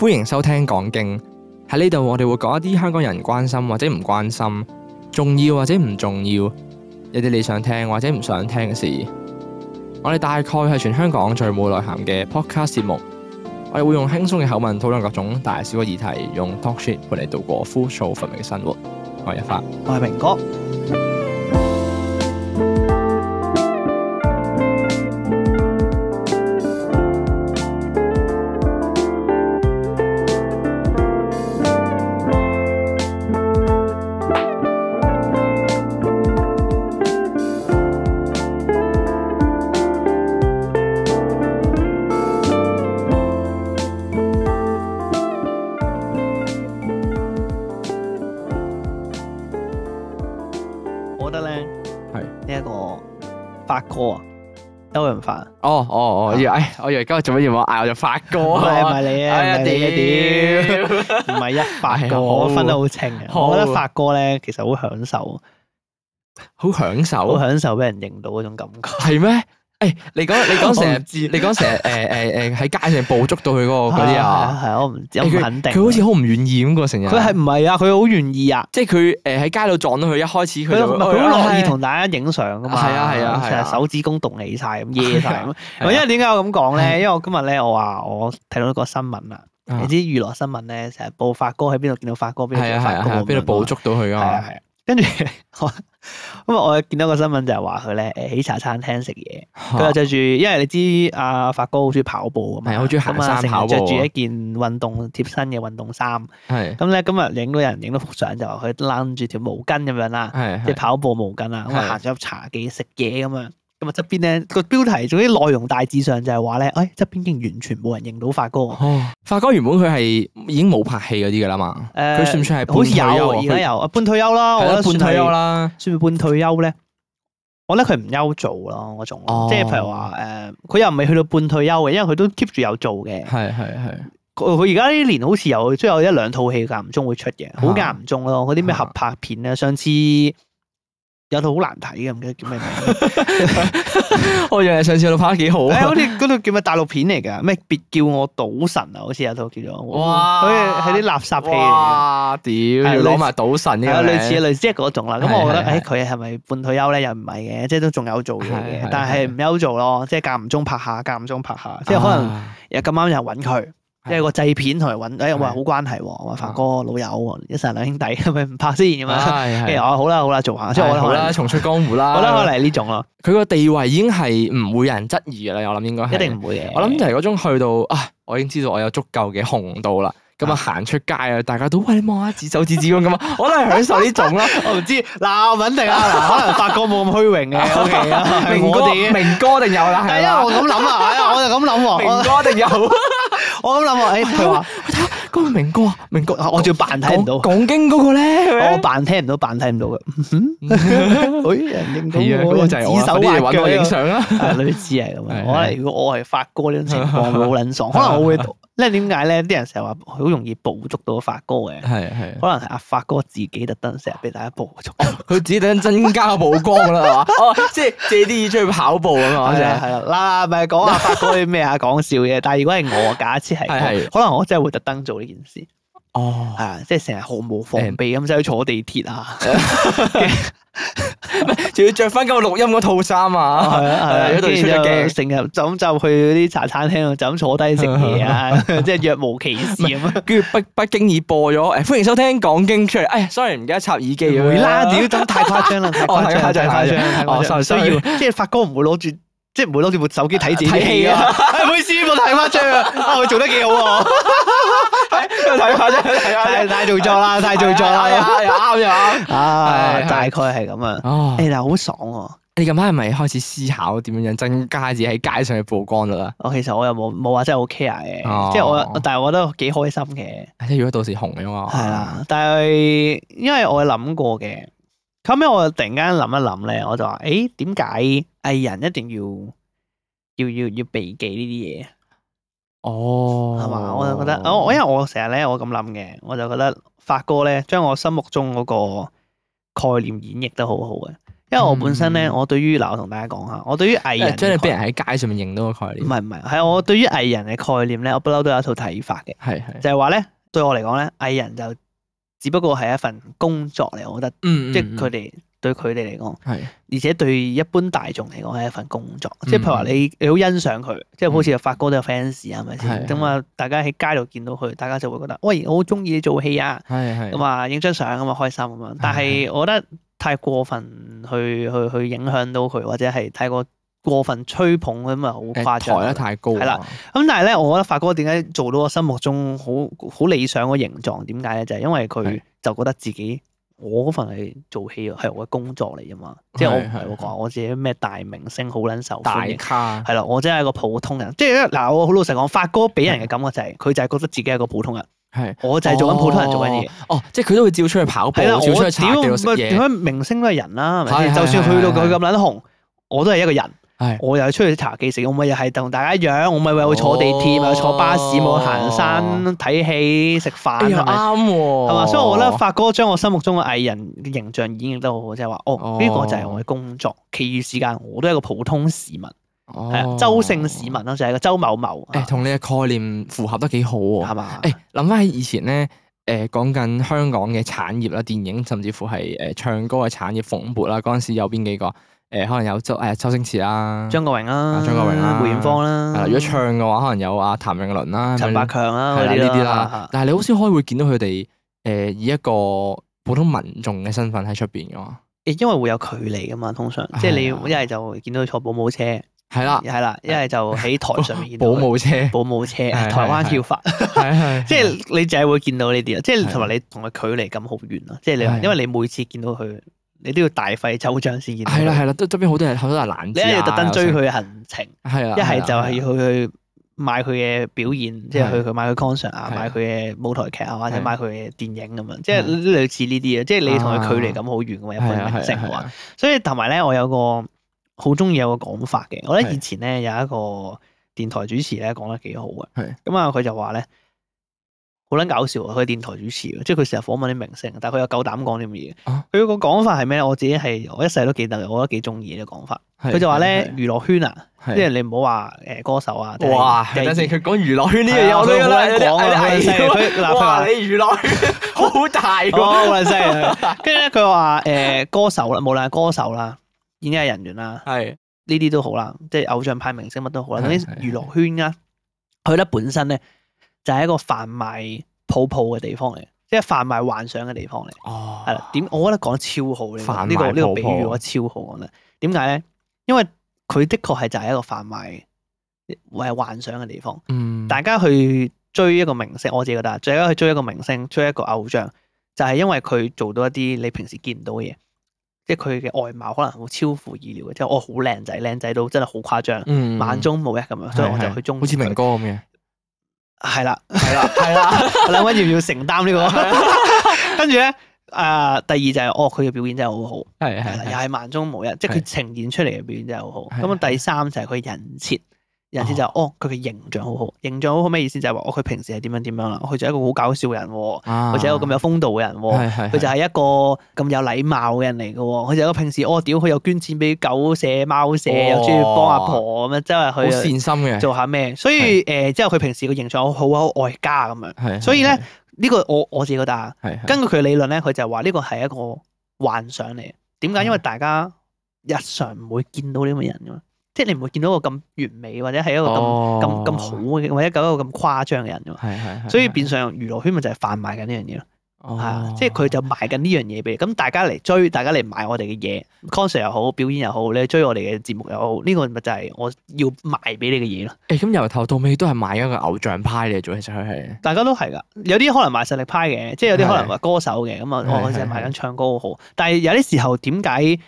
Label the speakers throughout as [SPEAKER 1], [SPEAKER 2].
[SPEAKER 1] 歡迎收聽講經喺呢度，我哋會講一啲香港人關心或者唔關心，重要或者唔重要，一啲你想聽或者唔想聽嘅事。我哋大概係全香港最冇內涵嘅 podcast 節目，我哋會用輕鬆嘅口吻討論各種大小嘅議題，用 talk shit 陪你度過枯燥乏味嘅生活。我係一發，
[SPEAKER 2] 我係明哥，我覺得咧
[SPEAKER 1] 係
[SPEAKER 2] 呢一個發哥啊，周潤發啊，
[SPEAKER 1] 哦哦
[SPEAKER 2] 我
[SPEAKER 1] 哦，
[SPEAKER 2] 以為
[SPEAKER 1] 我以為今日做乜嘢我嗌我就發哥
[SPEAKER 2] 唔係唔係你啊，唔係你嘅屌，唔係一發
[SPEAKER 1] 哎哎呀
[SPEAKER 2] 哥，
[SPEAKER 1] 好
[SPEAKER 2] 我分得好清嘅。
[SPEAKER 1] 好
[SPEAKER 2] 我覺得發哥咧其實好享受，啊
[SPEAKER 1] 好享
[SPEAKER 2] 好
[SPEAKER 1] 受，
[SPEAKER 2] 享受俾人認到嗰種感覺。
[SPEAKER 1] 係咩？誒，你 講你講成
[SPEAKER 2] 我
[SPEAKER 1] 日
[SPEAKER 2] 唔知
[SPEAKER 1] 你講成日誒誒誒喺街上捕捉到佢嗰 個嗰啲啊，
[SPEAKER 2] 係係我唔我
[SPEAKER 1] 誒
[SPEAKER 2] 唔
[SPEAKER 1] 佢
[SPEAKER 2] 肯定。啊
[SPEAKER 1] 佢好似好唔願意咁個成日，
[SPEAKER 2] 佢係唔係啊？佢好願意啊！
[SPEAKER 1] 即係佢誒喺街度撞到佢，一開始佢
[SPEAKER 2] 佢
[SPEAKER 1] 就
[SPEAKER 2] 唔
[SPEAKER 1] 會
[SPEAKER 2] 係佢好樂意。
[SPEAKER 1] 哎
[SPEAKER 2] 同大家影相噶嘛，
[SPEAKER 1] 係啊係啊係啊
[SPEAKER 2] 成日手指公動起晒 咁耶晒咁。
[SPEAKER 1] 係啊
[SPEAKER 2] 因為點解我咁講
[SPEAKER 1] 係
[SPEAKER 2] 咧？因為我今日咧我話我睇到一個新聞啦，
[SPEAKER 1] 啊
[SPEAKER 2] 你知娛樂新聞咧成日報發哥喺邊度見到發哥，邊度
[SPEAKER 1] 係
[SPEAKER 2] 見
[SPEAKER 1] 啊
[SPEAKER 2] 到
[SPEAKER 1] 係
[SPEAKER 2] 發
[SPEAKER 1] 啊係
[SPEAKER 2] 哥
[SPEAKER 1] 啊，
[SPEAKER 2] 咁
[SPEAKER 1] 邊度
[SPEAKER 2] 樣
[SPEAKER 1] 捕
[SPEAKER 2] 嘛
[SPEAKER 1] 捉到佢
[SPEAKER 2] 係
[SPEAKER 1] 啊
[SPEAKER 2] 啊？係啊，跟住 我咁啊，我見到個新聞就係話佢咧誒喺茶餐廳食嘢，佢又
[SPEAKER 1] 嚇
[SPEAKER 2] 着住，因為你知阿發哥好中意跑步啊嘛，
[SPEAKER 1] 係好鍾意行山
[SPEAKER 2] 咁啊
[SPEAKER 1] 跑步
[SPEAKER 2] 成
[SPEAKER 1] 啊
[SPEAKER 2] 日着住一件運動貼身嘅運動衫，
[SPEAKER 1] 係
[SPEAKER 2] 咁咧今日影到人影到幅相就話佢攬住條毛巾咁樣啦。
[SPEAKER 1] 係
[SPEAKER 2] 即
[SPEAKER 1] 係
[SPEAKER 2] 係跑步毛巾啦，咁啊
[SPEAKER 1] 係
[SPEAKER 2] 行咗入茶記食嘢咁樣，咁啊側邊咧個標題，總之內容大致上就係話咧，誒側邊已經完全冇人認到發哥，誒、
[SPEAKER 1] 哦，發哥原本佢係已經冇拍戲嗰啲㗎啦嘛，佢算唔算係半
[SPEAKER 2] 好似有
[SPEAKER 1] 退休啊
[SPEAKER 2] 而家有啊半退休啦，
[SPEAKER 1] 佢
[SPEAKER 2] 我覺
[SPEAKER 1] 係
[SPEAKER 2] 得
[SPEAKER 1] 咯半退休
[SPEAKER 2] 啦，
[SPEAKER 1] 啦，
[SPEAKER 2] 算唔算半退休咧？我覺得佢唔休做咯，嗰種，
[SPEAKER 1] 哦
[SPEAKER 2] 即係譬如話誒，佢、又唔係去到半退休嘅，因為佢都 keep 住有做嘅。
[SPEAKER 1] 係係係
[SPEAKER 2] 佢佢而家呢年好似有即係有一兩套戲間唔中會出
[SPEAKER 1] 啊
[SPEAKER 2] 嘅，好間唔中咯。嗰啲咩合拍片咧，上次有套好難睇嘅，唔記得叫咩 名。
[SPEAKER 1] 啊 我以為哦上次老拍得幾好
[SPEAKER 2] 誒，
[SPEAKER 1] 啊
[SPEAKER 2] 好似嗰套叫咩大陸片嚟㗎？咩別叫我賭神啊，好似有套叫做，
[SPEAKER 1] 哇
[SPEAKER 2] 好似係啲垃圾戲嚟嘅，
[SPEAKER 1] 哇！屌，要攞埋賭神呢
[SPEAKER 2] 係啊，
[SPEAKER 1] 個
[SPEAKER 2] 類似
[SPEAKER 1] 名
[SPEAKER 2] 類似即係嗰種啦。
[SPEAKER 1] 係
[SPEAKER 2] 咁我覺
[SPEAKER 1] 係
[SPEAKER 2] 得誒，佢係咪半退休咧？又唔係嘅，即係都仲有做嘢
[SPEAKER 1] 係係
[SPEAKER 2] 嘅，但係唔休做咯，即係間唔中拍下，間唔中拍下，即係可能
[SPEAKER 1] 啊
[SPEAKER 2] 又咁啱有人揾佢。即係個製片同埋揾，誒
[SPEAKER 1] 係
[SPEAKER 2] 話好關係喎，話發哥老友喎，一成兩兄弟，咪唔拍先咁 樣。
[SPEAKER 1] 啊係係
[SPEAKER 2] 跟啊住我話好啦好啦，做下，即係我
[SPEAKER 1] 係
[SPEAKER 2] 覺得
[SPEAKER 1] 好
[SPEAKER 2] 可能
[SPEAKER 1] 啦，，重出江湖啦。
[SPEAKER 2] 我覺得可能係呢種咯，
[SPEAKER 1] 佢個地位已經係唔會有人質疑嘅啦，我諗應該係
[SPEAKER 2] 一定唔會嘅。
[SPEAKER 1] 我諗就係嗰種去到啊，我已經知道我有足夠嘅紅度啦。咁啊，
[SPEAKER 2] 啊
[SPEAKER 1] 行出街啊，大家都喂你望下指手指指咁咁啊，我 都係享受呢 種啦。
[SPEAKER 2] 我唔知，嗱我肯定啊，嗱可能發哥冇咁虛榮 嘅，O K 啊，係
[SPEAKER 1] 明
[SPEAKER 2] 我
[SPEAKER 1] 哥，
[SPEAKER 2] 哋嘅，
[SPEAKER 1] 明哥一定有 啦，
[SPEAKER 2] 係
[SPEAKER 1] 係
[SPEAKER 2] 啊，
[SPEAKER 1] 啦，
[SPEAKER 2] 我咁諗啊，係啊，我就咁諗
[SPEAKER 1] 明
[SPEAKER 2] 喎，
[SPEAKER 1] 哥一定有。
[SPEAKER 2] 我我咁諗喎，誒哎佢話
[SPEAKER 1] 嗰個明哥啊，明哥，
[SPEAKER 2] 我仲要扮哦睇唔到，
[SPEAKER 1] 講經嗰個
[SPEAKER 2] 我
[SPEAKER 1] 咧，
[SPEAKER 2] 哦扮聽唔到，扮睇唔到嘅，嗯誒人認到
[SPEAKER 1] 係啊，嗰
[SPEAKER 2] 我，
[SPEAKER 1] 個就係我啦，
[SPEAKER 2] 指
[SPEAKER 1] 快
[SPEAKER 2] 手
[SPEAKER 1] 啲嚟揾
[SPEAKER 2] 畫腳啊
[SPEAKER 1] 我影相啦。
[SPEAKER 2] 係類似係咁
[SPEAKER 1] 係
[SPEAKER 2] 樣。我覺得如果我係發哥呢種情況，會好 撚爽，可能我會，咧點解咧？啲人成日話好容易捕捉到發哥嘅，
[SPEAKER 1] 係係。
[SPEAKER 2] 可能係阿發哥自己特登成日俾大家捕捉，
[SPEAKER 1] 佢自己等增加個曝光啦，係嘛？哦，即係借啲嘢出去跑步咁 啊嘛，
[SPEAKER 2] 係啊
[SPEAKER 1] 就
[SPEAKER 2] 啦
[SPEAKER 1] 哦係
[SPEAKER 2] 係啦，嗱咪講下發哥啲咩啊，講笑嘅。但係如果係我假設
[SPEAKER 1] 係係
[SPEAKER 2] 係我，可能我真係會特登做呢件事，
[SPEAKER 1] 哦
[SPEAKER 2] 係，啊，即係成日毫無防備咁走去坐地鐵啊，
[SPEAKER 1] 仲要着翻嗰個錄音嗰套衫
[SPEAKER 2] 係啊
[SPEAKER 1] 啊，
[SPEAKER 2] 係啊，
[SPEAKER 1] 喺度
[SPEAKER 2] 跟
[SPEAKER 1] 出
[SPEAKER 2] 住
[SPEAKER 1] 咗
[SPEAKER 2] 就
[SPEAKER 1] 鏡
[SPEAKER 2] 成日就咁就去嗰啲茶餐廳度就咁坐低食嘢 啊，即係若無其事咁啊。
[SPEAKER 1] 跟住不不經意播咗，誒歡迎收聽講經出嚟，哎呀，sorry 唔記得插耳機 啊咁
[SPEAKER 2] 會啦，
[SPEAKER 1] 樣
[SPEAKER 2] 屌真太誇 張啦，太
[SPEAKER 1] 哦
[SPEAKER 2] 誇張
[SPEAKER 1] 太誇張
[SPEAKER 2] 啦，啊太誇張啦，
[SPEAKER 1] 哦
[SPEAKER 2] 太誇張啦，唔需
[SPEAKER 1] ，sorry，
[SPEAKER 2] 要。即係發哥唔會攞住，即係唔會攞住部手 機睇自己
[SPEAKER 1] 睇戲啊
[SPEAKER 2] 啊。哎唔好意思，我太誇張啊，啊佢做得幾好喎，
[SPEAKER 1] 睇下 啫，睇下
[SPEAKER 2] 太
[SPEAKER 1] 啫，
[SPEAKER 2] 太做作啦，太做作
[SPEAKER 1] 係
[SPEAKER 2] 啦。
[SPEAKER 1] 啊係 啊又啱又啱。
[SPEAKER 2] 啊，
[SPEAKER 1] 係係
[SPEAKER 2] 大概係咁啊。
[SPEAKER 1] 哦，
[SPEAKER 2] 誒，但係好爽喎！
[SPEAKER 1] 你近排係咪開始思考點樣樣增加自己喺街上嘅曝光率啊？
[SPEAKER 2] 我哦其實我又冇冇話真係好 care
[SPEAKER 1] 哦
[SPEAKER 2] 嘅，即係我，但係我覺得幾開心嘅，
[SPEAKER 1] 即係如果到時紅嘅話，
[SPEAKER 2] 係啦。但係因為我諗過嘅，後尾我突然間諗一諗咧，我就話：誒點解藝人一定要要要要避忌呢啲
[SPEAKER 1] 哦，
[SPEAKER 2] 嘢係嘛？我就覺得，哦我因為我成日咧，我咁諗嘅，我就覺得發哥咧將我心目中嗰個概念演繹得好好嘅。因為我本身咧，
[SPEAKER 1] 嗯
[SPEAKER 2] 我對於嗱，我同大家講下，我對於藝
[SPEAKER 1] 即係
[SPEAKER 2] 人
[SPEAKER 1] 將你
[SPEAKER 2] 嘅
[SPEAKER 1] 俾
[SPEAKER 2] 概
[SPEAKER 1] 人喺街上面認到個概
[SPEAKER 2] 唔
[SPEAKER 1] 念，
[SPEAKER 2] 係唔係，係我對於藝人嘅概念咧，我不嬲都有一套睇法嘅，
[SPEAKER 1] 係係，
[SPEAKER 2] 就係話咧，對我嚟講咧，藝人就只不過係一份工作嚟，我覺得，
[SPEAKER 1] 嗯，
[SPEAKER 2] 即
[SPEAKER 1] 嗯
[SPEAKER 2] 係佢哋對佢哋嚟講，
[SPEAKER 1] 係
[SPEAKER 2] 而且對一般大眾嚟講係一份工作，即係譬如話
[SPEAKER 1] 嗯
[SPEAKER 2] 你你好欣賞佢，即係好似發哥都有 fans 啊，係咪
[SPEAKER 1] 係
[SPEAKER 2] 先？咁啊，大家喺街度見到佢，大家就會覺得，喂，我好中意你做戲啊！
[SPEAKER 1] 係係，
[SPEAKER 2] 咁啊影張相咁啊開心咁樣。但係我覺得太過分去去去影響到佢，或者係太過過分吹捧咁啊，好
[SPEAKER 1] 誒
[SPEAKER 2] 誇張
[SPEAKER 1] 抬得
[SPEAKER 2] 啦。
[SPEAKER 1] 太高，啊
[SPEAKER 2] 係啦，咁但係咧，我覺得發哥點解做到我心目中好好理想個形狀？點解咧？就係因為
[SPEAKER 1] 係
[SPEAKER 2] 佢就覺得自己。我嗰份係做戲係我嘅工作嚟啫嘛，即係我唔係我
[SPEAKER 1] 係係
[SPEAKER 2] 講我自己咩大明星好撚受
[SPEAKER 1] 大
[SPEAKER 2] 歡迎，
[SPEAKER 1] 卡，
[SPEAKER 2] 係啦，我真係一個普通人，即係嗱，我好老實講，發哥俾人嘅感覺就係佢就係覺得自己係一個普通人，
[SPEAKER 1] 係
[SPEAKER 2] 我就係做緊普通人做緊嘢，
[SPEAKER 1] 哦，即係佢都會照出去跑步，
[SPEAKER 2] 係啦，
[SPEAKER 1] 照
[SPEAKER 2] 我
[SPEAKER 1] 哦出去踩
[SPEAKER 2] 屌啊
[SPEAKER 1] 掉
[SPEAKER 2] 唔
[SPEAKER 1] 食
[SPEAKER 2] 係
[SPEAKER 1] 嘢，
[SPEAKER 2] 點解明星都係人啦，係咪
[SPEAKER 1] 係
[SPEAKER 2] 先？
[SPEAKER 1] 係
[SPEAKER 2] 就算去到
[SPEAKER 1] 係係
[SPEAKER 2] 佢咁撚紅，我都係一個人，
[SPEAKER 1] 係
[SPEAKER 2] 我又係出去茶記食，我咪又係同大家一樣，我咪會坐地鐵，咪、
[SPEAKER 1] 哦
[SPEAKER 2] 坐巴士，咪會行山、睇戲、食飯，
[SPEAKER 1] 哎呀哦
[SPEAKER 2] 係咪？
[SPEAKER 1] 啱喎，
[SPEAKER 2] 係
[SPEAKER 1] 係
[SPEAKER 2] 嘛？所以我覺得發哥將我心目中嘅藝人嘅形象演繹得好好，即係話哦，呢個就係我嘅工作，其餘時間我都係一個普通市民，係啊
[SPEAKER 1] 哦，
[SPEAKER 2] 周姓市民咯，就係個周某某，啊
[SPEAKER 1] 誒，同你嘅概念符合得幾好喎。
[SPEAKER 2] 係嘛？
[SPEAKER 1] 誒，諗翻起以前咧，誒講緊香港嘅產業啦，電影甚至乎係誒唱歌嘅產業蓬勃啦。嗰陣時有邊幾個？誒，可能有周誒周星馳啦，係
[SPEAKER 2] 張國榮啦
[SPEAKER 1] 啊，張國榮啦
[SPEAKER 2] 梅艷芳啦
[SPEAKER 1] 啦。，如果唱嘅話，可能有阿譚詠麟啦，
[SPEAKER 2] 陳百強啦
[SPEAKER 1] 係
[SPEAKER 2] 嗰
[SPEAKER 1] 啦
[SPEAKER 2] 啲
[SPEAKER 1] 呢啲
[SPEAKER 2] 嚇
[SPEAKER 1] 啦。但係你好少可以會見到佢哋誒以一個普通民眾嘅身份喺出邊嘅嘛。
[SPEAKER 2] 誒因為會有距離噶嘛，通常即係你
[SPEAKER 1] 係啊
[SPEAKER 2] 一係就見到佢坐保姆車，
[SPEAKER 1] 係啦，
[SPEAKER 2] 係啦，一係就喺台上面見到
[SPEAKER 1] 保
[SPEAKER 2] 佢
[SPEAKER 1] 姆車，係
[SPEAKER 2] 保 姆車，
[SPEAKER 1] 係
[SPEAKER 2] 台灣
[SPEAKER 1] 係
[SPEAKER 2] 跳法，
[SPEAKER 1] 係
[SPEAKER 2] 即係你就係會見到呢啲啊，即
[SPEAKER 1] 係
[SPEAKER 2] 係同埋你同佢距離咁好遠咯，即
[SPEAKER 1] 係
[SPEAKER 2] 係你因為你每次見到佢，你都要大費周章先見到佢，
[SPEAKER 1] 係啦係啦，都周邊好多人好多人攔
[SPEAKER 2] 你
[SPEAKER 1] 截
[SPEAKER 2] 一
[SPEAKER 1] 啊，
[SPEAKER 2] 係要特登追
[SPEAKER 1] 有
[SPEAKER 2] 佢嘅行程，
[SPEAKER 1] 成，係啦，啊
[SPEAKER 2] 一係就
[SPEAKER 1] 係
[SPEAKER 2] 係
[SPEAKER 1] 啦
[SPEAKER 2] 要去買佢嘅表演，即係去佢買佢 concert 啊，
[SPEAKER 1] 係
[SPEAKER 2] 買佢嘅舞台劇啊，或者
[SPEAKER 1] 係
[SPEAKER 2] 買佢嘅電影咁樣，即係
[SPEAKER 1] 係
[SPEAKER 2] 類似呢啲啊，即係你同佢距離
[SPEAKER 1] 啊
[SPEAKER 2] 咁好遠噶嘛，一
[SPEAKER 1] 係啊
[SPEAKER 2] 般明星嘅
[SPEAKER 1] 係
[SPEAKER 2] 話
[SPEAKER 1] 啊。
[SPEAKER 2] 所以同埋咧，我有個好中意有個講法嘅，我覺得
[SPEAKER 1] 係
[SPEAKER 2] 以前咧有一個電台主持咧講得幾好嘅
[SPEAKER 1] 係，
[SPEAKER 2] 咁啊佢就話咧好撚搞笑啊！佢係電台主持嘅，即係佢成日訪問啲明星，但係佢又夠膽講呢啲嘢
[SPEAKER 1] 啊。
[SPEAKER 2] 佢個講法係咩咧？我自己係我一世都記得嘅，我覺得幾中意呢個講法。
[SPEAKER 1] 啊係
[SPEAKER 2] 佢就話咧，娛樂圈啊，
[SPEAKER 1] 係
[SPEAKER 2] 即係你唔好話誒歌手啊，定係
[SPEAKER 1] 哇！
[SPEAKER 2] 定
[SPEAKER 1] 等
[SPEAKER 2] 係
[SPEAKER 1] 陣先，佢講娛樂圈呢
[SPEAKER 2] 係
[SPEAKER 1] 樣嘢，
[SPEAKER 2] 啊
[SPEAKER 1] 我都覺
[SPEAKER 2] 佢
[SPEAKER 1] 得
[SPEAKER 2] 好
[SPEAKER 1] 有
[SPEAKER 2] 撚
[SPEAKER 1] 啲有
[SPEAKER 2] 講啊，好撚犀利
[SPEAKER 1] 啲危
[SPEAKER 2] 佢嗱，
[SPEAKER 1] 險。
[SPEAKER 2] 佢話
[SPEAKER 1] 哇！你啊娛樂圈好大
[SPEAKER 2] 哦，
[SPEAKER 1] 個，
[SPEAKER 2] 好撚犀利！跟住咧，佢話誒歌手啦，無論係歌手啦、演藝人員啦，
[SPEAKER 1] 係
[SPEAKER 2] 呢啲都好啦，即係偶像派明星乜都好
[SPEAKER 1] 係
[SPEAKER 2] 啦。總之
[SPEAKER 1] 係
[SPEAKER 2] 娛樂圈啦，佢咧本身咧就係一個販賣泡泡嘅地方嚟，即係販賣幻想嘅地方嚟。
[SPEAKER 1] 哦
[SPEAKER 2] 係啦，點我覺得講得超好呢個
[SPEAKER 1] 販
[SPEAKER 2] 呢個
[SPEAKER 1] 賣
[SPEAKER 2] 呢個
[SPEAKER 1] 泡啊
[SPEAKER 2] 比
[SPEAKER 1] 泡
[SPEAKER 2] 喻，我覺得超好講得。點解咧？因為佢的確係就係一個販賣為幻想嘅地方。
[SPEAKER 1] 嗯，
[SPEAKER 2] 大家去追一個明星，我自己覺得啊，大家去追一個明星，追一個偶像，就係、因為佢做到一啲你平時見唔到嘅嘢，即係佢嘅外貌可能會超乎意料嘅，即係我哦好靚仔，靚仔到真係好誇張，
[SPEAKER 1] 嗯
[SPEAKER 2] 眼中無一咁樣，所以我就去中意
[SPEAKER 1] 好似
[SPEAKER 2] 佢
[SPEAKER 1] 明哥咁嘅，
[SPEAKER 2] 係啦，係啦，係啦， 兩位要唔要承擔呢、個？跟住咧，啊、第二就係、哦，佢嘅表演真係好好，
[SPEAKER 1] 係
[SPEAKER 2] 係啦，又係萬中無一，即係佢呈現出嚟嘅表現真係好好。
[SPEAKER 1] 係
[SPEAKER 2] 咁啊，第三就係佢人設，人設就係哦，佢嘅形象好好，形象好好咩意思？就係話哦，佢平時係點樣點樣啦，佢就係一個好搞笑嘅人喎，
[SPEAKER 1] 啊
[SPEAKER 2] 佢就係一個咁有風度嘅人喎。
[SPEAKER 1] 係係
[SPEAKER 2] 佢就係一個咁有禮貌嘅人嚟嘅喎，佢就係一個平時哦屌，佢又捐錢俾狗舍、貓舍，
[SPEAKER 1] 哦
[SPEAKER 2] 又中意幫阿婆咁樣，即係
[SPEAKER 1] 好善
[SPEAKER 2] 佢
[SPEAKER 1] 心嘅，
[SPEAKER 2] 做下咩，所以誒之後佢平時個形象好好好愛家咁樣。
[SPEAKER 1] 係
[SPEAKER 2] 所以咧，呢個我我自己覺得啊，
[SPEAKER 1] 係係
[SPEAKER 2] 根據佢理論咧，佢就係話呢個係一個幻想嚟。點
[SPEAKER 1] 嗯
[SPEAKER 2] 解？因為大家日常唔會見到呢咁嘅人噶嘛，即係你唔會見到個咁完美或者係一個咁
[SPEAKER 1] 哦
[SPEAKER 2] 咁咁好嘅，或者一個咁誇張嘅人噶嘛。
[SPEAKER 1] 係係係，
[SPEAKER 2] 所以變相娛樂圈咪就係販賣緊呢樣嘢咯，係啊
[SPEAKER 1] 哦，
[SPEAKER 2] 即係佢就賣緊呢樣嘢俾你。咁大家嚟追，大家嚟買我哋嘅嘢，concert 又好，表演又好，你追我哋嘅節目又好，呢個咪就係我要賣俾你嘅嘢咯。
[SPEAKER 1] 誒咁由頭到尾都係賣一個偶像派嚟做，其實佢係
[SPEAKER 2] 大家都係噶，有啲可能賣實力派嘅，即係有啲可能
[SPEAKER 1] 係
[SPEAKER 2] 話歌手嘅，咁啊，
[SPEAKER 1] 係
[SPEAKER 2] 我就
[SPEAKER 1] 係
[SPEAKER 2] 係賣
[SPEAKER 1] 係
[SPEAKER 2] 緊唱歌好好。但係有啲時候點解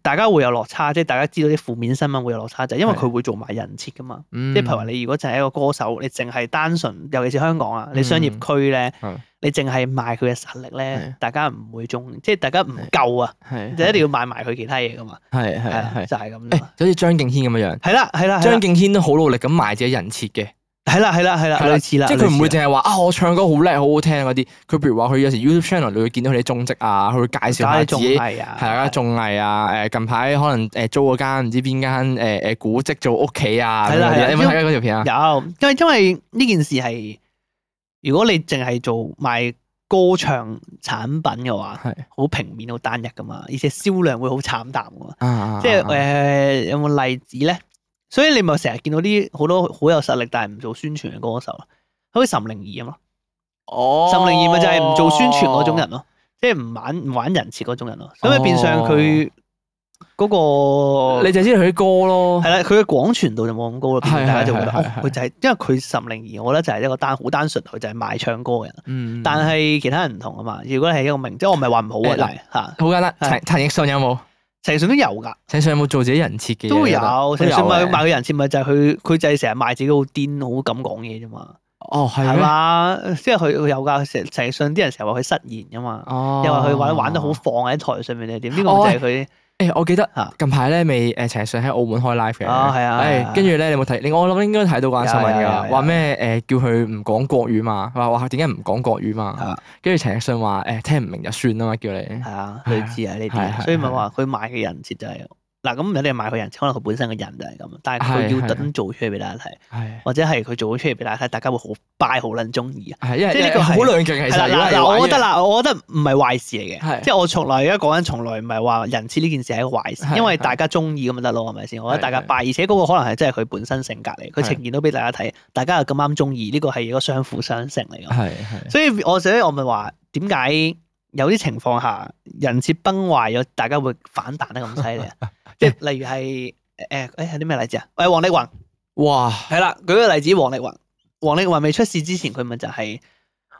[SPEAKER 2] 大家會有落差？即係大家知道啲負面新聞會有落差，就係因為
[SPEAKER 1] 係嗯
[SPEAKER 2] 佢會做埋人設噶嘛。
[SPEAKER 1] 即
[SPEAKER 2] 即係譬如話，你如果淨係一個歌手，你淨係單純，尤其是香港啊，你商業區咧，
[SPEAKER 1] 嗯嗯係
[SPEAKER 2] 你淨係賣佢嘅實力咧
[SPEAKER 1] 係，
[SPEAKER 2] 大家唔會中，即係大家唔夠啊，
[SPEAKER 1] 係
[SPEAKER 2] 就一定要賣埋佢其他嘢噶嘛。
[SPEAKER 1] 係
[SPEAKER 2] 係
[SPEAKER 1] 係
[SPEAKER 2] 啊，
[SPEAKER 1] 係
[SPEAKER 2] 就係咁
[SPEAKER 1] 誒，
[SPEAKER 2] 啫
[SPEAKER 1] 就
[SPEAKER 2] 嘛。
[SPEAKER 1] 好似張敬軒咁樣樣。
[SPEAKER 2] 係啦，係啦，係啦
[SPEAKER 1] 張敬軒都好努力咁賣自己人設嘅，
[SPEAKER 2] 係啦係啦係啦，
[SPEAKER 1] 係啦
[SPEAKER 2] 類似啦，
[SPEAKER 1] 即係佢唔會
[SPEAKER 2] 類似啦
[SPEAKER 1] 淨係話啊，我唱歌好叻，好好聽嗰啲。佢譬如話，佢有時 YouTube channel 你會見到佢啲蹤跡啊，佢會介紹
[SPEAKER 2] 加
[SPEAKER 1] 下
[SPEAKER 2] 啲
[SPEAKER 1] 自
[SPEAKER 2] 綜
[SPEAKER 1] 己
[SPEAKER 2] 藝啊，
[SPEAKER 1] 係啊，綜藝啊，誒近排可能誒租嗰間唔知邊間誒誒古蹟做屋企啊，咁
[SPEAKER 2] 係啦
[SPEAKER 1] 嗰啲
[SPEAKER 2] 係啦
[SPEAKER 1] 你有冇睇過嗰條片啊？
[SPEAKER 2] 有，因為因為呢件事係，如果你淨係做賣歌唱產品嘅話，
[SPEAKER 1] 係
[SPEAKER 2] 好平面好單一噶嘛，而且銷量會好慘淡噶嘛。
[SPEAKER 1] 啊啊，
[SPEAKER 2] 即係
[SPEAKER 1] 啊
[SPEAKER 2] 誒、有冇例子咧？所以你咪成日見到啲好多好有實力但係唔做宣傳嘅歌手，好似岑寧兒咁咯。
[SPEAKER 1] 哦
[SPEAKER 2] 岑寧兒咪就係唔做宣傳嗰種人咯，即係唔玩唔玩人設嗰種人咯。所以變相佢嗰、個
[SPEAKER 1] 你就知道佢啲歌咯
[SPEAKER 2] 係。啦，佢嘅廣傳度就冇咁高啦，變
[SPEAKER 1] 哦係
[SPEAKER 2] 相大家就會覺得
[SPEAKER 1] 係係
[SPEAKER 2] 哦
[SPEAKER 1] 係，
[SPEAKER 2] 佢就係因為佢岑寧兒，我覺得就係一個單好單純，佢就係賣唱歌嘅人。
[SPEAKER 1] 嗯
[SPEAKER 2] 但係其他人唔同啊嘛，如果係一個明，即係我唔係話唔好
[SPEAKER 1] 誒
[SPEAKER 2] 啊，但係嚇，
[SPEAKER 1] 好簡單，
[SPEAKER 2] 係
[SPEAKER 1] 陳陳奕迅有冇？
[SPEAKER 2] 陳奕迅都有㗎，
[SPEAKER 1] 陳奕迅有冇做自己人設嘅嘢？
[SPEAKER 2] 都
[SPEAKER 1] 你覺得都
[SPEAKER 2] 有，陳奕
[SPEAKER 1] 有
[SPEAKER 2] 迅賣
[SPEAKER 1] 嘅
[SPEAKER 2] 賣佢人設咪就係佢，佢就係成日賣自己好癲，好敢講嘢啫嘛，
[SPEAKER 1] 哦，係
[SPEAKER 2] 係
[SPEAKER 1] 咩？
[SPEAKER 2] 嘛？即係佢佢有㗎，陳陳奕迅啲人成日話佢失言㗎嘛，
[SPEAKER 1] 哦，
[SPEAKER 2] 又話佢玩玩得好放喺台上面定係點？呢個
[SPEAKER 1] 哦
[SPEAKER 2] 咪就係佢
[SPEAKER 1] 誒，我記得
[SPEAKER 2] 嚇
[SPEAKER 1] 近排咧，未誒陳奕迅喺澳門開 live 嘅，
[SPEAKER 2] 啊係啊係啊
[SPEAKER 1] 誒跟住咧你有冇睇？你我諗應該睇到嗰間新聞㗎
[SPEAKER 2] 有有
[SPEAKER 1] 啦
[SPEAKER 2] 有，有
[SPEAKER 1] 話咩誒叫佢唔講國語嘛，話話點解唔講國語嘛
[SPEAKER 2] 啊？
[SPEAKER 1] 跟住陳奕迅話誒聽唔明就算啦嘛，叫你
[SPEAKER 2] 係啊，
[SPEAKER 1] 係
[SPEAKER 2] 類
[SPEAKER 1] 啊
[SPEAKER 2] 似啊呢
[SPEAKER 1] 係係
[SPEAKER 2] 啲，所以咪
[SPEAKER 1] 係
[SPEAKER 2] 話佢賣嘅人設就係嗱咁唔一定係賣佢人設，可能佢本身嘅人就係咁，但係
[SPEAKER 1] 係
[SPEAKER 2] 佢
[SPEAKER 1] 係
[SPEAKER 2] 要特登做出嚟俾大家睇，
[SPEAKER 1] 係
[SPEAKER 2] 或者係佢做咗出嚟俾大家睇，大家會好 buy 好撚中意啊！
[SPEAKER 1] 係，因為
[SPEAKER 2] 即係呢個係
[SPEAKER 1] 好兩極其
[SPEAKER 2] 係
[SPEAKER 1] 實。
[SPEAKER 2] 啦
[SPEAKER 1] 如果
[SPEAKER 2] 嗱
[SPEAKER 1] 係
[SPEAKER 2] 嗱，
[SPEAKER 1] 玩
[SPEAKER 2] 我覺得
[SPEAKER 1] 嘅
[SPEAKER 2] 啦，我覺得唔係壞事
[SPEAKER 1] 係
[SPEAKER 2] 嚟嘅，即係我從來而家講緊，從來唔係話人設呢件事係一個壞
[SPEAKER 1] 係
[SPEAKER 2] 事，因
[SPEAKER 1] 係
[SPEAKER 2] 為大家中意咁咪得咯，係咪先？我覺得
[SPEAKER 1] 係
[SPEAKER 2] 大家
[SPEAKER 1] 係
[SPEAKER 2] buy，而且嗰個可能係真係佢本身性格嚟，
[SPEAKER 1] 係
[SPEAKER 2] 佢呈現到俾大家睇，大家又咁啱中意，呢個係一個相輔相成嚟㗎。
[SPEAKER 1] 係係
[SPEAKER 2] 所以我所以我咪話點解有啲情況下人設崩壞咗，大家會反彈得咁犀利啊？即 係例如係誒誒有啲咩例子啊？誒王力宏
[SPEAKER 1] 哇
[SPEAKER 2] 係啦，舉個例子，王力宏，王力宏未出事之前，佢咪就係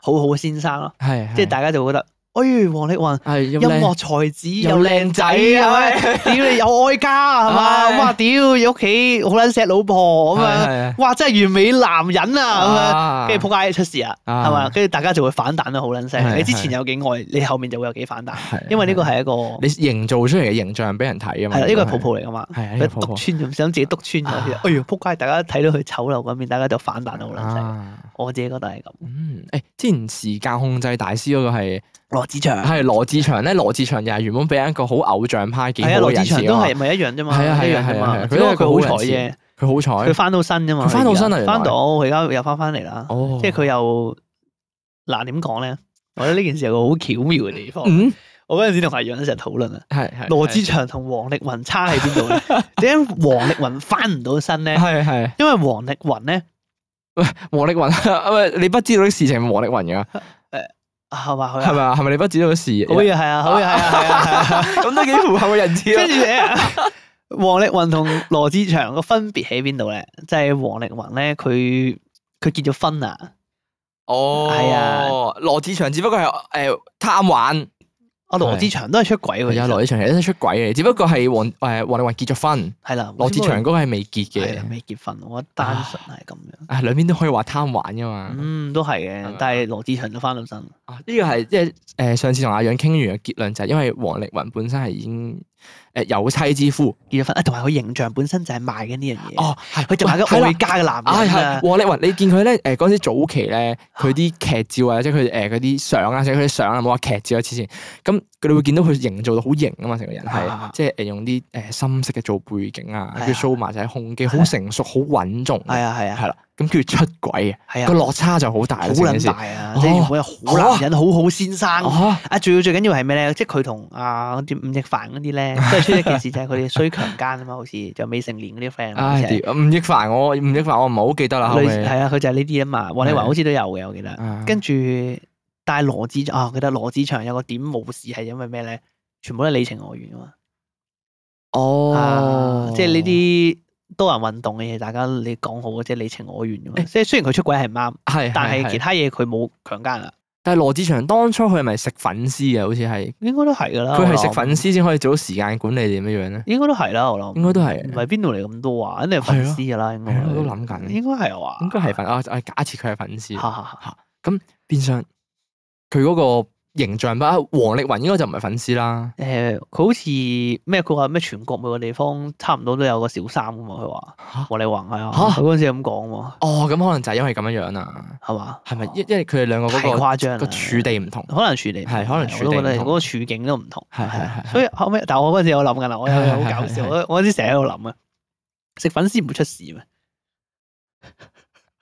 [SPEAKER 2] 好好先生咯，
[SPEAKER 1] 係
[SPEAKER 2] 即係大家就會覺得，哎，王力宏。
[SPEAKER 1] 係音
[SPEAKER 2] 音樂才子又
[SPEAKER 1] 又
[SPEAKER 2] 靚仔
[SPEAKER 1] 靚仔
[SPEAKER 2] 係咪？屌你有愛 家係嘛？
[SPEAKER 1] 唉
[SPEAKER 2] 哇屌！屋企好撚錫老婆咁樣，
[SPEAKER 1] 樣
[SPEAKER 2] 哇真係完美男人啊咁樣。
[SPEAKER 1] 啊
[SPEAKER 2] 跟住仆街出事啊，
[SPEAKER 1] 啊
[SPEAKER 2] 係嘛？跟住大家就會反彈得好撚犀利
[SPEAKER 1] 係
[SPEAKER 2] 你之前有幾愛，你後面就會有幾反彈，
[SPEAKER 1] 係
[SPEAKER 2] 因為呢個
[SPEAKER 1] 係
[SPEAKER 2] 係一個
[SPEAKER 1] 你營造出嚟嘅形象俾人睇啊嘛。
[SPEAKER 2] 係啦，呢個係泡
[SPEAKER 1] 普
[SPEAKER 2] 泡
[SPEAKER 1] 普，
[SPEAKER 2] 嚟噶嘛。
[SPEAKER 1] 係啊，呢
[SPEAKER 2] 佢
[SPEAKER 1] 個泡泡
[SPEAKER 2] 篤穿咗，想自己篤穿咗，
[SPEAKER 1] 啊
[SPEAKER 2] 哎呀仆街！大家睇到佢醜陋嗰面，大家就反彈得好撚犀利。
[SPEAKER 1] 啊
[SPEAKER 2] 我自己覺得係咁。
[SPEAKER 1] 嗯，誒，之前時間控制大師嗰個係
[SPEAKER 2] 羅志祥
[SPEAKER 1] 係羅志祥咧，羅志祥又係原本俾人一個好偶像派幾好
[SPEAKER 2] 係啊，
[SPEAKER 1] 嘅
[SPEAKER 2] 羅志
[SPEAKER 1] 人
[SPEAKER 2] 祥
[SPEAKER 1] 設
[SPEAKER 2] 都
[SPEAKER 1] 啊嘛
[SPEAKER 2] 係咪一樣啫嘛？
[SPEAKER 1] 係啊係啊
[SPEAKER 2] 一樣
[SPEAKER 1] 係
[SPEAKER 2] 啫
[SPEAKER 1] 啊係
[SPEAKER 2] 嘛
[SPEAKER 1] 啊。
[SPEAKER 2] 只不過
[SPEAKER 1] 佢都係一個好
[SPEAKER 2] 佢好彩
[SPEAKER 1] 人
[SPEAKER 2] 啫，
[SPEAKER 1] 佢好
[SPEAKER 2] 佢
[SPEAKER 1] 彩，
[SPEAKER 2] 翻到身啫嘛。
[SPEAKER 1] 佢返到身啊
[SPEAKER 2] 而
[SPEAKER 1] 原
[SPEAKER 2] 家
[SPEAKER 1] 來
[SPEAKER 2] 翻到佢而家又翻翻嚟啦。
[SPEAKER 1] 哦，
[SPEAKER 2] 即係佢又嗱點講咧？我覺得呢件事有個好巧妙嘅地方。
[SPEAKER 1] 嗯
[SPEAKER 2] 我嗰陣時同阿楊一齊討論啊。
[SPEAKER 1] 係係
[SPEAKER 2] 羅志祥同王力宏差喺邊度 咧？點解王力宏翻唔到身咧？
[SPEAKER 1] 係係
[SPEAKER 2] 因為王力宏咧
[SPEAKER 1] 王力宏， 喂，你不知道啲事情係王力宏
[SPEAKER 2] 啊
[SPEAKER 1] 㗎，
[SPEAKER 2] 係嘛佢
[SPEAKER 1] 係
[SPEAKER 2] 啊
[SPEAKER 1] 咪啊？係咪你不知道啲事？
[SPEAKER 2] 好嘢係啊，好嘢係啊，係啊係啊。係 啊
[SPEAKER 1] 咁都幾符合個人設
[SPEAKER 2] 跟
[SPEAKER 1] 啊！
[SPEAKER 2] 住誒，王力宏同羅志祥個分別喺邊度咧？就係王力宏咧，佢佢結咗婚啊，
[SPEAKER 1] 哦，
[SPEAKER 2] 係啊，
[SPEAKER 1] 羅志祥只不過係誒貪玩，
[SPEAKER 2] 啊羅志祥都係出軌喎，
[SPEAKER 1] 係啊，羅志祥係一出軌嘅，只不過係王誒王力宏結咗婚，
[SPEAKER 2] 係啦，
[SPEAKER 1] 羅志祥嗰個係未結
[SPEAKER 2] 係啊啦
[SPEAKER 1] 嘅，
[SPEAKER 2] 未結婚，我覺得單純係咁樣。
[SPEAKER 1] 啊兩邊都可以話貪玩噶嘛。
[SPEAKER 2] 嗯，都係
[SPEAKER 1] 係咪
[SPEAKER 2] 嘅，但係羅志祥都翻到身，
[SPEAKER 1] 啊！呢個係即係誒上次同阿楊傾完嘅結論就係因為王力宏本身係已經誒有妻之夫
[SPEAKER 2] 結咗婚，啊同埋佢形象本身就係賣緊呢樣嘢，
[SPEAKER 1] 哦，係
[SPEAKER 2] 佢就係一
[SPEAKER 1] 係
[SPEAKER 2] 個
[SPEAKER 1] 啦
[SPEAKER 2] 愛家嘅男
[SPEAKER 1] 啊
[SPEAKER 2] 人啊
[SPEAKER 1] 係。王力宏，你見佢咧誒嗰陣時早期咧，佢啲劇照啊，即係佢誒嗰啲相啊，即係佢啲相啊，冇話劇照啊，之前咁佢哋會見到佢營造到好型啊嘛，成個人係
[SPEAKER 2] 啊
[SPEAKER 1] 即係誒用啲誒深色嘅做背景啊，
[SPEAKER 2] 係啊
[SPEAKER 1] 跟住 show 埋晒胸肌，好成熟，好穩重，
[SPEAKER 2] 係啊係啊
[SPEAKER 1] 係啦，咁跟住出軌啊，
[SPEAKER 2] 係
[SPEAKER 1] 個
[SPEAKER 2] 啊，
[SPEAKER 1] 落差就好大啦，
[SPEAKER 2] 好
[SPEAKER 1] 成件
[SPEAKER 2] 撚
[SPEAKER 1] 事
[SPEAKER 2] 大啊！即係原本係
[SPEAKER 1] 哦
[SPEAKER 2] 好男人，好好先生。
[SPEAKER 1] 哦
[SPEAKER 2] 啊，最要最緊要係咩咧？即係佢同啊嗰啲吳亦凡嗰 啲咧，都係出一件事，就係佢哋衰強姦啊嘛，好似就未成年嗰啲 friend 啊。好
[SPEAKER 1] 唉，
[SPEAKER 2] 似係
[SPEAKER 1] 屌吳亦凡我吳亦凡我唔係好記得啦，後
[SPEAKER 2] 類
[SPEAKER 1] 尾
[SPEAKER 2] 似係啊，佢就係呢啲啊嘛。王力宏
[SPEAKER 1] 係
[SPEAKER 2] 好似都有嘅，我記得。
[SPEAKER 1] 啊
[SPEAKER 2] 跟住，但係羅志祥啊，我記得羅志祥有個點冇事係因為咩咧？全部都係你情我願啊嘛。
[SPEAKER 1] 哦
[SPEAKER 2] 啊，即係呢啲多人運動嘅嘢，大家你講好即係你情我願啊嘛。即係雖然佢出軌係唔啱，
[SPEAKER 1] 係，
[SPEAKER 2] 但係其
[SPEAKER 1] 他
[SPEAKER 2] 他嘢佢冇強姦啊，
[SPEAKER 1] 但係羅志祥當初佢係咪食粉絲嘅？好似係
[SPEAKER 2] 應該都係㗎啦。
[SPEAKER 1] 佢
[SPEAKER 2] 我
[SPEAKER 1] 係食
[SPEAKER 2] 諗
[SPEAKER 1] 粉絲先可以做到時間管理定點樣樣咧？
[SPEAKER 2] 應該都係啦，我諗
[SPEAKER 1] 應該都係
[SPEAKER 2] 唔係邊度嚟咁多啊？肯定係粉絲㗎啦，應
[SPEAKER 1] 係
[SPEAKER 2] 該
[SPEAKER 1] 咯我都諗緊
[SPEAKER 2] 應該係話
[SPEAKER 1] 啊應該係粉啊！啊假設佢係粉絲，
[SPEAKER 2] 嚇嚇嚇
[SPEAKER 1] 變相佢嗰個形象吧。王力宏應該就唔係粉絲啦，
[SPEAKER 2] 誒，佢好似咩？佢話咩？全國每個地方差唔多都有個小三噶嘛？佢話
[SPEAKER 1] 嚇
[SPEAKER 2] 王力宏係啊，
[SPEAKER 1] 嚇
[SPEAKER 2] 佢嗰陣時係咁講喎，
[SPEAKER 1] 哦，咁可能就係因為咁樣樣啊，
[SPEAKER 2] 係嘛？
[SPEAKER 1] 係咪？因因為佢哋兩個
[SPEAKER 2] 哦太
[SPEAKER 1] 嗰
[SPEAKER 2] 誇張啦
[SPEAKER 1] 個個處地唔同，
[SPEAKER 2] 可能處理唔同
[SPEAKER 1] 係可能處理
[SPEAKER 2] 我都覺
[SPEAKER 1] 唔
[SPEAKER 2] 得
[SPEAKER 1] 同
[SPEAKER 2] 嗰個處境都唔同。
[SPEAKER 1] 係係係係
[SPEAKER 2] 所以後尾，但係我嗰陣時有諗緊啊啦，我有
[SPEAKER 1] 係係
[SPEAKER 2] 好搞
[SPEAKER 1] 係
[SPEAKER 2] 笑，
[SPEAKER 1] 係
[SPEAKER 2] 我我嗰陣時成日喺度諗啊，食粉絲唔會出事咩？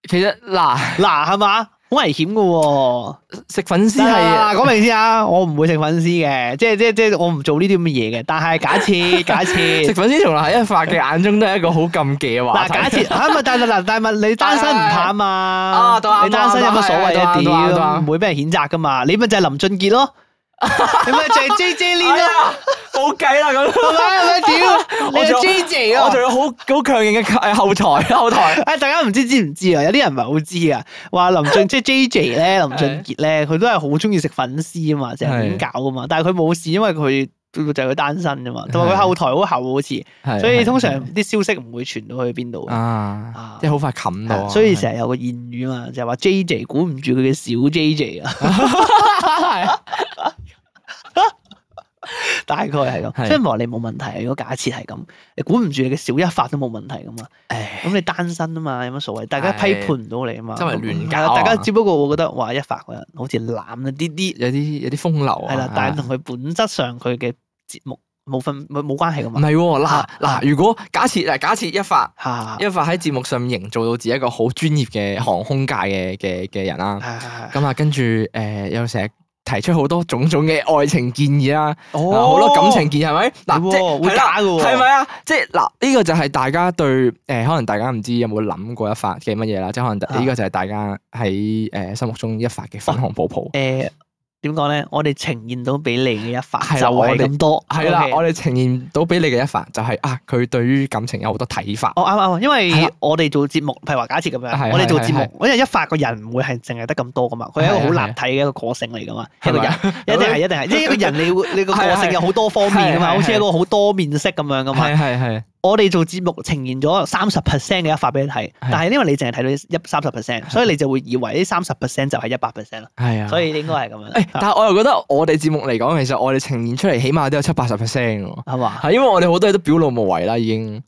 [SPEAKER 1] 其實嗱，
[SPEAKER 2] 嗱係嘛，好危險噶喎！
[SPEAKER 1] 食粉絲
[SPEAKER 2] 嗱嗱
[SPEAKER 1] 係
[SPEAKER 2] 嗱講明先啊，我唔會食粉絲嘅，即係即係即係我唔做呢啲咁嘅嘢嘅。但係假 設假
[SPEAKER 1] 食
[SPEAKER 2] 設
[SPEAKER 1] 粉絲從嗱一發嘅眼中都係一個好禁忌嘅話
[SPEAKER 2] 嗱假
[SPEAKER 1] 題。
[SPEAKER 2] 設嚇咪但係嗱但係咪你單身唔怕啊嘛
[SPEAKER 1] 啊？都啱
[SPEAKER 2] 你單身有乜所謂
[SPEAKER 1] 都
[SPEAKER 2] 啫？
[SPEAKER 1] 啱都啱都啱
[SPEAKER 2] 屌唔會俾人譴責噶嘛？你咪就係林俊 傑咯，你咪就係 J J
[SPEAKER 1] 哎
[SPEAKER 2] 呢
[SPEAKER 1] 呀
[SPEAKER 2] 咯，
[SPEAKER 1] 冇計啦咁。
[SPEAKER 2] 係咪 係咪屌？你
[SPEAKER 1] 我
[SPEAKER 2] 係
[SPEAKER 1] 仲
[SPEAKER 2] J J
[SPEAKER 1] 我
[SPEAKER 2] 啊！
[SPEAKER 1] 仲有好好強勁嘅 誒後台後台。
[SPEAKER 2] 啊！大家唔知知唔知啊？有啲人唔係好知啊，話林俊即係 J J 咧，林俊傑咧，佢都係好中意食粉絲啊嘛，成日亂搞噶嘛。但係佢冇事，因為佢就係佢單身啫嘛，同埋佢
[SPEAKER 1] 係
[SPEAKER 2] 後台好厚好似，
[SPEAKER 1] 係
[SPEAKER 2] 所以
[SPEAKER 1] 係
[SPEAKER 2] 通常啲消息唔會傳到去邊度嘅。
[SPEAKER 1] 啊
[SPEAKER 2] 啊，
[SPEAKER 1] 即係好快冚到啊。
[SPEAKER 2] 係所以成日有個諺語嘛，就係話 J J 管唔住佢嘅小 J J 啊，
[SPEAKER 1] 係
[SPEAKER 2] 大概係咁。
[SPEAKER 1] 係
[SPEAKER 2] 即係話你冇問題，如果假設係咁，你管唔住你嘅小一發都冇問題噶嘛。
[SPEAKER 1] 唉
[SPEAKER 2] 咁你單身啊嘛，有乜所謂？大家批判唔到你啊嘛，
[SPEAKER 1] 周圍亂搞
[SPEAKER 2] 係啦
[SPEAKER 1] 啊
[SPEAKER 2] 大家只不過會覺得話一發個人好似濫咗啲啲，
[SPEAKER 1] 有啲有啲風流啊。
[SPEAKER 2] 係啦，但係
[SPEAKER 1] 啊
[SPEAKER 2] 同佢本質上佢嘅節目冇分冇冇關係噶
[SPEAKER 1] 唔
[SPEAKER 2] 嘛。
[SPEAKER 1] 係喎，嗱
[SPEAKER 2] 啊
[SPEAKER 1] 嗱，如果假設嗱假設一發
[SPEAKER 2] 嚇，
[SPEAKER 1] 一發喺節目上面營造到自己一個好專業嘅航空界嘅嘅嘅人啦，
[SPEAKER 2] 係係係
[SPEAKER 1] 咁啊跟住誒又成日提出好多種種嘅愛情建議啦，
[SPEAKER 2] 哦
[SPEAKER 1] 啊好多感情建議係咪？嗱
[SPEAKER 2] 係
[SPEAKER 1] 即
[SPEAKER 2] 喎
[SPEAKER 1] 係啦
[SPEAKER 2] 會假嘅喎，
[SPEAKER 1] 係咪啊？即係嗱，呢個就係大家對誒、呃可能大家唔知有冇諗過一發嘅乜嘢啦，即係可
[SPEAKER 2] 啊
[SPEAKER 1] 能呢個就係大家喺誒、呃心目中一發嘅粉紅泡泡。
[SPEAKER 2] 誒點講咧？我哋呈現到俾你嘅一發
[SPEAKER 1] 係啦
[SPEAKER 2] 就係
[SPEAKER 1] 我哋
[SPEAKER 2] 咁多，
[SPEAKER 1] 係啦
[SPEAKER 2] 哦 OK
[SPEAKER 1] 我哋呈現到俾你嘅一發就係、啊，佢對於感情有好多睇法。
[SPEAKER 2] 哦啱啱，因
[SPEAKER 1] 係啦
[SPEAKER 2] 為我哋做節目，譬如話假設咁
[SPEAKER 1] 係
[SPEAKER 2] 樣，
[SPEAKER 1] 係
[SPEAKER 2] 我哋做節
[SPEAKER 1] 係
[SPEAKER 2] 目，因為一發個人唔會係淨係得咁多噶嘛，佢係一個
[SPEAKER 1] 係
[SPEAKER 2] 好
[SPEAKER 1] 係
[SPEAKER 2] 立體嘅一個個性嚟噶嘛，一
[SPEAKER 1] 係
[SPEAKER 2] 個
[SPEAKER 1] 咪
[SPEAKER 2] 人
[SPEAKER 1] 啊
[SPEAKER 2] 一定係一定係，即係一個人你會你個
[SPEAKER 1] 係
[SPEAKER 2] 個
[SPEAKER 1] 係
[SPEAKER 2] 性有好多方面噶
[SPEAKER 1] 係
[SPEAKER 2] 嘛，
[SPEAKER 1] 係
[SPEAKER 2] 好似一個好多面色咁樣噶嘛。
[SPEAKER 1] 係係係
[SPEAKER 2] 我哋做節目呈現咗三十 percent 嘅一發俾你睇，但係因為你淨係睇到一三十 percent，所以你就會以為呢三十 percent 就係一百 percent 啦，
[SPEAKER 1] 係啊，
[SPEAKER 2] 所
[SPEAKER 1] 以。
[SPEAKER 2] 以應該係咁樣，
[SPEAKER 1] 誒，但係我又覺得我哋節目嚟講，其實我哋呈現出嚟，起碼都有七八十 percent 喎。
[SPEAKER 2] 係嘛？
[SPEAKER 1] 係因為我哋好多嘢都表露無遺啦，已經。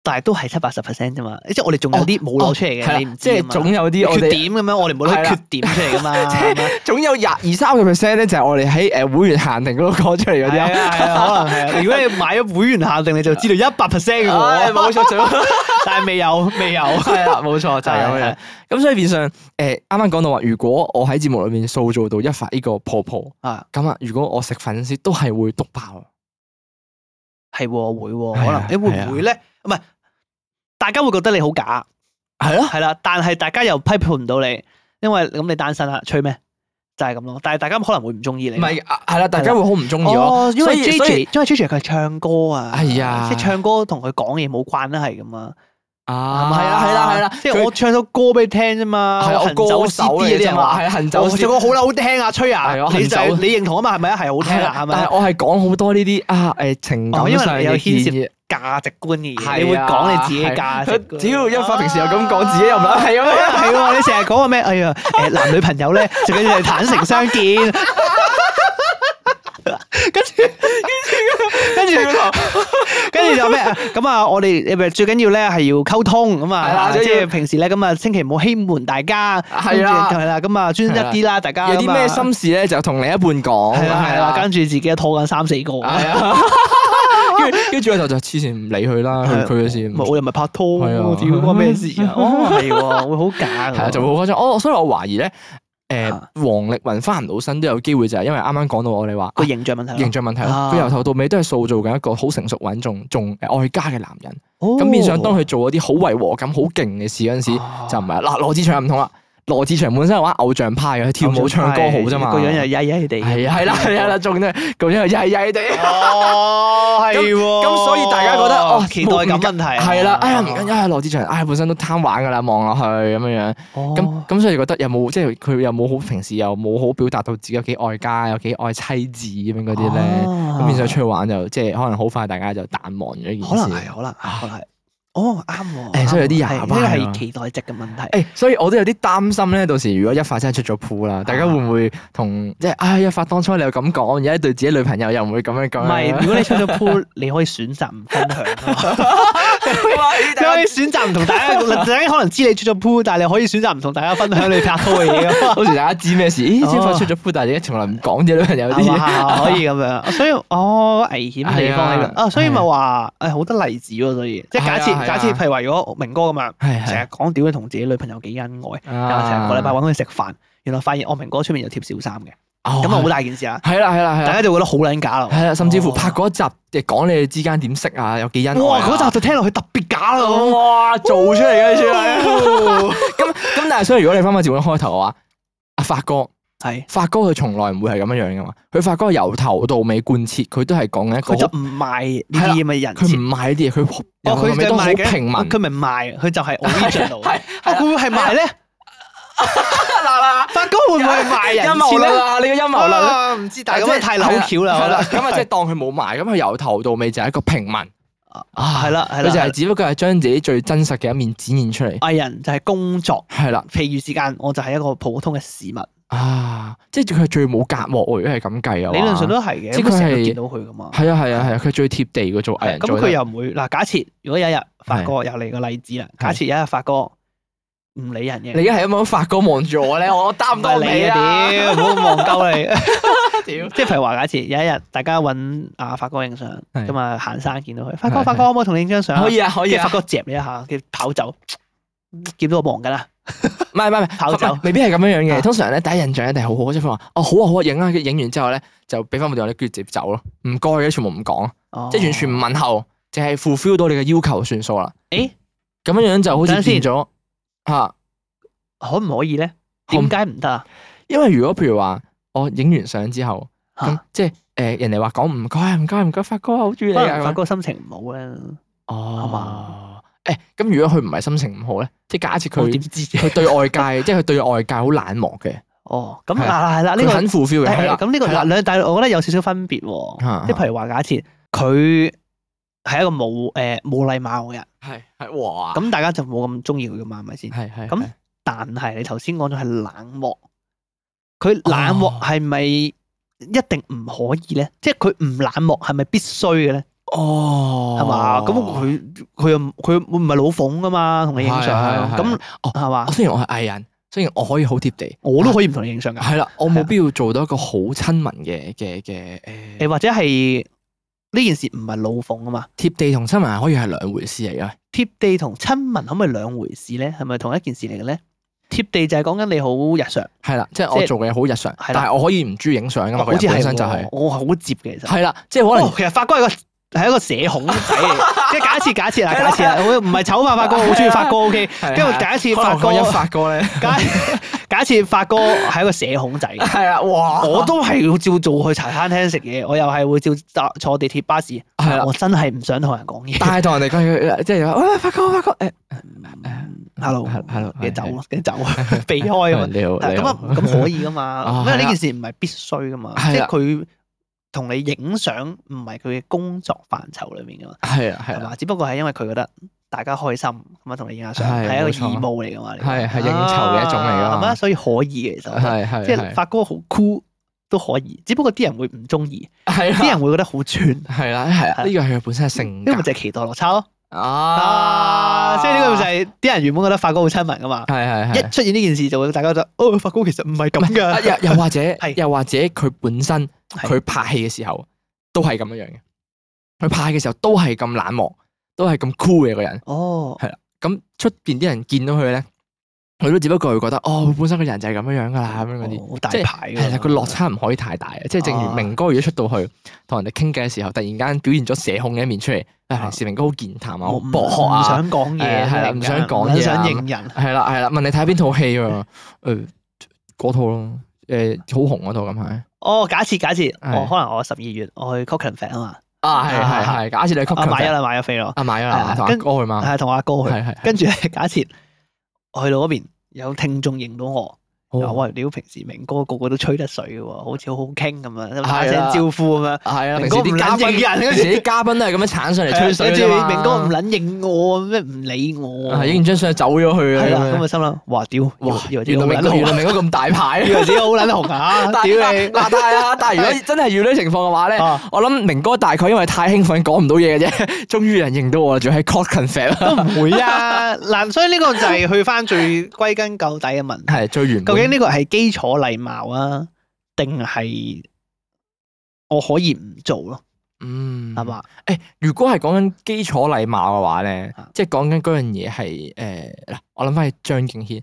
[SPEAKER 2] 但係都係七八十 percent 啫嘛，即係我哋仲有啲冇攞出
[SPEAKER 1] 係
[SPEAKER 2] 嚟嘅，
[SPEAKER 1] 啦
[SPEAKER 2] 你唔知
[SPEAKER 1] 即
[SPEAKER 2] 啊
[SPEAKER 1] 係
[SPEAKER 2] 嘛
[SPEAKER 1] 總有啲我
[SPEAKER 2] 缺
[SPEAKER 1] 哋
[SPEAKER 2] 點咁樣，我哋冇攞
[SPEAKER 1] 係啦
[SPEAKER 2] 缺點出嚟 噶嘛。係咪
[SPEAKER 1] 總有廿二三個 percent 咧，就係我哋喺誒會員限定嗰度講出嚟嗰啲
[SPEAKER 2] 係
[SPEAKER 1] 啊。
[SPEAKER 2] 啊係啊，可能係啊。如果你買咗會員限定，你就知道一百 percent 嘅
[SPEAKER 1] 唉
[SPEAKER 2] 我，
[SPEAKER 1] 冇錯，最好
[SPEAKER 2] 但係未有未有。
[SPEAKER 1] 係啦，冇錯就係咁樣。咁所以變相誒，啱啱講到話，如果我喺節目裏面塑造到一發呢個泡泡，
[SPEAKER 2] 啊，
[SPEAKER 1] 咁啊，如果我食粉絲都係會篤爆。
[SPEAKER 2] 係喎會喎，
[SPEAKER 1] 係啊
[SPEAKER 2] 可能你會唔會咧？唔係，大家會覺得你好假，
[SPEAKER 1] 係咯，
[SPEAKER 2] 係啦，但係大家又批判唔到你，因為咁你單身啦，吹咩？就係咁咯。但係大家可能會唔中意你。
[SPEAKER 1] 唔係啊係啦，大家會好唔中意我。
[SPEAKER 2] 哦，因
[SPEAKER 1] 所
[SPEAKER 2] 為
[SPEAKER 1] 以
[SPEAKER 2] J
[SPEAKER 1] 所
[SPEAKER 2] J，
[SPEAKER 1] 以
[SPEAKER 2] 因為 J J 佢係唱歌啊，
[SPEAKER 1] 係啊
[SPEAKER 2] 即係唱歌同佢講嘢冇關係噶嘛，
[SPEAKER 1] 啊，係啦係啦係啦，
[SPEAKER 2] 即係
[SPEAKER 1] 佢
[SPEAKER 2] 我唱首歌俾你聽啫嘛，
[SPEAKER 1] 係啊我
[SPEAKER 2] 行走
[SPEAKER 1] 歌
[SPEAKER 2] CD
[SPEAKER 1] 手嚟
[SPEAKER 2] 啲人
[SPEAKER 1] 啫嘛，
[SPEAKER 2] 話
[SPEAKER 1] 係啊行走
[SPEAKER 2] 我
[SPEAKER 1] CD
[SPEAKER 2] 唱歌好啦，好聽啊，吹啊
[SPEAKER 1] 係啊，
[SPEAKER 2] 你就係
[SPEAKER 1] 行走
[SPEAKER 2] 你認同啊嘛，係咪啊？係好聽
[SPEAKER 1] 係
[SPEAKER 2] 啦，係
[SPEAKER 1] 啦，但
[SPEAKER 2] 咪？
[SPEAKER 1] 係我係講好多呢啲啊誒情
[SPEAKER 2] 哦
[SPEAKER 1] 感
[SPEAKER 2] 因為
[SPEAKER 1] 上
[SPEAKER 2] 你有
[SPEAKER 1] 嘅建
[SPEAKER 2] 牽涉
[SPEAKER 1] 議。
[SPEAKER 2] 價值觀嘅
[SPEAKER 1] 係啊
[SPEAKER 2] 嘢，你會講你自己嘅價值
[SPEAKER 1] 佢
[SPEAKER 2] 觀。
[SPEAKER 1] 只要一發平時又咁講，自己又唔諗 係咁樣。
[SPEAKER 2] 係喎，你成日講話咩？哎呀，誒男女朋友咧，就佢哋坦誠相見。跟住，跟住，跟住，跟住就咩？咁啊，我哋誒最緊要咧係要溝通咁
[SPEAKER 1] 係啦
[SPEAKER 2] 啊，即
[SPEAKER 1] 即係
[SPEAKER 2] 係
[SPEAKER 1] 要
[SPEAKER 2] 平時咧咁啊，千祈唔好欺瞞大家。
[SPEAKER 1] 係啦
[SPEAKER 2] 係啦，咁啊專一啲啦，大家
[SPEAKER 1] 有啲咩
[SPEAKER 2] 咁啊
[SPEAKER 1] 心事咧，就同另一半講。
[SPEAKER 2] 係啦係啦，跟住自己拖緊三四個，
[SPEAKER 1] 係啊， 跟住跟住我就就黐線唔理佢啦，
[SPEAKER 2] 係
[SPEAKER 1] 佢
[SPEAKER 2] 啊
[SPEAKER 1] 佢嘅事
[SPEAKER 2] 唔係我又唔係拍拖，
[SPEAKER 1] 係啊
[SPEAKER 2] 屌關咩事啊？哦，係喎，會好假㗎
[SPEAKER 1] 係啊，就會好誇張。我所以我懷疑咧，誒
[SPEAKER 2] 啊
[SPEAKER 1] 王力宏翻唔到身都有機會，就係因為啱啱講到我哋話
[SPEAKER 2] 個形象問題咯。
[SPEAKER 1] 形象問題咯
[SPEAKER 2] 啊
[SPEAKER 1] 佢由頭到尾都係塑造緊一個好成熟穩重、仲誒愛家嘅男人。咁
[SPEAKER 2] 咁
[SPEAKER 1] 變相當佢做嗰啲好違和感、好勁嘅事嗰陣時，
[SPEAKER 2] 啊
[SPEAKER 1] 就唔係啦。嗱，羅志祥唔同啦，羅志祥本身係玩偶像派嘅，跳舞唱歌好啫嘛。
[SPEAKER 2] 個樣又曳曳地。
[SPEAKER 1] 係啊，係啦，係 啦，仲咧咁樣又曳曳地。
[SPEAKER 2] 哦，係喎。
[SPEAKER 1] 咁所以大家覺得哦
[SPEAKER 2] 期待感問題啊
[SPEAKER 1] 係啦，哎呀唔緊要，哎呀羅志祥，哎呀本身都貪玩噶啦，望落去咁樣樣，咁
[SPEAKER 2] 咁
[SPEAKER 1] 咁所以覺得有冇即係佢有冇好平時又冇好表達到自己有幾愛家，有幾愛妻子咁樣嗰啲
[SPEAKER 2] 哦
[SPEAKER 1] 咧，咁變相出去玩就即係可能好快大家就淡忘咗呢件
[SPEAKER 2] 可能啊
[SPEAKER 1] 事啊
[SPEAKER 2] 係，。可能係，可能係。哦，啱喎。
[SPEAKER 1] 誒所以有啲
[SPEAKER 2] 啱喎係
[SPEAKER 1] 廿班
[SPEAKER 2] 呢個
[SPEAKER 1] 啊哎
[SPEAKER 2] 係期待值嘅問題。
[SPEAKER 1] 誒，所以我都有啲擔心咧。到時如果一發真係出咗鋪
[SPEAKER 2] 啊
[SPEAKER 1] 啦，大家會唔會同即係唉一發當初你又咁講，而家對自己女朋友又唔會咁樣
[SPEAKER 2] 唔
[SPEAKER 1] 講？
[SPEAKER 2] 係，如果你出咗 pool，你可以選擇唔分享 咯。你可以選擇唔同大家，大家可能知你出咗 pool，但係你可以選擇唔同大家分享你拍拖嘅嘢咯。
[SPEAKER 1] 到時大家知咩事？咦，
[SPEAKER 2] 哦啊
[SPEAKER 1] 即發出咗鋪，但係而家從來唔講自己女朋友啲
[SPEAKER 2] 係
[SPEAKER 1] 嘢。
[SPEAKER 2] 嘛可以咁樣，所以哦危險嘅地方喺
[SPEAKER 1] 係啊
[SPEAKER 2] 度啊，所以咪話誒好多例子喎，所以即係
[SPEAKER 1] 係啊
[SPEAKER 2] 假
[SPEAKER 1] 係啊
[SPEAKER 2] 設假設譬如話，如果明哥咁樣
[SPEAKER 1] 係啊
[SPEAKER 2] 成日
[SPEAKER 1] 係
[SPEAKER 2] 講屌佢同自己女朋友幾恩愛，又話成個禮拜揾佢食飯，原來發現我哦明哥出面有貼小三嘅，
[SPEAKER 1] 哦
[SPEAKER 2] 咁啊好大件事啊！
[SPEAKER 1] 係啦係啦係
[SPEAKER 2] 大
[SPEAKER 1] 啦
[SPEAKER 2] 家就覺得好撚假啦，
[SPEAKER 1] 係啊啦，甚至乎
[SPEAKER 2] 哦
[SPEAKER 1] 拍嗰一集嘅講你哋之間點識啊，有幾恩愛
[SPEAKER 2] 哇
[SPEAKER 1] 啊
[SPEAKER 2] 嗰集就聽落去特別假啦，咁
[SPEAKER 1] 哇做出嚟嘅算係。 咁咁但係所以如果你翻返節目一開頭嘅話，阿發哥。
[SPEAKER 2] 係
[SPEAKER 1] 發哥佢從來唔會係咁樣樣噶嘛，佢發哥由頭到尾貫徹，佢都係講緊一個
[SPEAKER 2] 佢就
[SPEAKER 1] 好，
[SPEAKER 2] 唔賣呢啲咁嘅人
[SPEAKER 1] 佢
[SPEAKER 2] 設
[SPEAKER 1] 唔。賣呢啲嘢，佢
[SPEAKER 2] 哦，佢
[SPEAKER 1] 佢
[SPEAKER 2] 就
[SPEAKER 1] 都好
[SPEAKER 2] 賣嘅，哦
[SPEAKER 1] 平民，
[SPEAKER 2] 佢咪賣，佢就係 original。
[SPEAKER 1] 係
[SPEAKER 2] 啊，佢會係賣咧？
[SPEAKER 1] 嗱啦，
[SPEAKER 2] 發哥會唔會係賣人
[SPEAKER 1] 陰謀
[SPEAKER 2] 設
[SPEAKER 1] 論
[SPEAKER 2] 咧？
[SPEAKER 1] 啦，你個陰謀論啦，
[SPEAKER 2] 啊唔知，但係咁樣太扭橋啦，
[SPEAKER 1] 係
[SPEAKER 2] 我
[SPEAKER 1] 啦，
[SPEAKER 2] 覺
[SPEAKER 1] 咁
[SPEAKER 2] 得
[SPEAKER 1] 啊即係當佢冇賣，咁佢由頭到尾就係一個平民，啊
[SPEAKER 2] 係啦係
[SPEAKER 1] 佢就係
[SPEAKER 2] 啦，啊
[SPEAKER 1] 只不過係將自己最真實嘅一面展現出嚟，
[SPEAKER 2] 藝人就係工作，
[SPEAKER 1] 係啦，
[SPEAKER 2] 譬如時間，我就係一個普通嘅市民，
[SPEAKER 1] 啊，即係佢係最冇隔膜喎，如果係咁計啊，
[SPEAKER 2] 理論上都係嘅，
[SPEAKER 1] 即
[SPEAKER 2] 即
[SPEAKER 1] 係佢
[SPEAKER 2] 係成
[SPEAKER 1] 係啊
[SPEAKER 2] 日見到佢噶嘛。
[SPEAKER 1] 係啊係啊係啊，佢最貼地嘅做藝
[SPEAKER 2] 係啊
[SPEAKER 1] 人，
[SPEAKER 2] 咁佢又唔會嗱，假設如果有一日發哥又嚟個例子啦，假設有一日發哥唔理人嘅，
[SPEAKER 1] 你而家係咁樣發哥望住我咧，我擔唔
[SPEAKER 2] 唔
[SPEAKER 1] 到
[SPEAKER 2] 係
[SPEAKER 1] 你
[SPEAKER 2] 你
[SPEAKER 1] 啊
[SPEAKER 2] 啊！屌，唔好望鳩你。
[SPEAKER 1] 屌，
[SPEAKER 2] 即係譬如話，假設有一日大家揾阿發哥影相，
[SPEAKER 1] 係
[SPEAKER 2] 咁啊行山見到佢，發
[SPEAKER 1] 係
[SPEAKER 2] 哥發哥可唔可以同你影張相啊？
[SPEAKER 1] 可以啊可以
[SPEAKER 2] 跟住
[SPEAKER 1] 啊
[SPEAKER 2] 發。哥夾你一下，跟住跑走，見到我忙緊啦，
[SPEAKER 1] 唔係唔係唔
[SPEAKER 2] 跑
[SPEAKER 1] 係，
[SPEAKER 2] 走
[SPEAKER 1] 未必係咁樣樣嘅。
[SPEAKER 2] 啊
[SPEAKER 1] 通常咧第一印象一定係好好，即係話哦好啊好啊影啦，跟住影完之後咧就俾翻部電話你，跟住直接走咯，唔該嘅全部唔講，
[SPEAKER 2] 哦
[SPEAKER 1] 即係完全唔問候，淨係 fulfill 到你嘅要求算數啦。
[SPEAKER 2] 誒
[SPEAKER 1] 咁樣樣就好似
[SPEAKER 2] 等陣
[SPEAKER 1] 變
[SPEAKER 2] 先
[SPEAKER 1] 咗嚇，
[SPEAKER 2] 可唔可以咧？
[SPEAKER 1] 可唔
[SPEAKER 2] 點解唔得啊？
[SPEAKER 1] 因為如果譬如話我影完相之後，咁
[SPEAKER 2] 嚇
[SPEAKER 1] 即係誒人哋話講唔該唔該唔該，發哥好中意
[SPEAKER 2] 可
[SPEAKER 1] 你啊
[SPEAKER 2] 能發
[SPEAKER 1] 咁樣。
[SPEAKER 2] 哥心情唔好咧，係
[SPEAKER 1] 哦
[SPEAKER 2] 嘛，
[SPEAKER 1] 誒咁如果佢唔係心情唔好咧，即係假設
[SPEAKER 2] 我點
[SPEAKER 1] 佢
[SPEAKER 2] 知啫？
[SPEAKER 1] 佢對外 界即係佢對外界好冷漠嘅，
[SPEAKER 2] 哦，咁
[SPEAKER 1] 係啊
[SPEAKER 2] 嗱係啦，呢
[SPEAKER 1] 佢
[SPEAKER 2] 個
[SPEAKER 1] 肯 fulfill 嘅，係
[SPEAKER 2] 係
[SPEAKER 1] 啦
[SPEAKER 2] 咁呢個
[SPEAKER 1] 係啦
[SPEAKER 2] 嗱兩，但係我覺得有少少分別喎。
[SPEAKER 1] 嚇
[SPEAKER 2] 即係譬如話，假設佢係一個冇誒冇禮貌嘅人，
[SPEAKER 1] 係係哇
[SPEAKER 2] 咁大家就冇咁中意佢噶嘛，係咪先？
[SPEAKER 1] 係係
[SPEAKER 2] 咁但係你頭先講咗係冷漠，佢冷漠
[SPEAKER 1] 哦
[SPEAKER 2] 係咪一定唔可以咧？即係佢唔冷漠係咪必須嘅咧？
[SPEAKER 1] 哦，
[SPEAKER 2] 係嘛？咁佢佢又唔佢唔係老馮噶嘛，同你影
[SPEAKER 1] 係係
[SPEAKER 2] 相
[SPEAKER 1] 係
[SPEAKER 2] 咁
[SPEAKER 1] 哦
[SPEAKER 2] 係嘛
[SPEAKER 1] 我？雖然我係藝人，雖然我可以好貼地，
[SPEAKER 2] 我都可以唔同你影相㗎。
[SPEAKER 1] 係啦，我冇
[SPEAKER 2] 係啊
[SPEAKER 1] 必要做到一個好親民嘅嘅嘅誒
[SPEAKER 2] 誒或者係呢件事唔係老馮啊嘛？
[SPEAKER 1] 貼地同親民係可以係兩回事嚟嘅。
[SPEAKER 2] 貼地同親民可唔可以兩回事咧？係咪同一件事嚟嘅咧？貼地就係講緊你好日常，
[SPEAKER 1] 係啦，即係
[SPEAKER 2] 即
[SPEAKER 1] 我
[SPEAKER 2] 係
[SPEAKER 1] 做嘅嘢好日常，
[SPEAKER 2] 係啦
[SPEAKER 1] 但係我可以唔中意影相噶嘛，
[SPEAKER 2] 哦
[SPEAKER 1] 個人
[SPEAKER 2] 係
[SPEAKER 1] 本身就
[SPEAKER 2] 喎
[SPEAKER 1] 係
[SPEAKER 2] 我好接嘅其實。
[SPEAKER 1] 係啦，即係可
[SPEAKER 2] 哦
[SPEAKER 1] 能，
[SPEAKER 2] 其實發哥係個係一個社恐仔嚟，即係假設假設啊
[SPEAKER 1] 係啦
[SPEAKER 2] 假設啊，我唔係醜化發哥，我好中意發哥 OK。
[SPEAKER 1] 係
[SPEAKER 2] 跟
[SPEAKER 1] 係
[SPEAKER 2] 住
[SPEAKER 1] 係
[SPEAKER 2] 假設
[SPEAKER 1] 可
[SPEAKER 2] 發
[SPEAKER 1] 能我一
[SPEAKER 2] 哥
[SPEAKER 1] 發哥咧，
[SPEAKER 2] 假假設發哥係一啊個社恐仔，
[SPEAKER 1] 係啦，哇
[SPEAKER 2] 我都係要照做去茶餐廳食嘢，我又係會照搭坐地鐵巴士。
[SPEAKER 1] 係啦
[SPEAKER 2] 我真係唔想同人講嘢。
[SPEAKER 1] 但係同人哋講，即係話喂發哥發哥 誒
[SPEAKER 2] Hello，Hello，
[SPEAKER 1] hello，
[SPEAKER 2] 跟嗯住走咯，跟住走，啊 避開咁樣。
[SPEAKER 1] 你好
[SPEAKER 2] 係
[SPEAKER 1] 你
[SPEAKER 2] 咁
[SPEAKER 1] 好
[SPEAKER 2] 啊，咁可以噶 嘛
[SPEAKER 1] 啊？
[SPEAKER 2] 因為
[SPEAKER 1] 係
[SPEAKER 2] 呢
[SPEAKER 1] 啊
[SPEAKER 2] 件事唔係必須噶嘛，
[SPEAKER 1] 係啊
[SPEAKER 2] 即係佢同你影相唔係佢嘅工作範疇裏面噶嘛，
[SPEAKER 1] 係啊係
[SPEAKER 2] 係
[SPEAKER 1] 啦
[SPEAKER 2] 嘛？只不過係因為佢覺得大家開心咁啊，同你影下相
[SPEAKER 1] 係
[SPEAKER 2] 係一個
[SPEAKER 1] 冇錯
[SPEAKER 2] 義務嚟噶嘛，呢個
[SPEAKER 1] 係係應酬嘅一種嚟㗎嘛
[SPEAKER 2] 啊係嘛？所以可以嘅其實我覺得，
[SPEAKER 1] 係係
[SPEAKER 2] 即
[SPEAKER 1] 係
[SPEAKER 2] 係發哥好 cool 都可以，只不過啲人會唔中 意，
[SPEAKER 1] 係啦
[SPEAKER 2] 啲人會覺得好串，呢
[SPEAKER 1] 係啦，係啊，
[SPEAKER 2] 係
[SPEAKER 1] 呢個係佢本身嘅性
[SPEAKER 2] 個
[SPEAKER 1] 格
[SPEAKER 2] 咪就係期待落差咯。
[SPEAKER 1] 啊
[SPEAKER 2] 啊，即係呢個就係啲人原本覺得發哥好親民噶嘛，
[SPEAKER 1] 係係
[SPEAKER 2] 一
[SPEAKER 1] 係。
[SPEAKER 2] 出現呢件事就會大家覺得哦，發哥其實唔係咁
[SPEAKER 1] 啊
[SPEAKER 2] 㗎。
[SPEAKER 1] 又又或者
[SPEAKER 2] 係
[SPEAKER 1] 又或者佢本身
[SPEAKER 2] 係
[SPEAKER 1] 佢拍戲嘅時候都係咁樣樣嘅，佢拍戲嘅時候都係咁冷漠，都係咁 cool 嘅個人。
[SPEAKER 2] 哦，
[SPEAKER 1] 咁出邊啲人見到佢咧，佢都只不過會覺得哦，佢本身個人就係咁樣樣噶啦，啊咁樣嗰啲。
[SPEAKER 2] 哦好大
[SPEAKER 1] 即係
[SPEAKER 2] 牌㗎
[SPEAKER 1] 係啦，個落差唔可以太大嘅，即係正如
[SPEAKER 2] 啊
[SPEAKER 1] 明哥如果出到去同人哋傾偈嘅時候，突然間表現咗社恐嘅一面出嚟，啊，
[SPEAKER 2] 啊
[SPEAKER 1] 平時明哥好健談啊，好
[SPEAKER 2] 我
[SPEAKER 1] 博學啊
[SPEAKER 2] 唔，想講
[SPEAKER 1] 誒
[SPEAKER 2] 嘢，
[SPEAKER 1] 係啦
[SPEAKER 2] 你明
[SPEAKER 1] 唔想
[SPEAKER 2] 㗎
[SPEAKER 1] 講
[SPEAKER 2] 唔
[SPEAKER 1] 嘢啊
[SPEAKER 2] 想認人。
[SPEAKER 1] 係啦係啦，問你睇邊套戲 啊？誒嗰套咯，誒好紅嗰套咁係。
[SPEAKER 2] 哦，假設假設，
[SPEAKER 1] 係
[SPEAKER 2] 我可能我十二月我去 Cockland Fair 啊嘛，
[SPEAKER 1] 啊係係
[SPEAKER 2] 啊
[SPEAKER 1] 係，假設你曲
[SPEAKER 2] 啊買咗
[SPEAKER 1] 啦，
[SPEAKER 2] 啦買咗飛咯，
[SPEAKER 1] 啊買咗
[SPEAKER 2] 係
[SPEAKER 1] 啦，
[SPEAKER 2] 啊
[SPEAKER 1] 同阿
[SPEAKER 2] 跟
[SPEAKER 1] 哥去嘛，
[SPEAKER 2] 係同我阿哥去，
[SPEAKER 1] 係係
[SPEAKER 2] 跟住咧假設我去到嗰邊有聽眾認到我，
[SPEAKER 1] 哦
[SPEAKER 2] 話喂，屌平時明哥個個都吹得水嘅喎，好似好好傾咁樣，
[SPEAKER 1] 啦
[SPEAKER 2] 打聲招呼咁樣。
[SPEAKER 1] 係啊，
[SPEAKER 2] 明
[SPEAKER 1] 平
[SPEAKER 2] 哥
[SPEAKER 1] 時啲嘉
[SPEAKER 2] 唔撚認
[SPEAKER 1] 賓，
[SPEAKER 2] 人
[SPEAKER 1] 平時啲嘉賓都係咁樣鏟上嚟吹水
[SPEAKER 2] 啊跟
[SPEAKER 1] 啫
[SPEAKER 2] 住
[SPEAKER 1] 嘛
[SPEAKER 2] 明哥唔撚應我，咩唔理我。
[SPEAKER 1] 啊影完張相就走咗去
[SPEAKER 2] 係啦，
[SPEAKER 1] 啦。
[SPEAKER 2] 咁
[SPEAKER 1] 咁
[SPEAKER 2] 啊
[SPEAKER 1] 樣
[SPEAKER 2] 心諗，哇屌，
[SPEAKER 1] 哇！
[SPEAKER 2] 以為自己
[SPEAKER 1] 原來
[SPEAKER 2] 好
[SPEAKER 1] 明
[SPEAKER 2] 撚
[SPEAKER 1] 哥，
[SPEAKER 2] 紅
[SPEAKER 1] 原來明哥咁大牌。
[SPEAKER 2] 以為自己好撚 紅啊！屌
[SPEAKER 1] 但
[SPEAKER 2] 你
[SPEAKER 1] 嗱，但係啊，但係如果真係遇到呢情況嘅話咧，
[SPEAKER 2] 啊
[SPEAKER 1] 我諗明哥大概因為太興奮講唔到嘢嘅啫， 終於有人認到我啦，仲喺 c o t c o n f e t
[SPEAKER 2] 都唔會啊！嗱，所以呢個就係去翻最歸根究底嘅問題。
[SPEAKER 1] 係最原
[SPEAKER 2] 究
[SPEAKER 1] 本
[SPEAKER 2] 竟呢個係基礎禮貌啊，定係我可以唔做咯？
[SPEAKER 1] 嗯
[SPEAKER 2] 係？嘛？
[SPEAKER 1] 誒，如果係講緊基礎禮貌嘅話咧
[SPEAKER 2] 啊，
[SPEAKER 1] 即係講緊嗰樣嘢係誒嗱，我諗翻係張敬軒，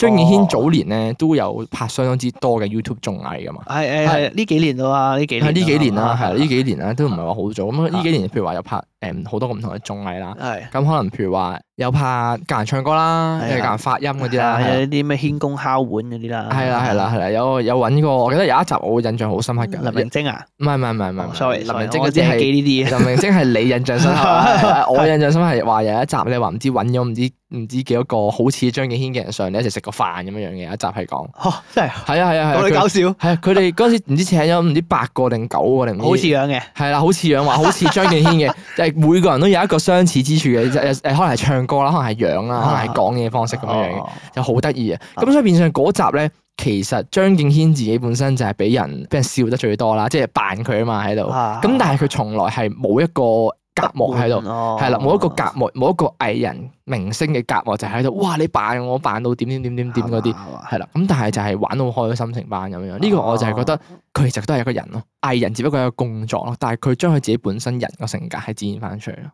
[SPEAKER 1] 張敬軒早年咧都有拍相當之多嘅 YouTube 綜藝噶嘛。
[SPEAKER 2] 係係係呢幾年到啊，呢幾
[SPEAKER 1] 係
[SPEAKER 2] 年
[SPEAKER 1] 呢幾年啦，係啦呢
[SPEAKER 2] 幾
[SPEAKER 1] 幾年啦，都唔係話好早。咁呢
[SPEAKER 2] 啊
[SPEAKER 1] 幾年，譬如話有拍誒好多個唔同嘅綜藝啦，
[SPEAKER 2] 係
[SPEAKER 1] 咁可能譬如話有拍教人唱歌啦，
[SPEAKER 2] 係啊
[SPEAKER 1] 有教人發音嗰啲
[SPEAKER 2] 係
[SPEAKER 1] 啦，
[SPEAKER 2] 啊
[SPEAKER 1] 係
[SPEAKER 2] 有
[SPEAKER 1] 啦
[SPEAKER 2] 呢啲咩牽弓敲碗嗰啲啦，
[SPEAKER 1] 係啦係啦係 Oh 啦，有有揾過，我記得有一集我印象好深刻嘅，
[SPEAKER 2] 林明晶啊
[SPEAKER 1] 唔係唔係唔係唔係
[SPEAKER 2] 哦，sorry，
[SPEAKER 1] 林
[SPEAKER 2] sorry，
[SPEAKER 1] 明晶
[SPEAKER 2] 我
[SPEAKER 1] 嗰
[SPEAKER 2] 只
[SPEAKER 1] 啲
[SPEAKER 2] 係
[SPEAKER 1] 係
[SPEAKER 2] 記呢啲嘢，
[SPEAKER 1] 林明晶係你印象深 刻啊，係啊我印象深刻係話有一集咧話唔知揾咗唔知唔知幾多個好似張敬軒嘅人上嚟一齊食個飯咁樣樣嘅，有一集係講
[SPEAKER 2] 哦，真
[SPEAKER 1] 係啊
[SPEAKER 2] 係
[SPEAKER 1] 係啊係啊
[SPEAKER 2] 咁你
[SPEAKER 1] 佢
[SPEAKER 2] 搞笑，
[SPEAKER 1] 係啊佢哋嗰陣時唔知請咗唔知八個定九個定唔知
[SPEAKER 2] 好似樣嘅，
[SPEAKER 1] 係啦，好似樣話，好似張敬軒嘅，就係每個人都有一個相似之處嘅，誒誒可能係唱歌啦，可能係樣啦，可能係講嘢方式咁樣樣嘅，
[SPEAKER 2] 哦
[SPEAKER 1] 就好得意啊！咁所以變相嗰集咧，其實張敬軒自己本身就係俾人俾人笑得最多啦，即係扮佢啊嘛喺度，
[SPEAKER 2] 啊
[SPEAKER 1] 咁但係佢從來係冇一個隔膜喺度。
[SPEAKER 2] 哦
[SPEAKER 1] 係啦，冇一個隔膜，冇一個藝人明星嘅隔膜就喺度，哇！你扮我扮到點點點點點嗰啲，
[SPEAKER 2] 係嘛
[SPEAKER 1] 係啦。咁但係就係玩到開心成班咁樣樣，呢個我就係覺得佢其實都係一個人咯，藝人只不過係一個工作咯，但係佢將佢自己本身人個性格係展現翻出嚟咯。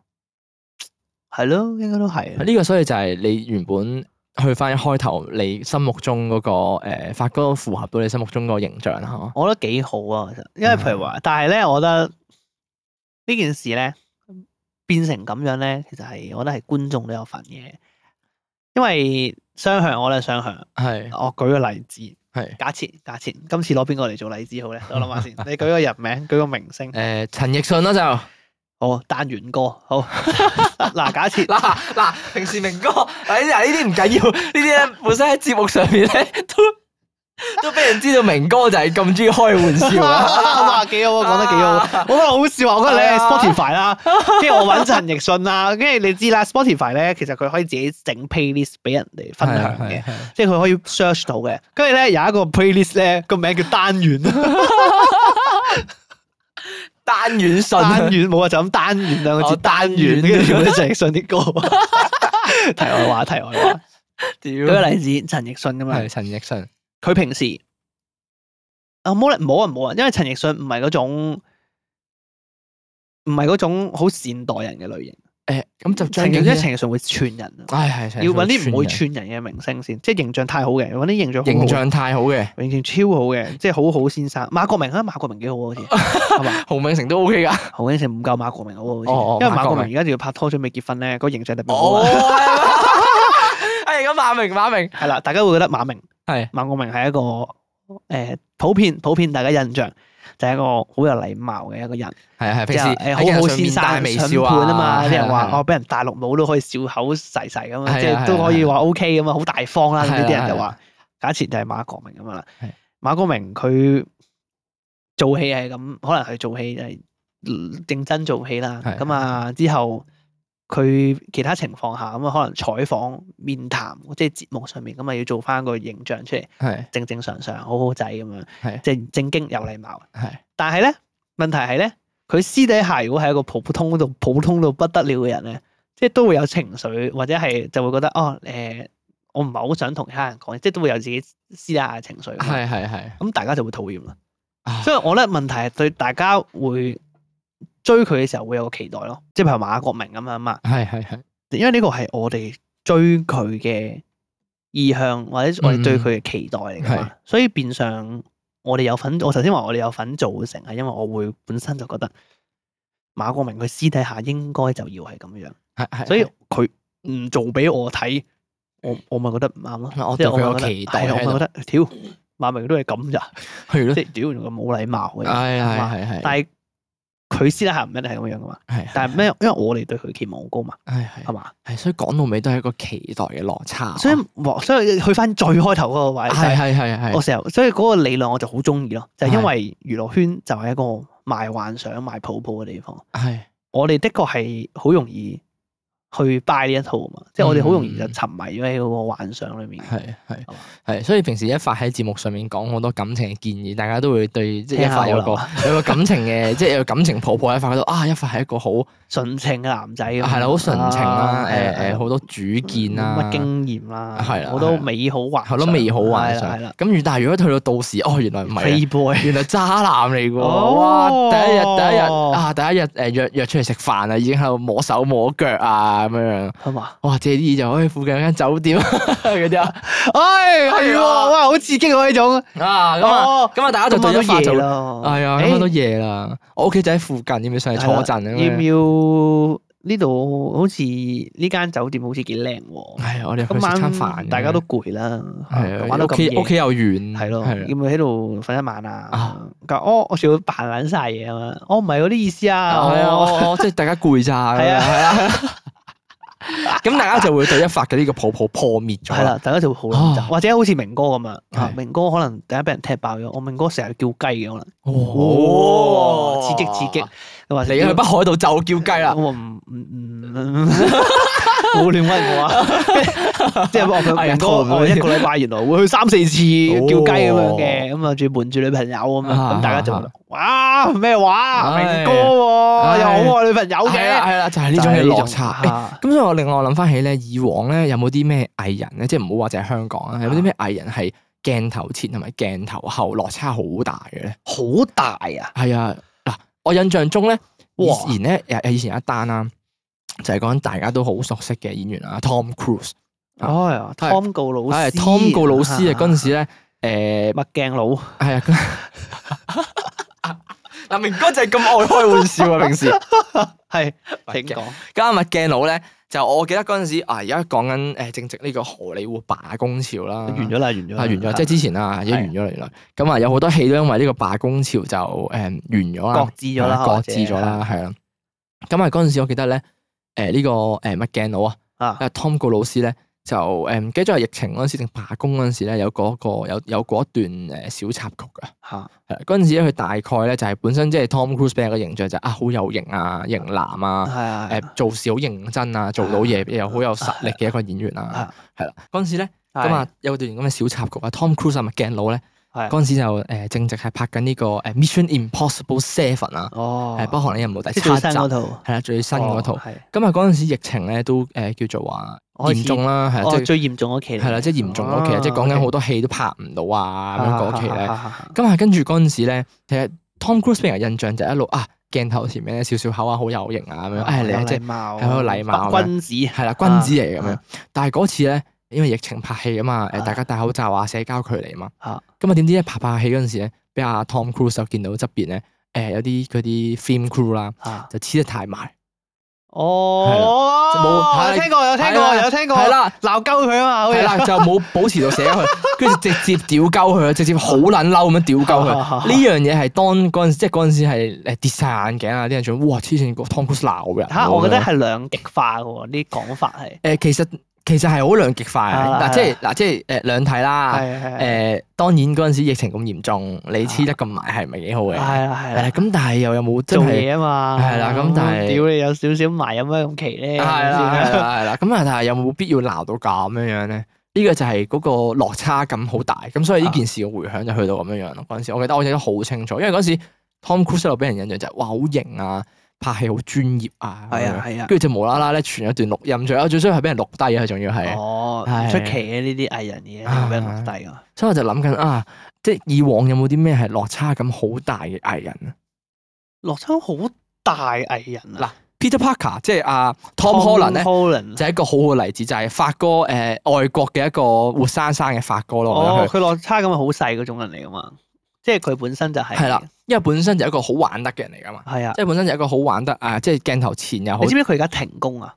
[SPEAKER 2] 係咯，應該都係，
[SPEAKER 1] 呢個所以就係你原本去翻一開頭你心目中嗰個誒發哥符合到你心目中個形象啦，係嘛？
[SPEAKER 2] 我覺得幾好啊，其實，因為譬
[SPEAKER 1] 嗯
[SPEAKER 2] 如話，但係咧，我覺得呢件事咧變成咁樣咧，其實係我覺得係觀眾都有份嘅，因為雙向我都係雙向。
[SPEAKER 1] 係
[SPEAKER 2] 我舉個例子，
[SPEAKER 1] 係
[SPEAKER 2] 假設假設今次攞邊個嚟做例子好咧？我諗下先， 你舉個人名，舉個明星，
[SPEAKER 1] 誒陳奕迅啦就。
[SPEAKER 2] 好，單元歌，好 嗱，假設
[SPEAKER 1] 嗱嗱，平時明哥嗱呢啲呢啲唔緊要，呢啲咧本身喺節目上面咧都都俾人知道明哥就係咁中意開玩笑啊！
[SPEAKER 2] 哇，幾好啊，講得幾好，我覺得好笑啊！我覺得你係
[SPEAKER 1] 係啊
[SPEAKER 2] Spotify 啦，跟住我揾陳奕迅啦，跟住你知啦，Spotify 咧其實佢可以自己整 playlist 俾人哋分享嘅。即係佢可以 search 到嘅。跟住咧有一個 playlist 咧，個名叫單 元，
[SPEAKER 1] 單元信
[SPEAKER 2] 單元冇啊，就咁單元兩個字，
[SPEAKER 1] 哦單
[SPEAKER 2] 單
[SPEAKER 1] 元
[SPEAKER 2] 元跟住全部都陳奕迅啲 歌。題外話，題外話。舉個
[SPEAKER 1] 屌
[SPEAKER 2] 例子，陳奕迅咁
[SPEAKER 1] 係
[SPEAKER 2] 樣，
[SPEAKER 1] 陳奕迅，
[SPEAKER 2] 佢平時啊冇啦，冇啊冇啊，因為陳奕迅唔係嗰種。唔係嗰種好善待人嘅類型，
[SPEAKER 1] 誒咁就張
[SPEAKER 2] 陳
[SPEAKER 1] 敬
[SPEAKER 2] 奕迅
[SPEAKER 1] 軒，
[SPEAKER 2] 陳奕迅會串人啊，
[SPEAKER 1] 唉係
[SPEAKER 2] 要揾啲唔會串人嘅明星先，即係形象太好嘅，揾啲形象好好
[SPEAKER 1] 形象太好嘅，
[SPEAKER 2] 形象超好嘅，即係好好先生。馬國明啊，馬國明幾好啊，好似係嘛？
[SPEAKER 1] 洪永城都 OK 噶。
[SPEAKER 2] 好景成唔夠馬國明好啊，
[SPEAKER 1] 哦
[SPEAKER 2] 好
[SPEAKER 1] 哦
[SPEAKER 2] 似，因為
[SPEAKER 1] 馬
[SPEAKER 2] 馬
[SPEAKER 1] 國
[SPEAKER 2] 國
[SPEAKER 1] 明
[SPEAKER 2] 明而家仲要拍拖準備結婚咧，個形象特 別好
[SPEAKER 1] 哦
[SPEAKER 2] 啊。，
[SPEAKER 1] 係咁馬明馬明
[SPEAKER 2] 係啦，大家會覺得馬明
[SPEAKER 1] 係
[SPEAKER 2] 馬國明係一個誒普遍普遍大家印象就係一個好有禮貌嘅一個人，
[SPEAKER 1] 係係
[SPEAKER 2] 即
[SPEAKER 1] 平時
[SPEAKER 2] 係誒好好先生、
[SPEAKER 1] 微
[SPEAKER 2] 筍
[SPEAKER 1] 笑
[SPEAKER 2] 盤啊嘛。啲人
[SPEAKER 1] 話
[SPEAKER 2] 話哦，俾人大陸佬都可以笑口細細咁
[SPEAKER 1] 係啊
[SPEAKER 2] 啊，即
[SPEAKER 1] 係啊
[SPEAKER 2] 係都可以話 OK 咁啊，好大方啦。
[SPEAKER 1] 係啊
[SPEAKER 2] 呢啲人就
[SPEAKER 1] 係
[SPEAKER 2] 話假設就係馬國明咁樣啦
[SPEAKER 1] 係，
[SPEAKER 2] 馬國明佢做戲係咁，可能佢做戲就係嗯認真做戲啦。
[SPEAKER 1] 係
[SPEAKER 2] 咁啊之後佢其他情況下咁啊，可能採訪、面談，即係節目上面咁啊，要做翻個形象出嚟，
[SPEAKER 1] 係
[SPEAKER 2] 正正常常、好好仔咁樣
[SPEAKER 1] 係，
[SPEAKER 2] 即係正經有禮貌。
[SPEAKER 1] 係
[SPEAKER 2] 但係咧，問題係咧，佢私底下如果係一個普通到普通到不得了嘅人咧，即係都會有情緒，或者係就會覺得哦，誒、我唔係好想同其他人講，即係都會有自己私底下嘅情緒。
[SPEAKER 1] 係係係
[SPEAKER 2] 咁大家就會討厭啦。
[SPEAKER 1] 啊
[SPEAKER 2] 所以我咧問題係對大家會追佢嘅時候會有個期待咯，即係譬如馬國明咁樣嘛，
[SPEAKER 1] 係係係
[SPEAKER 2] 因為呢個係我哋追佢嘅意向或者我哋對佢嘅期待嚟噶嘛，
[SPEAKER 1] 嗯
[SPEAKER 2] 所以變相我哋有份，我頭先話我哋有份造成係因為我會本身就覺得馬國明佢私底下應該就要係咁樣，
[SPEAKER 1] 係係，
[SPEAKER 2] 所以佢唔做俾我睇，我我咪覺得唔啱咯，
[SPEAKER 1] 我
[SPEAKER 2] 即
[SPEAKER 1] 對
[SPEAKER 2] 係
[SPEAKER 1] 佢有
[SPEAKER 2] 咪覺得
[SPEAKER 1] 期待喺
[SPEAKER 2] 係啊我咪
[SPEAKER 1] 度
[SPEAKER 2] 覺得屌馬明都係咁咋。
[SPEAKER 1] 係咯
[SPEAKER 2] 即係屌仲咁冇禮貌嘅人，
[SPEAKER 1] 唉
[SPEAKER 2] 係嘛
[SPEAKER 1] 係係係，
[SPEAKER 2] 但係佢私底下唔一定係咁樣噶嘛。
[SPEAKER 1] 係
[SPEAKER 2] 但係咩？因為我哋對佢期望好高嘛，
[SPEAKER 1] 係
[SPEAKER 2] 係
[SPEAKER 1] 係
[SPEAKER 2] 嘛？
[SPEAKER 1] 係，所以講到尾都係一個期待嘅落差。
[SPEAKER 2] 所以哇所以去翻最開頭嗰個位，就
[SPEAKER 1] 係
[SPEAKER 2] 係
[SPEAKER 1] 係係係
[SPEAKER 2] 我成日，所以嗰個理論我就好中意咯，就係因
[SPEAKER 1] 係
[SPEAKER 2] 為娛樂圈就係一個賣幻想、賣泡泡嘅地方。
[SPEAKER 1] 係
[SPEAKER 2] 我哋的確係好容易去 buy 呢一套啊嘛，即係我哋好容易就
[SPEAKER 1] 嗯
[SPEAKER 2] 沉迷咗喺嗰個幻想裏面。
[SPEAKER 1] 係係
[SPEAKER 2] 係嘛
[SPEAKER 1] 係，所以平時一發喺節目上面講好多感情嘅建議，大家都會對即係一發有個
[SPEAKER 2] 聽
[SPEAKER 1] 有個感情嘅， 即係有感情抱抱一發覺到啊，一發係一個好
[SPEAKER 2] 純情嘅男仔咁樣，
[SPEAKER 1] 係啦，好純情啦，
[SPEAKER 2] 啊
[SPEAKER 1] 誒誒，，
[SPEAKER 2] 係
[SPEAKER 1] 好多主見啦，
[SPEAKER 2] 冇乜經驗啦，
[SPEAKER 1] 係啦
[SPEAKER 2] 好多美好幻
[SPEAKER 1] 好
[SPEAKER 2] 想，
[SPEAKER 1] 多美好幻
[SPEAKER 2] 係
[SPEAKER 1] 想
[SPEAKER 2] 啦。
[SPEAKER 1] 咁如但係如果去到到時，哦，原來唔係啊。
[SPEAKER 2] ，playboy
[SPEAKER 1] 原來渣男嚟嘅喎，哇！
[SPEAKER 2] 哦
[SPEAKER 1] 第一日第一日啊，第一日誒約約出嚟食飯啊，已經喺度摸手摸腳啊咁樣樣，
[SPEAKER 2] 係嘛？
[SPEAKER 1] 哇！借啲嘢就去附近有間酒店 嗰啲啊，
[SPEAKER 2] 唉，係喎，
[SPEAKER 1] 啊
[SPEAKER 2] 哇，好刺激喎呢種，
[SPEAKER 1] 啊咁啊，
[SPEAKER 2] 哦
[SPEAKER 1] 咁啊大家就
[SPEAKER 2] 今晚
[SPEAKER 1] 對
[SPEAKER 2] 都
[SPEAKER 1] 一發就
[SPEAKER 2] 夜
[SPEAKER 1] 係
[SPEAKER 2] 啦，
[SPEAKER 1] 啊，
[SPEAKER 2] 誒
[SPEAKER 1] 咁啊都夜啦，我屋企就喺附近，要唔要上嚟坐陣咁樣？
[SPEAKER 2] 要唔要呢度好似呢間酒店好似幾靚 喎？
[SPEAKER 1] 係啊，我哋去
[SPEAKER 2] 今
[SPEAKER 1] 食餐
[SPEAKER 2] 晚
[SPEAKER 1] 飯，
[SPEAKER 2] 大家都攰啦，
[SPEAKER 1] 係
[SPEAKER 2] 玩
[SPEAKER 1] 啊，
[SPEAKER 2] 到
[SPEAKER 1] 屋
[SPEAKER 2] 咁
[SPEAKER 1] 企
[SPEAKER 2] 夜
[SPEAKER 1] 屋。企又遠，
[SPEAKER 2] 係咯，
[SPEAKER 1] 係
[SPEAKER 2] 要唔要喺度瞓一晚
[SPEAKER 1] 啊
[SPEAKER 2] 啊？佢話哦，我仲要扮撚晒嘢啊嘛，我唔係嗰啲意思
[SPEAKER 1] 啊
[SPEAKER 2] 啊，
[SPEAKER 1] 係啊，
[SPEAKER 2] 我
[SPEAKER 1] 我我即係大家攰 咋，
[SPEAKER 2] 係啊
[SPEAKER 1] 係啊， 咁大家就會對一發嘅呢個泡泡破滅咗
[SPEAKER 2] 係
[SPEAKER 1] 啦，
[SPEAKER 2] 啦，大家就會好撚
[SPEAKER 1] 啊
[SPEAKER 2] 憎，或者好似明哥咁啊啊，
[SPEAKER 1] 係
[SPEAKER 2] 明哥可能第一俾人踢爆咗，我明哥成日叫雞嘅可能，
[SPEAKER 1] 哦，
[SPEAKER 2] 刺激刺激，你話
[SPEAKER 1] 你去北海道就叫雞啦，
[SPEAKER 2] 我唔唔唔，冇亂屈我啊！即係我
[SPEAKER 1] 哎呀
[SPEAKER 2] 明哥，
[SPEAKER 1] 拖唔到
[SPEAKER 2] 我
[SPEAKER 1] 你
[SPEAKER 2] 一個禮拜原來會去三四次叫雞咁樣嘅，
[SPEAKER 1] 哦
[SPEAKER 2] 咁啊仲要瞞住女朋友咁
[SPEAKER 1] 啊
[SPEAKER 2] 樣，咁大家就
[SPEAKER 1] 啊
[SPEAKER 2] 覺得哇咩話
[SPEAKER 1] 唉
[SPEAKER 2] 明哥喎，
[SPEAKER 1] 唉
[SPEAKER 2] 又好愛女朋友
[SPEAKER 1] 係啦
[SPEAKER 2] 嘅，
[SPEAKER 1] 係啦，就係呢種嘅落差。
[SPEAKER 2] 就係呢種
[SPEAKER 1] 哎
[SPEAKER 2] 啊
[SPEAKER 1] 咁所以我令我諗翻起咧，以往咧有冇啲咩藝人咧，即係唔好話就係香港啊，有冇啲咩藝人係鏡頭前同埋鏡頭後落差好大嘅咧？
[SPEAKER 2] 好大啊！
[SPEAKER 1] 係啊，嗱，我印象中咧，以
[SPEAKER 2] 哇
[SPEAKER 1] 前咧誒以前有一單啦，就係講大家都好熟悉嘅演員啊，Tom Cruise，啊
[SPEAKER 2] 哎呀
[SPEAKER 1] 係
[SPEAKER 2] ，Tom 告老
[SPEAKER 1] 係
[SPEAKER 2] 師
[SPEAKER 1] Tom 告老師啊，嗰陣時咧誒
[SPEAKER 2] 墨鏡佬，
[SPEAKER 1] 係啊，佢 嗱明哥就係咁愛開玩笑啊，平時。
[SPEAKER 2] 係
[SPEAKER 1] 墨
[SPEAKER 2] 請
[SPEAKER 1] 鏡
[SPEAKER 2] 講
[SPEAKER 1] 加密鏡佬咧，就我記得嗰陣時啊，而家講緊誒正值呢個荷里活罷工潮啦，
[SPEAKER 2] 完咗啦，完咗
[SPEAKER 1] 係
[SPEAKER 2] 啦，
[SPEAKER 1] 啊完咗，即係之前啦，已經完咗啦原來。咁啊，有好多戲都因為呢個罷工潮就誒完咗啊啦
[SPEAKER 2] 擱，置咗啦，
[SPEAKER 1] 各自咗啦，係啦。咁啊，嗰陣時我記得咧，誒呢個誒麥鏡佬啊，
[SPEAKER 2] 啊，
[SPEAKER 1] 啊 Tom 告老師咧。就誒唔記得咗係疫情嗰陣時定罷工嗰陣時咧，有嗰個有有嗰一段誒小插曲㗎。
[SPEAKER 2] 嚇
[SPEAKER 1] 係啦嗰陣時咧，佢大概咧就係本身即係 Tom Cruise 俾人個形象就係啊好有型啊，型男啊，
[SPEAKER 2] 係啊，係
[SPEAKER 1] 誒做事好認真啊，做到嘢又好有實力嘅一個演員啊，
[SPEAKER 2] 啊
[SPEAKER 1] 係啦。嗰陣時咧，咁啊有段咁嘅小插曲啊，Tom Cruise 啊麥鏡佬咧，
[SPEAKER 2] 係
[SPEAKER 1] 嗰陣時就誒正值係拍緊呢個誒 Mission Impossible Seven 啊，
[SPEAKER 2] 哦，
[SPEAKER 1] 係北韓嘅任務第
[SPEAKER 2] 即
[SPEAKER 1] 七
[SPEAKER 2] 係最
[SPEAKER 1] 集，
[SPEAKER 2] 新嗰
[SPEAKER 1] 係
[SPEAKER 2] 套，
[SPEAKER 1] 啦最新嗰套
[SPEAKER 2] 哦。係
[SPEAKER 1] 咁啊嗰陣時疫情咧都誒叫做話
[SPEAKER 2] 開始
[SPEAKER 1] 嚴重啦，係啦
[SPEAKER 2] 哦，
[SPEAKER 1] 即係
[SPEAKER 2] 最嚴重嗰期嚟哦
[SPEAKER 1] 係啦即係嚴重嗰期啊，即係講緊好多戲都拍唔到啊咁樣嗰期咧。，
[SPEAKER 2] 啊
[SPEAKER 1] 咁啊，跟住嗰陣時咧，其實 Tom Cruise 俾人印象就一路啊鏡頭前面咧笑笑口啊，好有型啊咁樣，唉，你
[SPEAKER 2] 有
[SPEAKER 1] 係即
[SPEAKER 2] 禮
[SPEAKER 1] 係
[SPEAKER 2] 貌，
[SPEAKER 1] 係好有禮貌啊咁樣
[SPEAKER 2] 君子
[SPEAKER 1] 係啦，君子嚟咁樣
[SPEAKER 2] 啊。
[SPEAKER 1] 但係嗰次咧，因為疫情拍戲啊嘛，
[SPEAKER 2] 啊
[SPEAKER 1] 誒大家戴口罩啊，社交距離嘛，
[SPEAKER 2] 啊
[SPEAKER 1] 咁啊點知咧拍拍戲嗰陣時咧，俾阿 Tom Cruise 就見到側邊咧，誒有啲嗰啲 film crew 啦，
[SPEAKER 2] 啊，
[SPEAKER 1] 就黐得太埋，
[SPEAKER 2] 哦，
[SPEAKER 1] 就冇係
[SPEAKER 2] 有聽過，有聽
[SPEAKER 1] 係
[SPEAKER 2] 過，
[SPEAKER 1] 啦
[SPEAKER 2] 有聽過，
[SPEAKER 1] 係啦，
[SPEAKER 2] 鬧鳩佢啊嘛，好
[SPEAKER 1] 係
[SPEAKER 2] 似
[SPEAKER 1] 啦，就冇保持到社交距離， 跟住直接屌鳩佢，直接好撚嬲咁樣屌鳩
[SPEAKER 2] 啊
[SPEAKER 1] 佢。呢樣嘢係當嗰陣時，即係嗰陣時係誒跌晒眼鏡啊！啲人仲哇黐線個 Tom Cruise 鬧人喎。
[SPEAKER 2] 嚇，我覺得係兩極化嘅喎，呢啲講法
[SPEAKER 1] 誒，
[SPEAKER 2] 係
[SPEAKER 1] 其實其實係好兩極化
[SPEAKER 2] 啊
[SPEAKER 1] 嘅。嗱，即係嗱，即係誒兩睇啦。
[SPEAKER 2] 係係係
[SPEAKER 1] 誒，呃當然嗰陣時疫情咁嚴重，你黐得咁埋係咪幾好嘅？係
[SPEAKER 2] 啊係啦係
[SPEAKER 1] 啦，
[SPEAKER 2] 啦，
[SPEAKER 1] 咁但係又有冇真
[SPEAKER 2] 做
[SPEAKER 1] 係？
[SPEAKER 2] 嘢啊嘛，嗯
[SPEAKER 1] 係啦咁但係
[SPEAKER 2] 屌你有少少埋有咩咁奇
[SPEAKER 1] 係
[SPEAKER 2] 咧？
[SPEAKER 1] 啦係啦係啦，咁啊，但係有冇必要鬧到咁樣樣咧？呢個就係嗰個落差感好大，咁
[SPEAKER 2] 啊
[SPEAKER 1] 所以呢件事嘅迴響就去到咁樣樣咯。嗰陣時，我記得我記得好清楚，因為嗰陣時 Tom Cruise 一路俾人印象就係哇好型啊，拍戲好專業啊，咁
[SPEAKER 2] 係
[SPEAKER 1] 樣
[SPEAKER 2] 啊係啊。
[SPEAKER 1] 跟住就無啦啦咧傳咗段錄音，仲有最衰係俾人錄低啊嘅，佢仲要係。
[SPEAKER 2] 哦，
[SPEAKER 1] 係
[SPEAKER 2] 唔出奇嘅呢啲藝人嘢，俾人落低啊！
[SPEAKER 1] 所以我就諗緊啊，即係以往有冇啲咩係落差感好大嘅藝人啊
[SPEAKER 2] 落差好大藝人啊
[SPEAKER 1] ？Peter Parker 即係阿 Tom Holland 咧，
[SPEAKER 2] Holland 啊
[SPEAKER 1] 就係一個好好嘅例子，就係發哥誒、呃外國嘅一個活生生嘅發哥咯。我
[SPEAKER 2] 哦，
[SPEAKER 1] 覺得佢
[SPEAKER 2] 佢落差咁係好細嗰種人嚟噶嘛，即係佢本身就係
[SPEAKER 1] 係啦，因為本身就係一個好玩得嘅人嚟噶嘛，
[SPEAKER 2] 係啊！
[SPEAKER 1] 即係本身就係一個好玩得啊，即係鏡頭前又好
[SPEAKER 2] 你知唔知佢而家停工啊？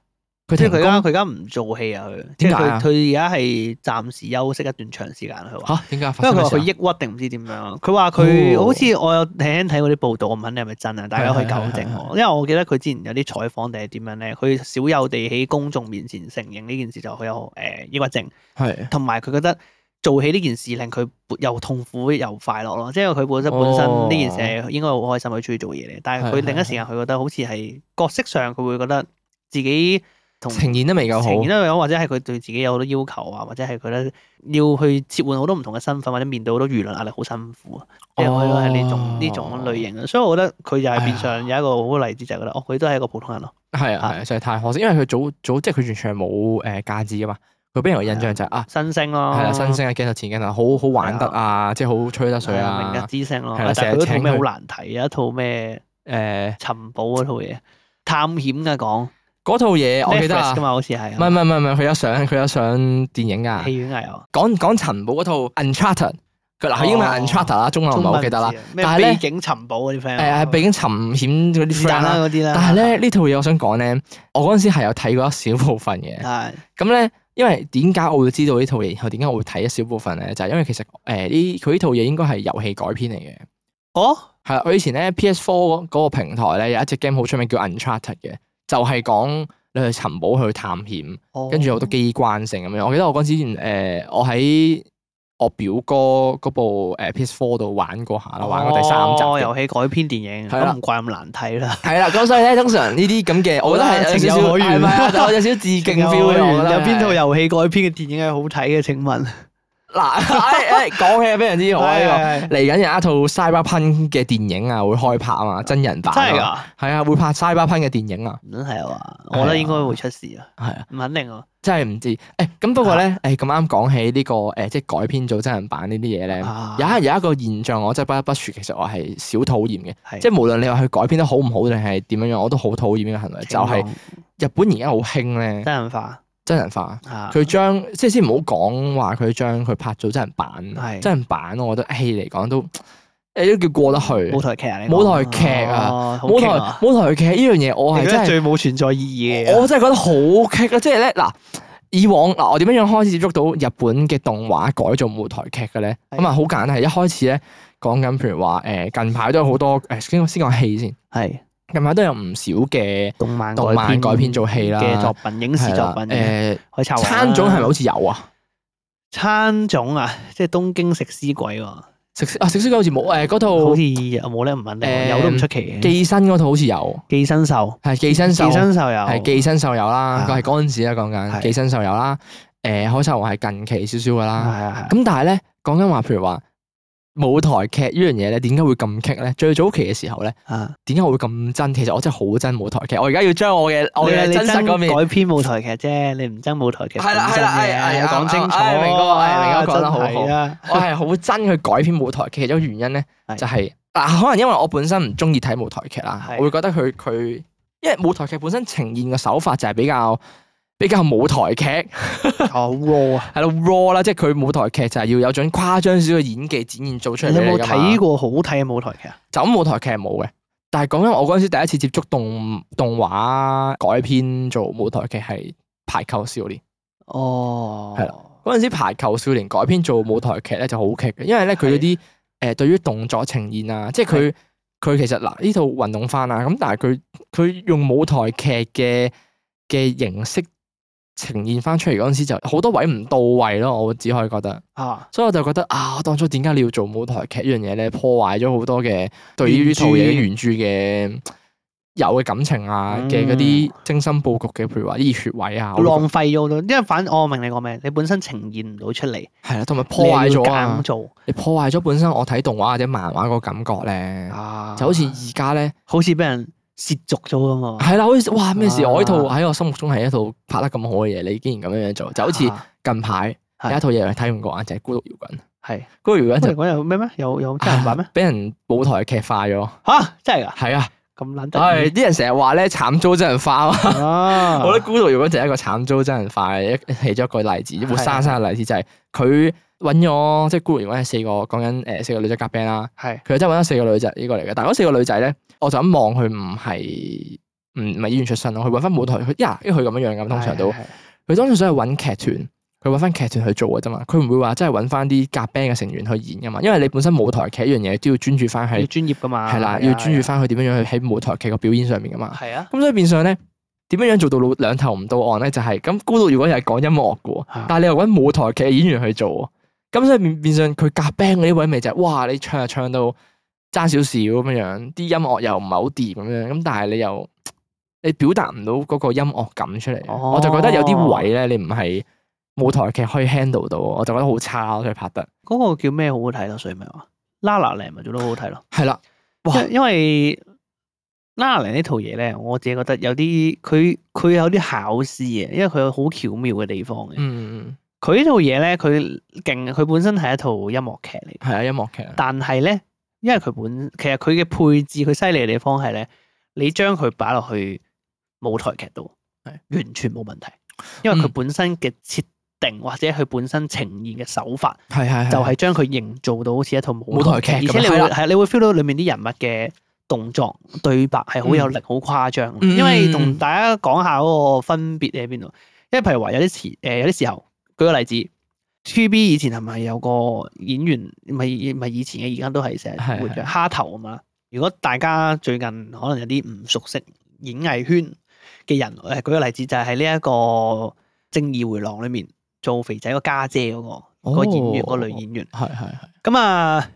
[SPEAKER 1] 佢
[SPEAKER 2] 即係
[SPEAKER 1] 停
[SPEAKER 2] 佢而家
[SPEAKER 1] 工
[SPEAKER 2] 佢而家唔做戲啊！佢即
[SPEAKER 1] 點
[SPEAKER 2] 係
[SPEAKER 1] 解啊
[SPEAKER 2] 佢佢而家係暫時休息一段長時間啊。佢話，
[SPEAKER 1] 吓，點解發生
[SPEAKER 2] 因為佢
[SPEAKER 1] 咩
[SPEAKER 2] 話佢
[SPEAKER 1] 事
[SPEAKER 2] 抑鬱定唔知點樣。啊佢話佢
[SPEAKER 1] 哦
[SPEAKER 2] 好似我有睇睇嗰啲報道，我唔肯定係咪真啊，大家可以
[SPEAKER 1] 係係
[SPEAKER 2] 糾正
[SPEAKER 1] 係
[SPEAKER 2] 我。因為我記得佢之前有啲採訪定係點樣咧，佢少有地喺公眾面前承認呢件事就佢有誒抑鬱症。
[SPEAKER 1] 啊？係
[SPEAKER 2] 同埋佢覺得做起呢件事令佢又痛苦又快樂咯，即係佢本身本身呢件事係應該好開心，佢中意做嘢嚟。但係
[SPEAKER 1] 哦係
[SPEAKER 2] 佢
[SPEAKER 1] 係
[SPEAKER 2] 另一時間佢覺得好似係角色上佢會覺得自己同
[SPEAKER 1] 呈現得未夠好，
[SPEAKER 2] 呈現得或者係佢對自己有好多要求啊，或者係佢咧要去切換好多唔同嘅身份，或者面對好多輿論壓力好辛苦啊。即係我覺得係呢
[SPEAKER 1] 哦
[SPEAKER 2] 種呢種類型嘅，啊所以我覺得佢就係變相有一個好例子，就係覺得哦，佢都係一個普通人咯。
[SPEAKER 1] 係啊係啊，就係太可惜，因為佢早早即係佢完全係冇誒價值啊嘛。佢俾人嘅印象就係啊，
[SPEAKER 2] 新星咯，
[SPEAKER 1] 係啦，新星啊，鏡頭前鏡頭，好好玩得啊，即係好吹得水
[SPEAKER 2] 係啊明日
[SPEAKER 1] 啊。
[SPEAKER 2] 之星咯，
[SPEAKER 1] 係啦
[SPEAKER 2] 但係
[SPEAKER 1] 成日
[SPEAKER 2] 佢嗰套
[SPEAKER 1] 請
[SPEAKER 2] 咩好
[SPEAKER 1] 佢
[SPEAKER 2] 難睇，啊有一套咩
[SPEAKER 1] 誒，
[SPEAKER 2] 尋寶嗰套嘢，探險嘅講，
[SPEAKER 1] 嗰套嘢我記得
[SPEAKER 2] Netflix
[SPEAKER 1] 啊
[SPEAKER 2] 噶，嘛，好似係
[SPEAKER 1] 唔係唔係唔係唔係，佢有上佢有上電影㗎。
[SPEAKER 2] 戲院藝啊，
[SPEAKER 1] 講講陳寶嗰套 Uncharted，佢嗱佢英文係
[SPEAKER 2] 哦
[SPEAKER 1] Uncharted 啦，中文我唔係好記得啦。
[SPEAKER 2] 啊咩
[SPEAKER 1] 但係咧
[SPEAKER 2] 秘境尋寶嗰啲 friend，
[SPEAKER 1] 誒係背景沉險嗰啲
[SPEAKER 2] 是
[SPEAKER 1] friend
[SPEAKER 2] 但啦
[SPEAKER 1] 啦。
[SPEAKER 2] 嗰啲啦，
[SPEAKER 1] 但係咧呢套嘢我想講咧，我嗰陣時係有睇過一小部分嘅。
[SPEAKER 2] 係
[SPEAKER 1] 咁咧，因為點解我會知道呢套嘢，然後點解我會睇一小部分咧，就係、因為其實誒呢佢呢套嘢應該係遊戲改編嚟嘅。
[SPEAKER 2] 哦
[SPEAKER 1] 係啦，我以前咧 PS4 嗰嗰個平台咧有一隻 game 好出名叫 Uncharted 嘅，就係、講你去尋寶去探險，
[SPEAKER 2] 哦，
[SPEAKER 1] 跟住有好多機關性咁樣。我記得我嗰陣時誒、呃我喺我表哥嗰部誒 PS4 度玩過下啦，玩過第三集
[SPEAKER 2] 哦
[SPEAKER 1] 嘅。
[SPEAKER 2] 遊戲改編電影，啊
[SPEAKER 1] 係啦
[SPEAKER 2] 咁唔怪咁難 睇啦，
[SPEAKER 1] 係啦，咁所以咧，通常呢啲咁嘅，我覺得係有少
[SPEAKER 2] 情有
[SPEAKER 1] 少
[SPEAKER 2] 可原
[SPEAKER 1] 係咪啊？我有少少致敬 feel 嘅，我覺得
[SPEAKER 2] 有邊套
[SPEAKER 1] 係
[SPEAKER 2] 遊戲改編嘅電影係好睇嘅？請 問
[SPEAKER 1] 嗱，誒誒講起非常之好啊！呢
[SPEAKER 2] 係係係
[SPEAKER 1] 個嚟緊有一套 Cyberpunk 嘅電影啊，會開拍啊嘛，真人版
[SPEAKER 2] 真係
[SPEAKER 1] 啊，
[SPEAKER 2] 㗎？
[SPEAKER 1] 係啊，會拍 Cyberpunk 嘅電影啊，
[SPEAKER 2] 真係啊，我覺得應該會出事啊，
[SPEAKER 1] 係啊，
[SPEAKER 2] 唔肯定啊。
[SPEAKER 1] 真係唔知誒。咁不過咧，誒咁啱講起呢個誒，即係改編做真人版呢啲嘢咧，
[SPEAKER 2] 啊
[SPEAKER 1] 有一有一個現象我真係不得不説，其實我係少討厭嘅，
[SPEAKER 2] 係
[SPEAKER 1] 即係無論你話佢改編得好唔好定係點樣樣，我都好討厭呢個行為，就係日本而家好興咧
[SPEAKER 2] 真人化
[SPEAKER 1] 真人化。
[SPEAKER 2] 啊，
[SPEAKER 1] 佢將即係先唔好講話佢將佢拍做真人版，啊
[SPEAKER 2] 係
[SPEAKER 1] 真人版我覺得戲嚟講都誒都叫過得去
[SPEAKER 2] 舞。台劇啊，你
[SPEAKER 1] 舞
[SPEAKER 2] 講
[SPEAKER 1] 台劇啊
[SPEAKER 2] 哦好
[SPEAKER 1] 舞台
[SPEAKER 2] 勁啊
[SPEAKER 1] 舞台劇呢樣嘢我係
[SPEAKER 2] 你覺得
[SPEAKER 1] 真
[SPEAKER 2] 最冇存在意義嘅
[SPEAKER 1] 係，
[SPEAKER 2] 嘢啊
[SPEAKER 1] 我真係覺得好棘啊！即係咧嗱，以往嗱我點樣樣開始接觸到日本嘅動畫改做舞台劇嘅咧？
[SPEAKER 2] 係
[SPEAKER 1] 咁啊好簡單，係一開始咧講緊譬如話誒近排都有好多誒先先講戲先，
[SPEAKER 2] 係
[SPEAKER 1] 近排都有唔少嘅
[SPEAKER 2] 動漫
[SPEAKER 1] 動漫改編做戲啦
[SPEAKER 2] 嘅作品、影視
[SPEAKER 1] 係
[SPEAKER 2] 作
[SPEAKER 1] 啦
[SPEAKER 2] 品嘅啊
[SPEAKER 1] 誒
[SPEAKER 2] 海賊王啦
[SPEAKER 1] 餐種係咪好似有啊？
[SPEAKER 2] 餐種啊？即係東京食屍鬼喎，好
[SPEAKER 1] 食屍啊食屍鬼好似冇誒嗰套
[SPEAKER 2] 似有冇咧？唔肯定喎，
[SPEAKER 1] 誒
[SPEAKER 2] 有都唔出奇嘅。
[SPEAKER 1] 寄生嗰套好似有，
[SPEAKER 2] 寄生獸，
[SPEAKER 1] 係寄生獸
[SPEAKER 2] 寄。生獸
[SPEAKER 1] 係
[SPEAKER 2] 有
[SPEAKER 1] 寄生獸有啦
[SPEAKER 2] 啊，
[SPEAKER 1] 佢係嗰陣時啦講緊
[SPEAKER 2] 係
[SPEAKER 1] 寄生獸有啦，誒海賊王係近期少少噶
[SPEAKER 2] 係
[SPEAKER 1] 啦。
[SPEAKER 2] 啊係
[SPEAKER 1] 咁但係咧講緊話，譬如話舞台劇呢樣嘢咧，點解會咁棘咧？最早期嘅時候咧，
[SPEAKER 2] 啊！
[SPEAKER 1] 點解我會咁真？其實我真係好憎舞台劇，我而家要將我嘅我
[SPEAKER 2] 你
[SPEAKER 1] 嘅
[SPEAKER 2] 你
[SPEAKER 1] 真實
[SPEAKER 2] 憎
[SPEAKER 1] 嗰面
[SPEAKER 2] 改。編舞台劇啫，你唔憎舞台劇
[SPEAKER 1] 係啦
[SPEAKER 2] 本
[SPEAKER 1] 係
[SPEAKER 2] 身
[SPEAKER 1] 啦係係啊
[SPEAKER 2] 嘅，講清楚
[SPEAKER 1] 啊啊明哥啊
[SPEAKER 2] 啊
[SPEAKER 1] 明哥講得好
[SPEAKER 2] 真係啊
[SPEAKER 1] 我係好憎佢改編舞台劇，其中原因咧
[SPEAKER 2] 係
[SPEAKER 1] 就係、嗱，可能因為我本身唔中意睇舞台劇啦，
[SPEAKER 2] 係
[SPEAKER 1] 我會覺得佢佢因為舞台劇本身呈現嘅手法就係比較比較舞台劇係
[SPEAKER 2] 好 raw 啊！
[SPEAKER 1] 咯 raw 啦，即係佢舞台劇就係要有種誇張少少嘅演技展現做出嚟
[SPEAKER 2] 你
[SPEAKER 1] 俾
[SPEAKER 2] 有冇
[SPEAKER 1] 㗎嘛
[SPEAKER 2] 睇過好睇嘅舞台劇啊？
[SPEAKER 1] 就咁舞台劇係冇嘅。但係講緊我嗰陣時第一次接觸動動畫改編做舞台劇係《排球少年》。
[SPEAKER 2] 哦，
[SPEAKER 1] 係啦嗰陣時排球少年改編做舞台劇咧就好劇嘅，因為咧佢嗰啲誒對於動作呈現啊，即係佢佢其實嗱呢套運動翻啊，咁但係佢佢用舞台劇嘅嘅形式呈現翻出嚟嗰陣時，就好多位唔到位咯，我只可以覺得，
[SPEAKER 2] 啊，
[SPEAKER 1] 所以我就覺得啊，我當初點解你要做舞台劇呢樣嘢咧，破壞咗好多嘅對於呢套嘢原著嘅。嗯有嘅感情啊，嘅嗰啲精心佈局嘅，譬如話啲熱血位啊，我會覺
[SPEAKER 2] 嗯浪費咗咯，因為反哦我明你講咩，你本身呈現唔到出嚟，
[SPEAKER 1] 得係啦，同埋破壞咗啊
[SPEAKER 2] 咁。做
[SPEAKER 1] 你破壞咗本身我睇動畫或者漫畫個感覺咧，
[SPEAKER 2] 啊
[SPEAKER 1] 就好似而家咧，
[SPEAKER 2] 好似俾人涉足咗咁啊嘛，
[SPEAKER 1] 係啦，好似哇咩事？
[SPEAKER 2] 啊
[SPEAKER 1] 我呢套喺我心目中係一套拍得咁好嘅嘢，你竟然咁樣樣 做，就好似
[SPEAKER 2] 啊
[SPEAKER 1] 近排
[SPEAKER 2] 係
[SPEAKER 1] 有一套嘢睇唔過眼，就係《孤獨搖滾》。《
[SPEAKER 2] 係
[SPEAKER 1] 孤獨搖滾
[SPEAKER 2] 嗰》
[SPEAKER 1] 就
[SPEAKER 2] 陣嗰有咩咩有有真 人版咩
[SPEAKER 1] 啊？俾人舞台劇化咗，
[SPEAKER 2] 吓真係
[SPEAKER 1] 係啊，
[SPEAKER 2] 噶咁撚
[SPEAKER 1] 係
[SPEAKER 2] 得
[SPEAKER 1] 啲人成日話咧慘遭真人化啊嘛。
[SPEAKER 2] 意 啊！
[SPEAKER 1] 我覺得孤獨搖滾就係一個慘遭真人化嘅一 其中一個例子，活生生嘅例子就係佢揾咗即係孤獨搖滾係四個講緊誒四個女仔夾 band 啦。
[SPEAKER 2] 係
[SPEAKER 1] 佢真係揾咗四個女仔呢個嚟嘅，但係嗰四個女仔咧，我就咁望佢唔係唔唔唔係演員出身咯，佢揾翻舞台，佢呀，因為佢咁樣樣咁，通常都
[SPEAKER 2] 係係係
[SPEAKER 1] 佢當時想去揾劇團，佢揾翻劇團去做嘅啫嘛，佢唔會話真係揾翻啲夾 band 嘅成員去演噶嘛，因為你本身舞台劇一樣嘢都要專注翻
[SPEAKER 2] 要
[SPEAKER 1] 喺
[SPEAKER 2] 專業噶嘛，啊
[SPEAKER 1] 係啦，要專注翻佢點樣樣去喺舞台劇個表演上面噶嘛。
[SPEAKER 2] 係啊，
[SPEAKER 1] 咁所以變相咧，點樣樣做到老兩頭唔到岸咧？就係、咁，孤獨如果又係講音樂嘅喎，
[SPEAKER 2] 啊
[SPEAKER 1] 但係你又揾舞台劇嘅演員去做喎，咁所以變變相佢夾 band 嗰啲位咪就係、哇！你唱就唱到爭少少咁樣樣，啲音樂又唔係好掂咁樣，咁但係你又你表達唔到嗰個音樂感出嚟，啊
[SPEAKER 2] 哦
[SPEAKER 1] 我就覺得有啲位咧，你唔係舞台劇可以 handle 到，我就覺得好差咯，所以拍得
[SPEAKER 2] 嗰個叫咩好好睇咯，所以咪話《La La Land》咪做得好好睇咯。
[SPEAKER 1] 係啦，哇
[SPEAKER 2] 因因為《La La Land》呢套嘢咧，我自己覺得有啲佢佢有啲考試嘅，因為佢有好巧妙嘅地方嘅。
[SPEAKER 1] 嗯，
[SPEAKER 2] 佢呢套嘢咧，佢勁，佢本身係一套音樂劇嚟，
[SPEAKER 1] 係啊，音樂劇啊，
[SPEAKER 2] 但係咧，因為佢本其實佢嘅配置，佢犀利嘅地方係咧，你將佢擺落去舞台劇度，
[SPEAKER 1] 係
[SPEAKER 2] 完全冇問題，因為佢
[SPEAKER 1] 嗯
[SPEAKER 2] 本身嘅設定或者佢本身呈現嘅手法。
[SPEAKER 1] 係係
[SPEAKER 2] 就係將佢營造到好似一套舞
[SPEAKER 1] 舞台劇咁
[SPEAKER 2] 而且你會
[SPEAKER 1] 係啦
[SPEAKER 2] 係你會 feel 到裡面啲人物嘅動作對白係好有力、好誇張。
[SPEAKER 1] 嗯
[SPEAKER 2] 因為同大家講下嗰個分別喺邊度，因為譬如話有啲時誒有啲時候，舉個例子，TVB 以前係咪有個演員唔係唔係以前嘅，而家都係成日
[SPEAKER 1] 係
[SPEAKER 2] 活躍
[SPEAKER 1] 係
[SPEAKER 2] 蝦頭啊嘛。如果大家最近可能有啲唔熟悉演藝圈嘅人，呃誒舉個例子就係喺呢一個《正義回廊》裡面做肥仔個家姐嗰、個。
[SPEAKER 1] 哦
[SPEAKER 2] 個演員個女演員。
[SPEAKER 1] 係係係
[SPEAKER 2] 咁啊，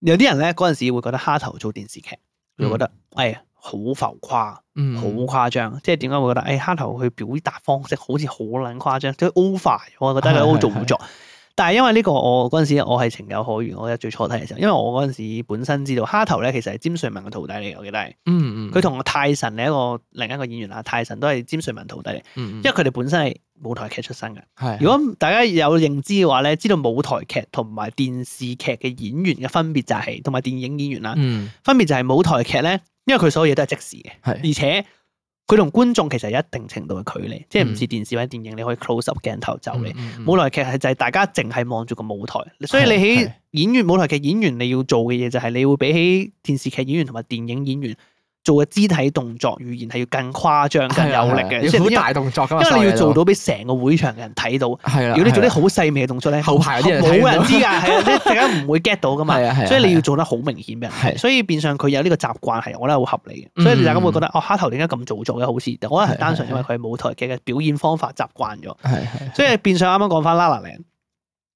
[SPEAKER 2] 有啲人咧嗰陣時會覺得蝦頭做電視劇，會覺得誒好浮誇，好
[SPEAKER 1] 嗯
[SPEAKER 2] 誇張。即係點解會覺得誒蝦頭佢表達方式好似好撚誇張， 即係 over 咗。我覺得佢好做
[SPEAKER 1] 係係
[SPEAKER 2] 好作。但係因為呢個我嗰陣時我係情有可原，我記得最初睇嘅時候，因為我嗰陣時本身知道蝦頭咧其實係詹瑞文嘅徒弟嚟嘅，我記得係
[SPEAKER 1] 嗯嗯
[SPEAKER 2] 佢同泰臣另一個另一個演員啦，泰臣都係詹瑞文徒弟嚟，
[SPEAKER 1] 因
[SPEAKER 2] 因為佢哋本身係舞台劇出身嘅。
[SPEAKER 1] 嗯係啊
[SPEAKER 2] 如果大家有認知嘅話咧，知道舞台劇同埋電視劇嘅演員嘅分別就係、同埋電影演員啦，
[SPEAKER 1] 嗯
[SPEAKER 2] 分別就係舞台劇咧，因為佢所有嘢都係即時嘅，
[SPEAKER 1] 係
[SPEAKER 2] 而且佢同觀眾其實有一定程度嘅距離，即係唔似電視或者電影你可以 close up 鏡頭走你。
[SPEAKER 1] 嗯嗯嗯嗯
[SPEAKER 2] 舞台劇係就係大家淨係望住個舞台，所以你
[SPEAKER 1] 係
[SPEAKER 2] 喺
[SPEAKER 1] 係
[SPEAKER 2] 演員舞台劇演員你要做嘅嘢就係你會比起電視劇演員同埋電影演員做嘅肢體動作語言係要更誇張、更
[SPEAKER 1] 係啊
[SPEAKER 2] 有力
[SPEAKER 1] 係啊要
[SPEAKER 2] 嘅，即係因為
[SPEAKER 1] 好大動作噶嘛，
[SPEAKER 2] 因為你要做
[SPEAKER 1] 到
[SPEAKER 2] 到俾成個會場嘅人睇到。
[SPEAKER 1] 係啦，
[SPEAKER 2] 如果你
[SPEAKER 1] 係啊
[SPEAKER 2] 做啲
[SPEAKER 1] 啦
[SPEAKER 2] 好細微嘅動作咧，
[SPEAKER 1] 後排啲人
[SPEAKER 2] 冇
[SPEAKER 1] 睇唔到
[SPEAKER 2] 人 知㗎，係啊，即係大家唔會 get 到噶嘛
[SPEAKER 1] 係啊係，啊
[SPEAKER 2] 所以
[SPEAKER 1] 係
[SPEAKER 2] 你
[SPEAKER 1] 啊
[SPEAKER 2] 要做得好明顯俾人睇，
[SPEAKER 1] 係
[SPEAKER 2] 所以變相佢有呢個習慣係，我覺得好合理
[SPEAKER 1] 嗯
[SPEAKER 2] 嘅，所以大家會覺得哦，蝦頭點解咁做作嘅？好似我覺得係
[SPEAKER 1] 係
[SPEAKER 2] 單純
[SPEAKER 1] 係
[SPEAKER 2] 因為佢舞台劇嘅表現方法習慣咗，
[SPEAKER 1] 係係
[SPEAKER 2] 所以變相啱啱講翻《La La Land》，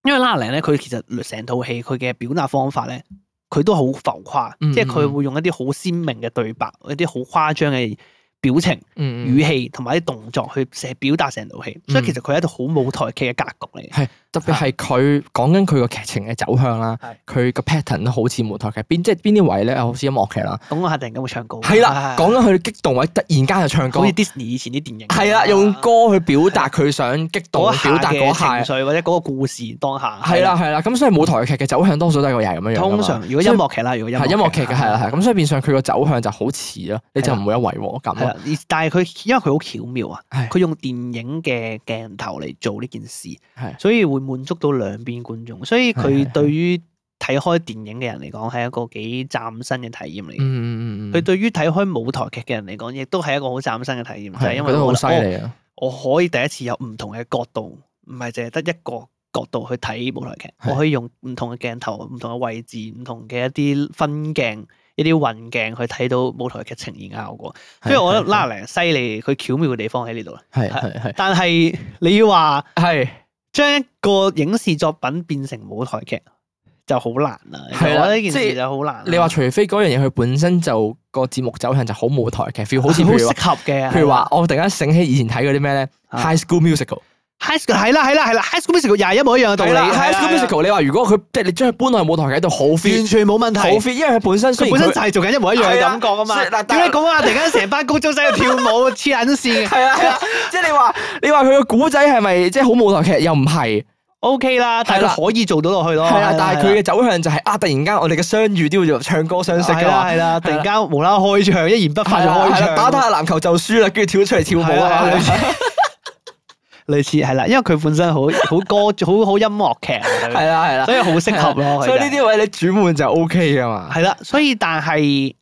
[SPEAKER 2] 因為《La La Land》咧，佢其實成套戲佢嘅表達方法咧，佢都好浮誇，
[SPEAKER 1] 嗯
[SPEAKER 2] 即係佢
[SPEAKER 1] 嗯
[SPEAKER 2] 會用一啲好鮮明嘅對白，一啲好誇張嘅表情。
[SPEAKER 1] 嗯嗯
[SPEAKER 2] 語氣同埋啲動作去成表達成套戲，所以其實佢係一套好舞台劇嘅格局嚟嘅。
[SPEAKER 1] 係特別係佢講緊佢個劇情嘅走向啦
[SPEAKER 2] 係，
[SPEAKER 1] 佢個 pattern 都好似舞台劇，邊即係邊啲位咧，好似音樂劇啦，
[SPEAKER 2] 咁我下突然間會唱歌，
[SPEAKER 1] 係啦
[SPEAKER 2] 啊，
[SPEAKER 1] 講緊佢激動位，突然間就唱歌
[SPEAKER 2] 好似，Disney 以前啲電影，啊
[SPEAKER 1] 係啦，用歌去表達佢想激動，
[SPEAKER 2] 嗰一
[SPEAKER 1] 表
[SPEAKER 2] 下
[SPEAKER 1] 達
[SPEAKER 2] 嘅
[SPEAKER 1] 嗰下，
[SPEAKER 2] 情緒或者嗰個故事當下，
[SPEAKER 1] 係啦。係啦，咁所以舞台劇嘅走向多數都係個又係咁啊樣樣㗎嘛
[SPEAKER 2] 通常如果音樂劇啊啦，如果音
[SPEAKER 1] 係音樂劇嘅係啦係，咁所以變相佢個走向就好似咯，你就唔會有違和感啊
[SPEAKER 2] 係啦
[SPEAKER 1] 咯，。
[SPEAKER 2] 而但係佢因為佢好巧妙啊，
[SPEAKER 1] 係
[SPEAKER 2] 佢用電影嘅鏡頭嚟做呢件事，
[SPEAKER 1] 係
[SPEAKER 2] 所以會滿足到兩邊觀眾，所以
[SPEAKER 1] 係係
[SPEAKER 2] 佢
[SPEAKER 1] 係
[SPEAKER 2] 對於睇開電影嘅人嚟講係一個幾嶄新嘅體驗嚟嘅。
[SPEAKER 1] 嗯嗯嗯嗯，
[SPEAKER 2] 佢對於睇開舞台劇嘅人嚟講，亦都係一個好嶄新嘅體驗，就係因
[SPEAKER 1] 覺
[SPEAKER 2] 為
[SPEAKER 1] 得
[SPEAKER 2] 我
[SPEAKER 1] 好
[SPEAKER 2] 覺
[SPEAKER 1] 犀
[SPEAKER 2] 得
[SPEAKER 1] 利啊！
[SPEAKER 2] 我我可以第一次有唔同嘅角度，唔係淨係得一個角度去睇舞台劇，
[SPEAKER 1] 係
[SPEAKER 2] 我可以用唔同嘅鏡頭、唔同嘅位置、唔同嘅一啲分鏡、一啲運鏡去睇到舞台劇呈現嘅效果。所以我覺得《拉零犀利，佢巧妙嘅地方喺呢度啦。
[SPEAKER 1] 係係係
[SPEAKER 2] 但係你要話
[SPEAKER 1] 係
[SPEAKER 2] 將一個影視作品變成舞台劇就好難啦，其實
[SPEAKER 1] 係啦
[SPEAKER 2] 我覺得呢
[SPEAKER 1] 即
[SPEAKER 2] 件事
[SPEAKER 1] 係
[SPEAKER 2] 就好難啦。
[SPEAKER 1] 你話除非嗰樣嘢佢本身就個節目走向就好舞台劇 feel，好似
[SPEAKER 2] 好
[SPEAKER 1] 譬如話，
[SPEAKER 2] 適合嘅，
[SPEAKER 1] 譬如話我突然間醒起以前睇嗰啲咩咧
[SPEAKER 2] 啊
[SPEAKER 1] ，High School Musical，
[SPEAKER 2] High School 係啦係啦係啦，High School Musical 又係一模一樣嘅道理。
[SPEAKER 1] 係啦
[SPEAKER 2] 係啊
[SPEAKER 1] ，High School
[SPEAKER 2] 係係
[SPEAKER 1] Musical，你話如果佢即係你將佢搬落去舞台劇度好
[SPEAKER 2] 完
[SPEAKER 1] feel，
[SPEAKER 2] 全冇問
[SPEAKER 1] 好
[SPEAKER 2] 題。
[SPEAKER 1] feel，因為佢本身雖
[SPEAKER 2] 佢
[SPEAKER 1] 然
[SPEAKER 2] 本身就
[SPEAKER 1] 佢
[SPEAKER 2] 係做緊一模一樣嘅
[SPEAKER 1] 係啊
[SPEAKER 2] 感覺啊嘛
[SPEAKER 1] 所以。嗱
[SPEAKER 2] 點解咁啊？突然間成班高中生去跳舞黐撚 線
[SPEAKER 1] 係啊係啊，即係你話你話佢個古仔係咪即係好舞台劇又唔係？
[SPEAKER 2] ，OK 啦，但係
[SPEAKER 1] 係啦
[SPEAKER 2] 佢可以做到落去咯。
[SPEAKER 1] 係啊，但係佢
[SPEAKER 2] 嘅
[SPEAKER 1] 嘅走向就係啊，突然間我哋嘅相遇都要唱歌相識
[SPEAKER 2] 係
[SPEAKER 1] 㗎
[SPEAKER 2] 啦
[SPEAKER 1] 嘛。
[SPEAKER 2] 係啦，突然間無啦啦開唱，一言不發
[SPEAKER 1] 係
[SPEAKER 2] 就
[SPEAKER 1] 啦
[SPEAKER 2] 開
[SPEAKER 1] 係啦
[SPEAKER 2] 唱，
[SPEAKER 1] 打打下籃球就輸啦，跟住跳出嚟跳舞
[SPEAKER 2] 係
[SPEAKER 1] 啊！
[SPEAKER 2] 類似類似係啦，因為佢本身好 好歌好好音樂劇啊，佢
[SPEAKER 1] 係啊啦係啦，
[SPEAKER 2] 所以
[SPEAKER 1] 哦
[SPEAKER 2] 好適合咯。
[SPEAKER 1] 所以呢啲位你轉換就 O K 噶嘛。
[SPEAKER 2] 係啦，所以但係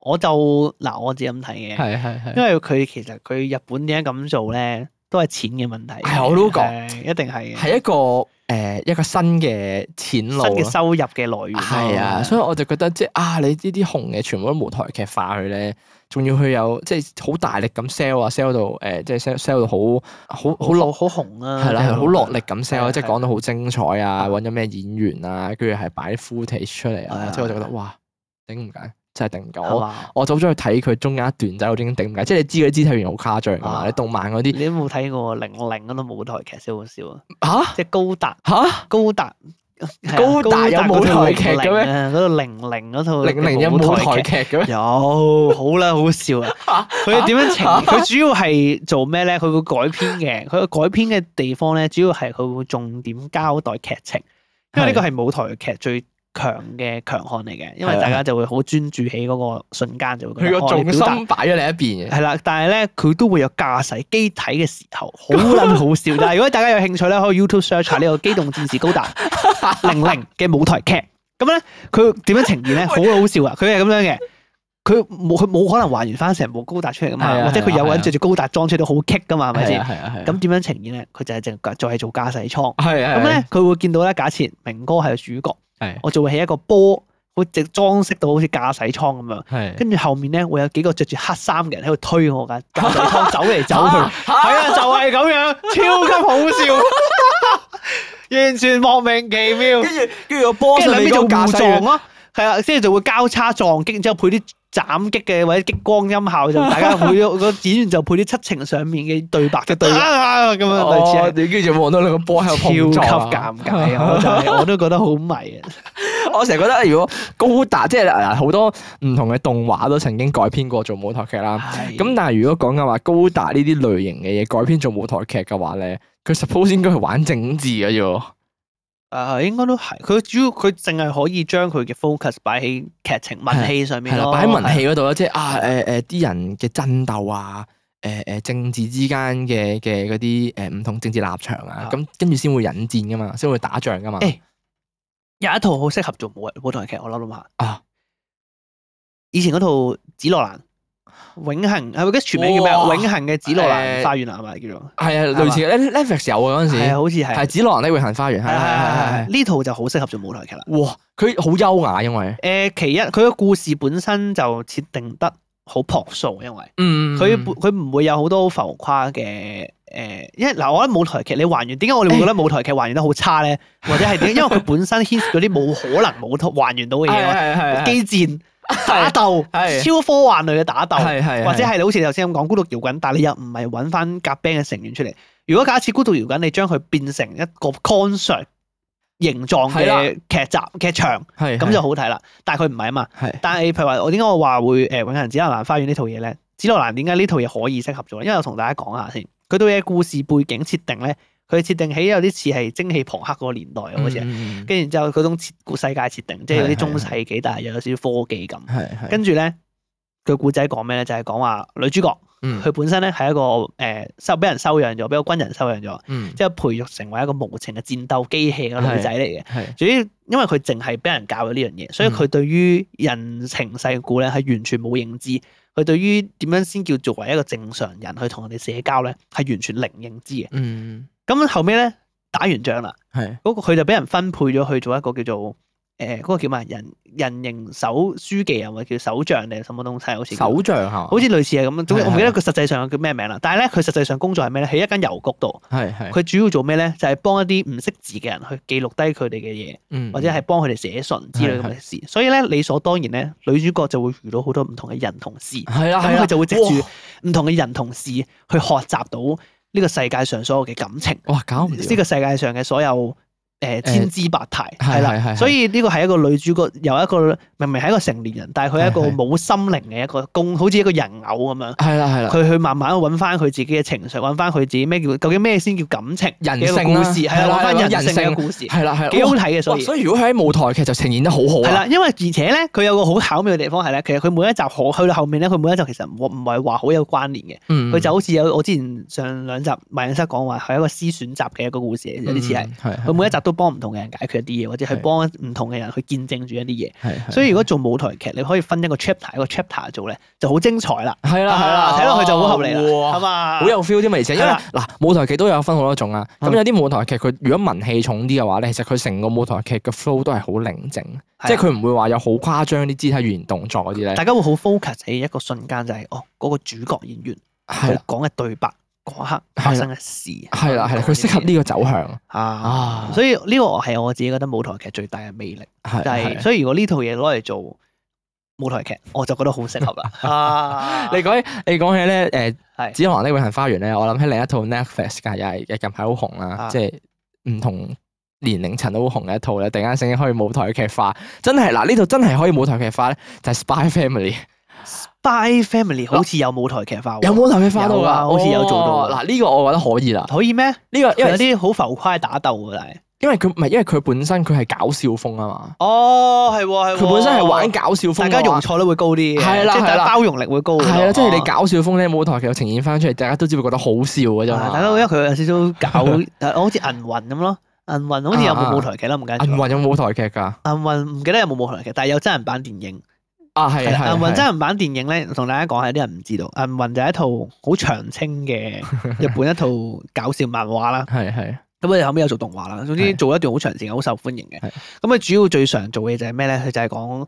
[SPEAKER 2] 我就嗱我自己咁睇嘅，
[SPEAKER 1] 係係係
[SPEAKER 2] 因為佢其實佢日本點解咁做咧，都係錢嘅問題。
[SPEAKER 1] 係我都覺
[SPEAKER 2] 係一定係嘅
[SPEAKER 1] 係一個誒、呃一個新嘅錢
[SPEAKER 2] 新
[SPEAKER 1] 路
[SPEAKER 2] 嘅
[SPEAKER 1] 咯。
[SPEAKER 2] 收入嘅來源。
[SPEAKER 1] 係啊，所以我就覺得即係啊，你呢啲紅嘅全部都舞台劇化佢咧，仲要佢有即係好大力咁 sell 啊，sell 到誒、呃即係 sell sell 到好好好
[SPEAKER 2] 好
[SPEAKER 1] 落
[SPEAKER 2] 落好紅啊，
[SPEAKER 1] 係啦，
[SPEAKER 2] 真
[SPEAKER 1] 係
[SPEAKER 2] 係
[SPEAKER 1] 好落力咁
[SPEAKER 2] 係
[SPEAKER 1] sell，
[SPEAKER 2] 啊
[SPEAKER 1] 即係
[SPEAKER 2] 係
[SPEAKER 1] 講到好精彩啊，
[SPEAKER 2] 啊
[SPEAKER 1] 揾咗咩演員啊，跟住係擺啲 footage 出嚟
[SPEAKER 2] 係
[SPEAKER 1] 啊，
[SPEAKER 2] 啊
[SPEAKER 1] 即係我就覺得
[SPEAKER 2] 係啊
[SPEAKER 1] 哇，頂唔緊，真係頂唔緊。
[SPEAKER 2] 係
[SPEAKER 1] 啊我
[SPEAKER 2] 嘛？
[SPEAKER 1] 我走咗去睇佢中間一段仔，我已經頂唔緊。即係你知佢肢體語言好誇張㗎嘛，
[SPEAKER 2] 啊
[SPEAKER 1] 你動漫嗰啲
[SPEAKER 2] 你有冇睇過零零嗰套舞台劇先好笑啊？
[SPEAKER 1] 吓
[SPEAKER 2] 即係高達
[SPEAKER 1] 吓
[SPEAKER 2] 高達係啊
[SPEAKER 1] 高達有舞台劇嘅咩
[SPEAKER 2] 高達嗰套零零啊嗰套零零嗰
[SPEAKER 1] 零
[SPEAKER 2] 套
[SPEAKER 1] 零有舞台劇嘅咩？
[SPEAKER 2] 有好啦，好笑 啊！佢點樣情？佢主要係做咩咧？佢會改編嘅，佢改編嘅地方咧，主要係佢會重點交代劇情，因為呢個係舞台劇最強嘅強項嚟嘅，因為
[SPEAKER 1] 係啊
[SPEAKER 2] 大家就會好專注喺嗰個瞬間，就會覺
[SPEAKER 1] 佢
[SPEAKER 2] 得
[SPEAKER 1] 個
[SPEAKER 2] 哦你
[SPEAKER 1] 重
[SPEAKER 2] 表達
[SPEAKER 1] 心擺咗你一邊嘅。
[SPEAKER 2] 係啦，但係咧佢都會有駕駛機體嘅時候，好撚好笑。但係如果大家有興趣咧，可以 YouTube search 下呢個《機動戰士高達零零》嘅舞台劇。咁咧，佢點樣呈現咧？好好笑啊！佢係咁樣嘅，佢冇佢冇可能還原翻成部高達出嚟噶
[SPEAKER 1] 係
[SPEAKER 2] 嘛，
[SPEAKER 1] 啊
[SPEAKER 2] 或者佢有個
[SPEAKER 1] 係啊
[SPEAKER 2] 人着住高達裝出嚟都好棘噶嘛，係咪
[SPEAKER 1] 係
[SPEAKER 2] 先
[SPEAKER 1] 啊？係啊係啊。
[SPEAKER 2] 咁點樣呈現咧？佢就係淨係就係做駕駛艙。
[SPEAKER 1] 係啊
[SPEAKER 2] 咁咧，佢會見到咧，假設明哥係主角，
[SPEAKER 1] 係
[SPEAKER 2] 我就會起一個波，會直裝飾到好似駕駛艙咁樣。
[SPEAKER 1] 係。
[SPEAKER 2] 跟住後面咧會有幾個着住黑衫嘅人喺度推我 架架地方走嚟走去，
[SPEAKER 1] 啊
[SPEAKER 2] 係啊，就係咁樣，超級好笑， 完全莫名其妙。
[SPEAKER 1] 跟住跟住個波
[SPEAKER 2] 跟住
[SPEAKER 1] 上
[SPEAKER 2] 兩
[SPEAKER 1] 面
[SPEAKER 2] 邊就
[SPEAKER 1] 就架
[SPEAKER 2] 互
[SPEAKER 1] 勢
[SPEAKER 2] 撞咯，係啊，即係就會交叉撞擊，然之後配啲斬擊嘅或者激光音 效，就大家配咗個演員就配啲七情上面嘅對白 嘅對白咁樣類似
[SPEAKER 1] 哦
[SPEAKER 2] 係。，
[SPEAKER 1] 你跟住就望到兩個波喺度
[SPEAKER 2] 超級
[SPEAKER 1] 碰撞啊
[SPEAKER 2] 尷尬啊！我就係我都覺得好迷 啊！
[SPEAKER 1] 我成日覺得，如果高達即係嗱好多唔同嘅動畫都曾經改編過做舞台劇啦。咁
[SPEAKER 2] 咁
[SPEAKER 1] 但係如果講嘅話，高達呢啲類型嘅嘢改編做舞台劇嘅話咧，佢 suppose 應該係玩整治嘅啫喎。
[SPEAKER 2] 誒啊應該都係，佢主要佢淨係可以將佢嘅 focus 擺喺劇情文戲上面
[SPEAKER 1] 係啦，
[SPEAKER 2] 咯，
[SPEAKER 1] 擺喺文
[SPEAKER 2] 係
[SPEAKER 1] 戲嗰度啦，即係啊誒誒啲人嘅爭鬥啊，誒誒政治之間嘅嘅嗰啲誒唔同政治立場啊，咁跟住先會引戰噶嘛，先會打仗噶嘛。
[SPEAKER 2] 誒有一套好適合做舞舞台劇，我諗諗下。
[SPEAKER 1] 啊，
[SPEAKER 2] 以前嗰套紫羅蘭永恆係咪？跟住全名叫咩啊？
[SPEAKER 1] 哇
[SPEAKER 2] 永恆嘅紫羅
[SPEAKER 1] 誒
[SPEAKER 2] 蘭花園啊，係咪叫做？
[SPEAKER 1] 係啊，類似 Netflix 有啊嗰陣時，
[SPEAKER 2] 係啊，好似係
[SPEAKER 1] 係《紫羅蘭的永恆花園》，係啊
[SPEAKER 2] 係啊
[SPEAKER 1] 係係係
[SPEAKER 2] 係係。呢套就好適合做舞台劇啦。
[SPEAKER 1] 哇！佢好優雅，因為
[SPEAKER 2] 誒，其一佢嘅故事本身就設定得好樸素，因為。
[SPEAKER 1] 嗯
[SPEAKER 2] 佢本佢唔會有好多浮誇嘅誒，因為嗱，我覺得舞台劇你還原點解我哋會覺得舞台劇還原得好 差咧？或者係點？因為佢本身牽涉咗啲冇可能冇還原到嘅嘢啊，
[SPEAKER 1] 係
[SPEAKER 2] 機戰、打鬥、
[SPEAKER 1] 係
[SPEAKER 2] 超科幻類嘅打鬥，
[SPEAKER 1] 係係
[SPEAKER 2] 或者係你好似頭先咁講孤獨搖滾，但係你又唔係揾翻夾 band 嘅成員出嚟。如果假設孤獨搖滾你將佢變成一個 concert 形狀
[SPEAKER 1] 係啦
[SPEAKER 2] 嘅劇集劇場，
[SPEAKER 1] 係
[SPEAKER 2] 咁就好睇啦。但係佢唔係啊嘛。
[SPEAKER 1] 係
[SPEAKER 2] 但係譬如話，我點解我話會呃誒《永恆紫羅蘭花園》呢套嘢咧？紫羅蘭點解呢套嘢可以適合做呢？因為我同大家講下先，佢對嘅故事背景設定咧，佢設定起有啲似係蒸汽朋克嗰個年代啊好似係，
[SPEAKER 1] 似
[SPEAKER 2] 跟住然之後嗰種設世界設定，即係有
[SPEAKER 1] 係係
[SPEAKER 2] 啲中世紀，但係又有少少科技咁。
[SPEAKER 1] 嗯係係
[SPEAKER 2] 跟住咧，佢故仔講咩咧？就係講話女主角
[SPEAKER 1] 嗯
[SPEAKER 2] 佢本身咧係一個誒收俾人收養咗，俾個軍人收養咗，
[SPEAKER 1] 嗯
[SPEAKER 2] 之後培育成為一個無情嘅戰鬥機器嘅女仔嚟嘅。
[SPEAKER 1] 係
[SPEAKER 2] 主要因為佢淨係俾人教咗呢樣嘢，
[SPEAKER 1] 嗯
[SPEAKER 2] 所以佢對於人情世故咧係完全冇認知。佢對於點樣先叫作為一個正常人去同人哋社交咧，係完全零認知嘅。
[SPEAKER 1] 嗯
[SPEAKER 2] 咁後尾咧打完仗啦，
[SPEAKER 1] 係
[SPEAKER 2] 嗰、個佢就俾人分配咗去做一個叫做誒嗰、個叫咩啊人人形手書記啊，或者叫手杖定係什麼東西，好似叫
[SPEAKER 1] 手啊杖係嘛？
[SPEAKER 2] 好似類似係咁樣。啊總之
[SPEAKER 1] 係
[SPEAKER 2] 我唔記得佢實際上叫咩名啦。但係咧，佢實際上工作係咩咧？喺一間郵局度，
[SPEAKER 1] 係係
[SPEAKER 2] 佢主要做咩咧？就係、幫一啲唔識字嘅人去記錄低佢哋嘅嘢。
[SPEAKER 1] 嗯
[SPEAKER 2] 或者係幫佢哋寫信之類咁嘅事。所以咧，理所當然咧，女主角就會遇到好多唔同嘅人同事，咁
[SPEAKER 1] 係啦啊係啦
[SPEAKER 2] 佢就會藉住
[SPEAKER 1] 哇
[SPEAKER 2] 唔同嘅人同事去學習到呢個世界上所有嘅感情，
[SPEAKER 1] 哇搞唔
[SPEAKER 2] 呢
[SPEAKER 1] 掂啊
[SPEAKER 2] 個世界上嘅所有誒千姿百態，
[SPEAKER 1] 呃係
[SPEAKER 2] 係
[SPEAKER 1] 係係
[SPEAKER 2] 啦。所以呢個係一個女主角由一個明明係一個成年人，但係佢係一個
[SPEAKER 1] 係係啊
[SPEAKER 2] 冇心靈嘅一個公，好似一個人偶咁樣。
[SPEAKER 1] 係啦係啦
[SPEAKER 2] 佢去慢慢揾翻佢自己嘅情緒，揾翻佢自己咩叫究竟咩先叫感情
[SPEAKER 1] 人
[SPEAKER 2] 嘅一個
[SPEAKER 1] 性啦
[SPEAKER 2] 故事，
[SPEAKER 1] 係啦
[SPEAKER 2] 係啦，揾翻
[SPEAKER 1] 係啦
[SPEAKER 2] 人性
[SPEAKER 1] 人性
[SPEAKER 2] 嘅故事，
[SPEAKER 1] 係啦係啦
[SPEAKER 2] 幾好
[SPEAKER 1] 哇
[SPEAKER 2] 睇嘅。所
[SPEAKER 1] 哇
[SPEAKER 2] 以
[SPEAKER 1] 所以如果佢喺舞台劇就呈現得好好
[SPEAKER 2] 係
[SPEAKER 1] 啊
[SPEAKER 2] 啦，因為而且咧，佢有個好巧妙嘅地方係咧，其實佢每一集好去到後面咧，佢每一集其實唔唔係話好有關聯嘅，
[SPEAKER 1] 嗯
[SPEAKER 2] 佢、就好似有我之前上兩集萬影室講話係一個思選集嘅一個故事嚟，有啲似係，
[SPEAKER 1] 嗯係
[SPEAKER 2] 佢每一集都都幫唔同嘅人解決一啲嘢，或者去
[SPEAKER 1] 係
[SPEAKER 2] 幫唔同嘅人去見證住一啲嘢。
[SPEAKER 1] 係
[SPEAKER 2] 所以如果做舞台劇，你可以分一個 chapter 一個 chapter 做咧，就好精彩啦。
[SPEAKER 1] 係啦係
[SPEAKER 2] 啊
[SPEAKER 1] 啦，
[SPEAKER 2] 睇落去就好合理啦，
[SPEAKER 1] 哇
[SPEAKER 2] 係嘛？
[SPEAKER 1] 好有 feel 添啊！而且因為
[SPEAKER 2] 係啦
[SPEAKER 1] 嗱，舞台劇都有分好多種啊。咁
[SPEAKER 2] 嗯
[SPEAKER 1] 有啲舞台劇佢如果文氣重啲嘅話咧，其實佢成個舞台劇嘅 flow 都係好寧靜，
[SPEAKER 2] 啊
[SPEAKER 1] 即係佢唔會話有好誇張啲肢體語言動作嗰啲咧。
[SPEAKER 2] 大家會好 focus 喺一個瞬間，就係、哦嗰、個主角演員
[SPEAKER 1] 係
[SPEAKER 2] 佢
[SPEAKER 1] 啦
[SPEAKER 2] 講嘅對白嗰一刻發生嘅事，
[SPEAKER 1] 係啦係啦，佢適合呢個走向
[SPEAKER 2] 啊。
[SPEAKER 1] 啊。
[SPEAKER 2] 所以呢個係我自己覺得舞台劇最大嘅魅力，
[SPEAKER 1] 係
[SPEAKER 2] 就係、
[SPEAKER 1] 係
[SPEAKER 2] 所以如果呢套嘢攞嚟做舞台劇，我就覺得好適 合啦。啊，
[SPEAKER 1] 你講起你講起咧，誒
[SPEAKER 2] 係
[SPEAKER 1] 《紫羅蘭的永恆花園》咧，我諗起另一套 Netflix 㗎，又係近排好紅啦
[SPEAKER 2] 啊，
[SPEAKER 1] 即係唔同年齡層都好紅嘅一套咧。突然間醒起可以舞台劇化，真係嗱呢套真係可以舞台劇化咧，就係《Spy Family》。
[SPEAKER 2] 哦 Spy Family 好似有舞台劇化喎，
[SPEAKER 1] 有冇投票花到
[SPEAKER 2] 有啊
[SPEAKER 1] 啊？
[SPEAKER 2] 好似有做到
[SPEAKER 1] 哦嗱，呢個我覺得可以啦。
[SPEAKER 2] 可以咩？
[SPEAKER 1] 呢個因
[SPEAKER 2] 因為有
[SPEAKER 1] 為
[SPEAKER 2] 啲好浮誇嘅打鬥喎，但係
[SPEAKER 1] 因為佢唔係因為佢本身佢係搞笑風啊嘛，
[SPEAKER 2] 哦，係喎，係
[SPEAKER 1] 佢本身係玩搞笑風
[SPEAKER 2] 大
[SPEAKER 1] 嘅話，
[SPEAKER 2] 家容錯率會高啲嘅，
[SPEAKER 1] 係啦
[SPEAKER 2] 即係
[SPEAKER 1] 係啦
[SPEAKER 2] 包容力會高嘅
[SPEAKER 1] 係啦，即係你
[SPEAKER 2] 哦
[SPEAKER 1] 搞笑風咧，舞台劇呈現翻出嚟，大家都只會覺得好笑啊嘅啫嘛。
[SPEAKER 2] 啊大家因為佢有少少搞， 誒好似銀魂咁咯。銀魂好似有冇舞台劇啦，唔緊
[SPEAKER 1] 啊銀
[SPEAKER 2] 要。
[SPEAKER 1] 魂有冇舞台劇㗎？啊
[SPEAKER 2] 銀魂唔記得有冇舞台劇，但係有真人版電影。
[SPEAKER 1] 啊係
[SPEAKER 2] 係啦
[SPEAKER 1] 係
[SPEAKER 2] 銀魂
[SPEAKER 1] 係
[SPEAKER 2] 真人版電影咧，同大家講係啲人唔知道，銀魂就係一套好長 青嘅日本一套搞笑漫畫啦。
[SPEAKER 1] 係係
[SPEAKER 2] 咁佢後尾有做動畫啦，總之
[SPEAKER 1] 係
[SPEAKER 2] 做一段好長時間，好受歡迎嘅。
[SPEAKER 1] 係
[SPEAKER 2] 咁佢主要最常做嘅就係咩咧？佢就係講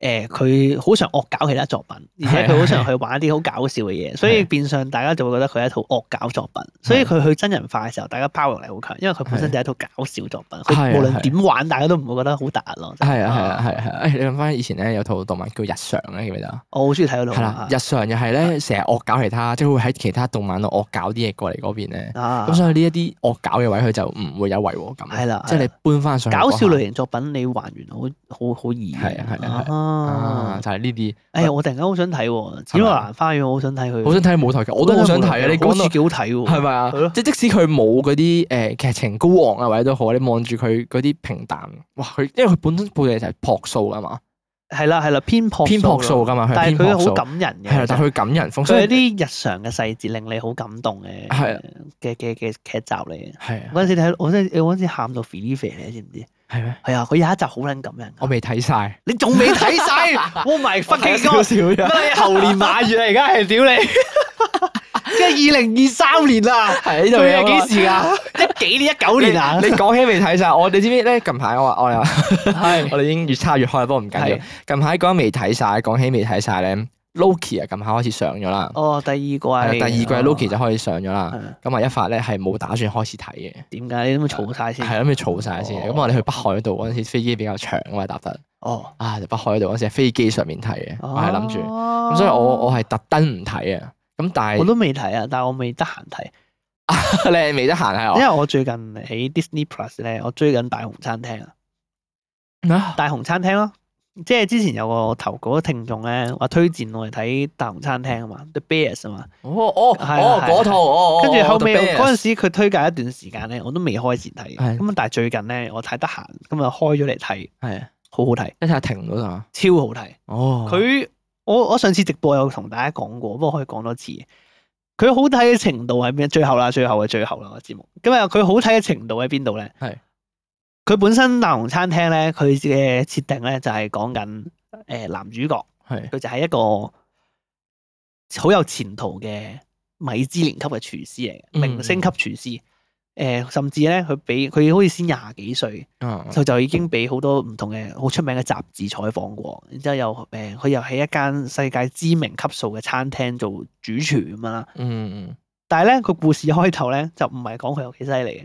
[SPEAKER 2] 誒，佢、好常惡搞其他作品，而且佢好常去玩一啲好搞笑嘅嘢，所以
[SPEAKER 1] 係
[SPEAKER 2] 變相大家就會覺得佢係一套惡搞作品。所以佢去真人化嘅時候，大家包容力好強，因為佢本身就係一套搞笑作品，佢
[SPEAKER 1] 係
[SPEAKER 2] 無論點玩，大家都唔會覺得好突兀咯。
[SPEAKER 1] 係啊係啊係啊係啊！誒，你諗翻以前咧有套動漫叫《日常》咧，記唔記得啊？
[SPEAKER 2] 我好中意睇嗰
[SPEAKER 1] 係
[SPEAKER 2] 套
[SPEAKER 1] 啦
[SPEAKER 2] 啊，
[SPEAKER 1] 《日常》又係咧成日惡搞其他，即係會喺其他動漫度惡搞啲嘢過嚟嗰邊咧。
[SPEAKER 2] 啊
[SPEAKER 1] 咁，所以呢一啲惡搞嘅位，佢就唔會有違和感。
[SPEAKER 2] 係啦
[SPEAKER 1] 即係你搬翻上去
[SPEAKER 2] 搞笑
[SPEAKER 1] 嗰下
[SPEAKER 2] 類型作品你還原好好好易嘅。
[SPEAKER 1] 係啊係啊係
[SPEAKER 2] 啊
[SPEAKER 1] 啊，就係呢啲，
[SPEAKER 2] 哎呀，我突然間好想睇喎《紫羅蘭花園》，我好想睇佢。
[SPEAKER 1] 好想睇舞台劇，我都好想睇啊！你
[SPEAKER 2] 好
[SPEAKER 1] 講
[SPEAKER 2] 似
[SPEAKER 1] 到
[SPEAKER 2] 幾好睇喎，
[SPEAKER 1] 係咪啊
[SPEAKER 2] 係咯？
[SPEAKER 1] 即係即使佢冇嗰啲誒劇情高昂啊，或者都好，你望住佢嗰啲平淡，哇！佢因為佢本身部嘢就係樸素噶嘛，
[SPEAKER 2] 係啦係啦，偏樸
[SPEAKER 1] 偏樸素
[SPEAKER 2] 咯，
[SPEAKER 1] 噶嘛，佢係
[SPEAKER 2] 但
[SPEAKER 1] 偏
[SPEAKER 2] 係佢
[SPEAKER 1] 樸
[SPEAKER 2] 好
[SPEAKER 1] 素，
[SPEAKER 2] 感人嘅，
[SPEAKER 1] 係啦，啊但
[SPEAKER 2] 其實
[SPEAKER 1] 係佢感人風，所
[SPEAKER 2] 佢有
[SPEAKER 1] 以
[SPEAKER 2] 啲日常嘅細節令你好感動嘅，
[SPEAKER 1] 係啊
[SPEAKER 2] 嘅嘅嘅劇集嚟嘅。
[SPEAKER 1] 係啊，
[SPEAKER 2] 嗰陣時睇，我真係我嗰陣時喊到肥 e 肥你知唔知？
[SPEAKER 1] 係咩？
[SPEAKER 2] 係啊，佢有一集好撚感人㗎，
[SPEAKER 1] 我未睇晒，
[SPEAKER 2] 你仲未睇 晒？Oh my
[SPEAKER 1] 我睇
[SPEAKER 2] fucking
[SPEAKER 1] 少
[SPEAKER 2] god！
[SPEAKER 1] 少啫，
[SPEAKER 2] 乜你猴年馬月啊？而家係屌你！ 即係二零二三年啦，
[SPEAKER 1] 係呢
[SPEAKER 2] 呢
[SPEAKER 1] 度
[SPEAKER 2] 度
[SPEAKER 1] 有
[SPEAKER 2] 係
[SPEAKER 1] 啊
[SPEAKER 2] 幾時啊？一幾年？一九年啊？
[SPEAKER 1] 你你講起未睇晒，我你知唔知咧？近排我我 哋
[SPEAKER 2] 係
[SPEAKER 1] 我哋已經越差越開啦，不過唔緊要
[SPEAKER 2] 係。
[SPEAKER 1] 近排講未睇晒，講起未睇晒咧，Loki 啊，近排開始上咗啦。
[SPEAKER 2] 哦，第二季，第啊
[SPEAKER 1] 係
[SPEAKER 2] 二
[SPEAKER 1] 啦，第二季 Loki 就開始上咗啦。
[SPEAKER 2] 係
[SPEAKER 1] 咁啊，一發咧係冇打算開始睇嘅，
[SPEAKER 2] 點解你都咪嘈晒先？
[SPEAKER 1] 係諗住嘈晒先。
[SPEAKER 2] 哦
[SPEAKER 1] 咁我哋去北海道嗰陣時，飛機比較長啊嘛，搭得
[SPEAKER 2] 哦，
[SPEAKER 1] 啊，就北海道嗰陣時喺飛機上面睇嘅，我係諗住。
[SPEAKER 2] 咁
[SPEAKER 1] 咁所以我我係特登唔睇啊。咁但
[SPEAKER 2] 哦我
[SPEAKER 1] 係
[SPEAKER 2] 都未睇啊，但係我未得閒睇，
[SPEAKER 1] 你係未得閒係
[SPEAKER 2] 因
[SPEAKER 1] 我
[SPEAKER 2] 為我最近喺 Disney Plus 咧，我追緊大熊餐廳啊，
[SPEAKER 1] 啊
[SPEAKER 2] 大熊餐廳咯，即係之前有個投稿嘅聽眾咧話推薦我哋睇大熊餐廳啊嘛，The Bears 啊嘛，
[SPEAKER 1] 哦哦
[SPEAKER 2] 係啊
[SPEAKER 1] 哦
[SPEAKER 2] 係啊
[SPEAKER 1] 嗰套哦，哦
[SPEAKER 2] 跟住
[SPEAKER 1] 哦
[SPEAKER 2] 後
[SPEAKER 1] The
[SPEAKER 2] 尾
[SPEAKER 1] Bears
[SPEAKER 2] 嗰陣時佢推介一段時間咧，我都未開始睇，
[SPEAKER 1] 係
[SPEAKER 2] 咁但係最近咧我太得閒，咁啊開咗嚟睇，
[SPEAKER 1] 係啊
[SPEAKER 2] 好好睇，
[SPEAKER 1] 一睇停唔到啊。
[SPEAKER 2] 超好睇。
[SPEAKER 1] 哦，
[SPEAKER 2] 佢我我上次直播有同大家講過，不過可以講多次。佢好睇嘅程度係咩？最後啦，最後嘅最後啦，個節目。咁啊，佢好睇嘅程度喺邊度咧？
[SPEAKER 1] 係
[SPEAKER 2] 佢本身大龍餐廳咧，佢嘅設定咧就係講緊誒男主角，
[SPEAKER 1] 係
[SPEAKER 2] 佢就係一個好有前途嘅米芝蓮級嘅廚師嚟嘅，
[SPEAKER 1] 嗯
[SPEAKER 2] 明星級廚師。誒、甚至咧，佢俾佢好似先廿幾歲，
[SPEAKER 1] 啊
[SPEAKER 2] 佢就已經俾好多唔同嘅好出名嘅雜誌採訪過，然之後又誒，佢又喺一間世界知名級數嘅餐廳做主廚咁樣啦。
[SPEAKER 1] 嗯嗯
[SPEAKER 2] 但係咧個故事開頭咧就唔係講佢有幾犀利嘅，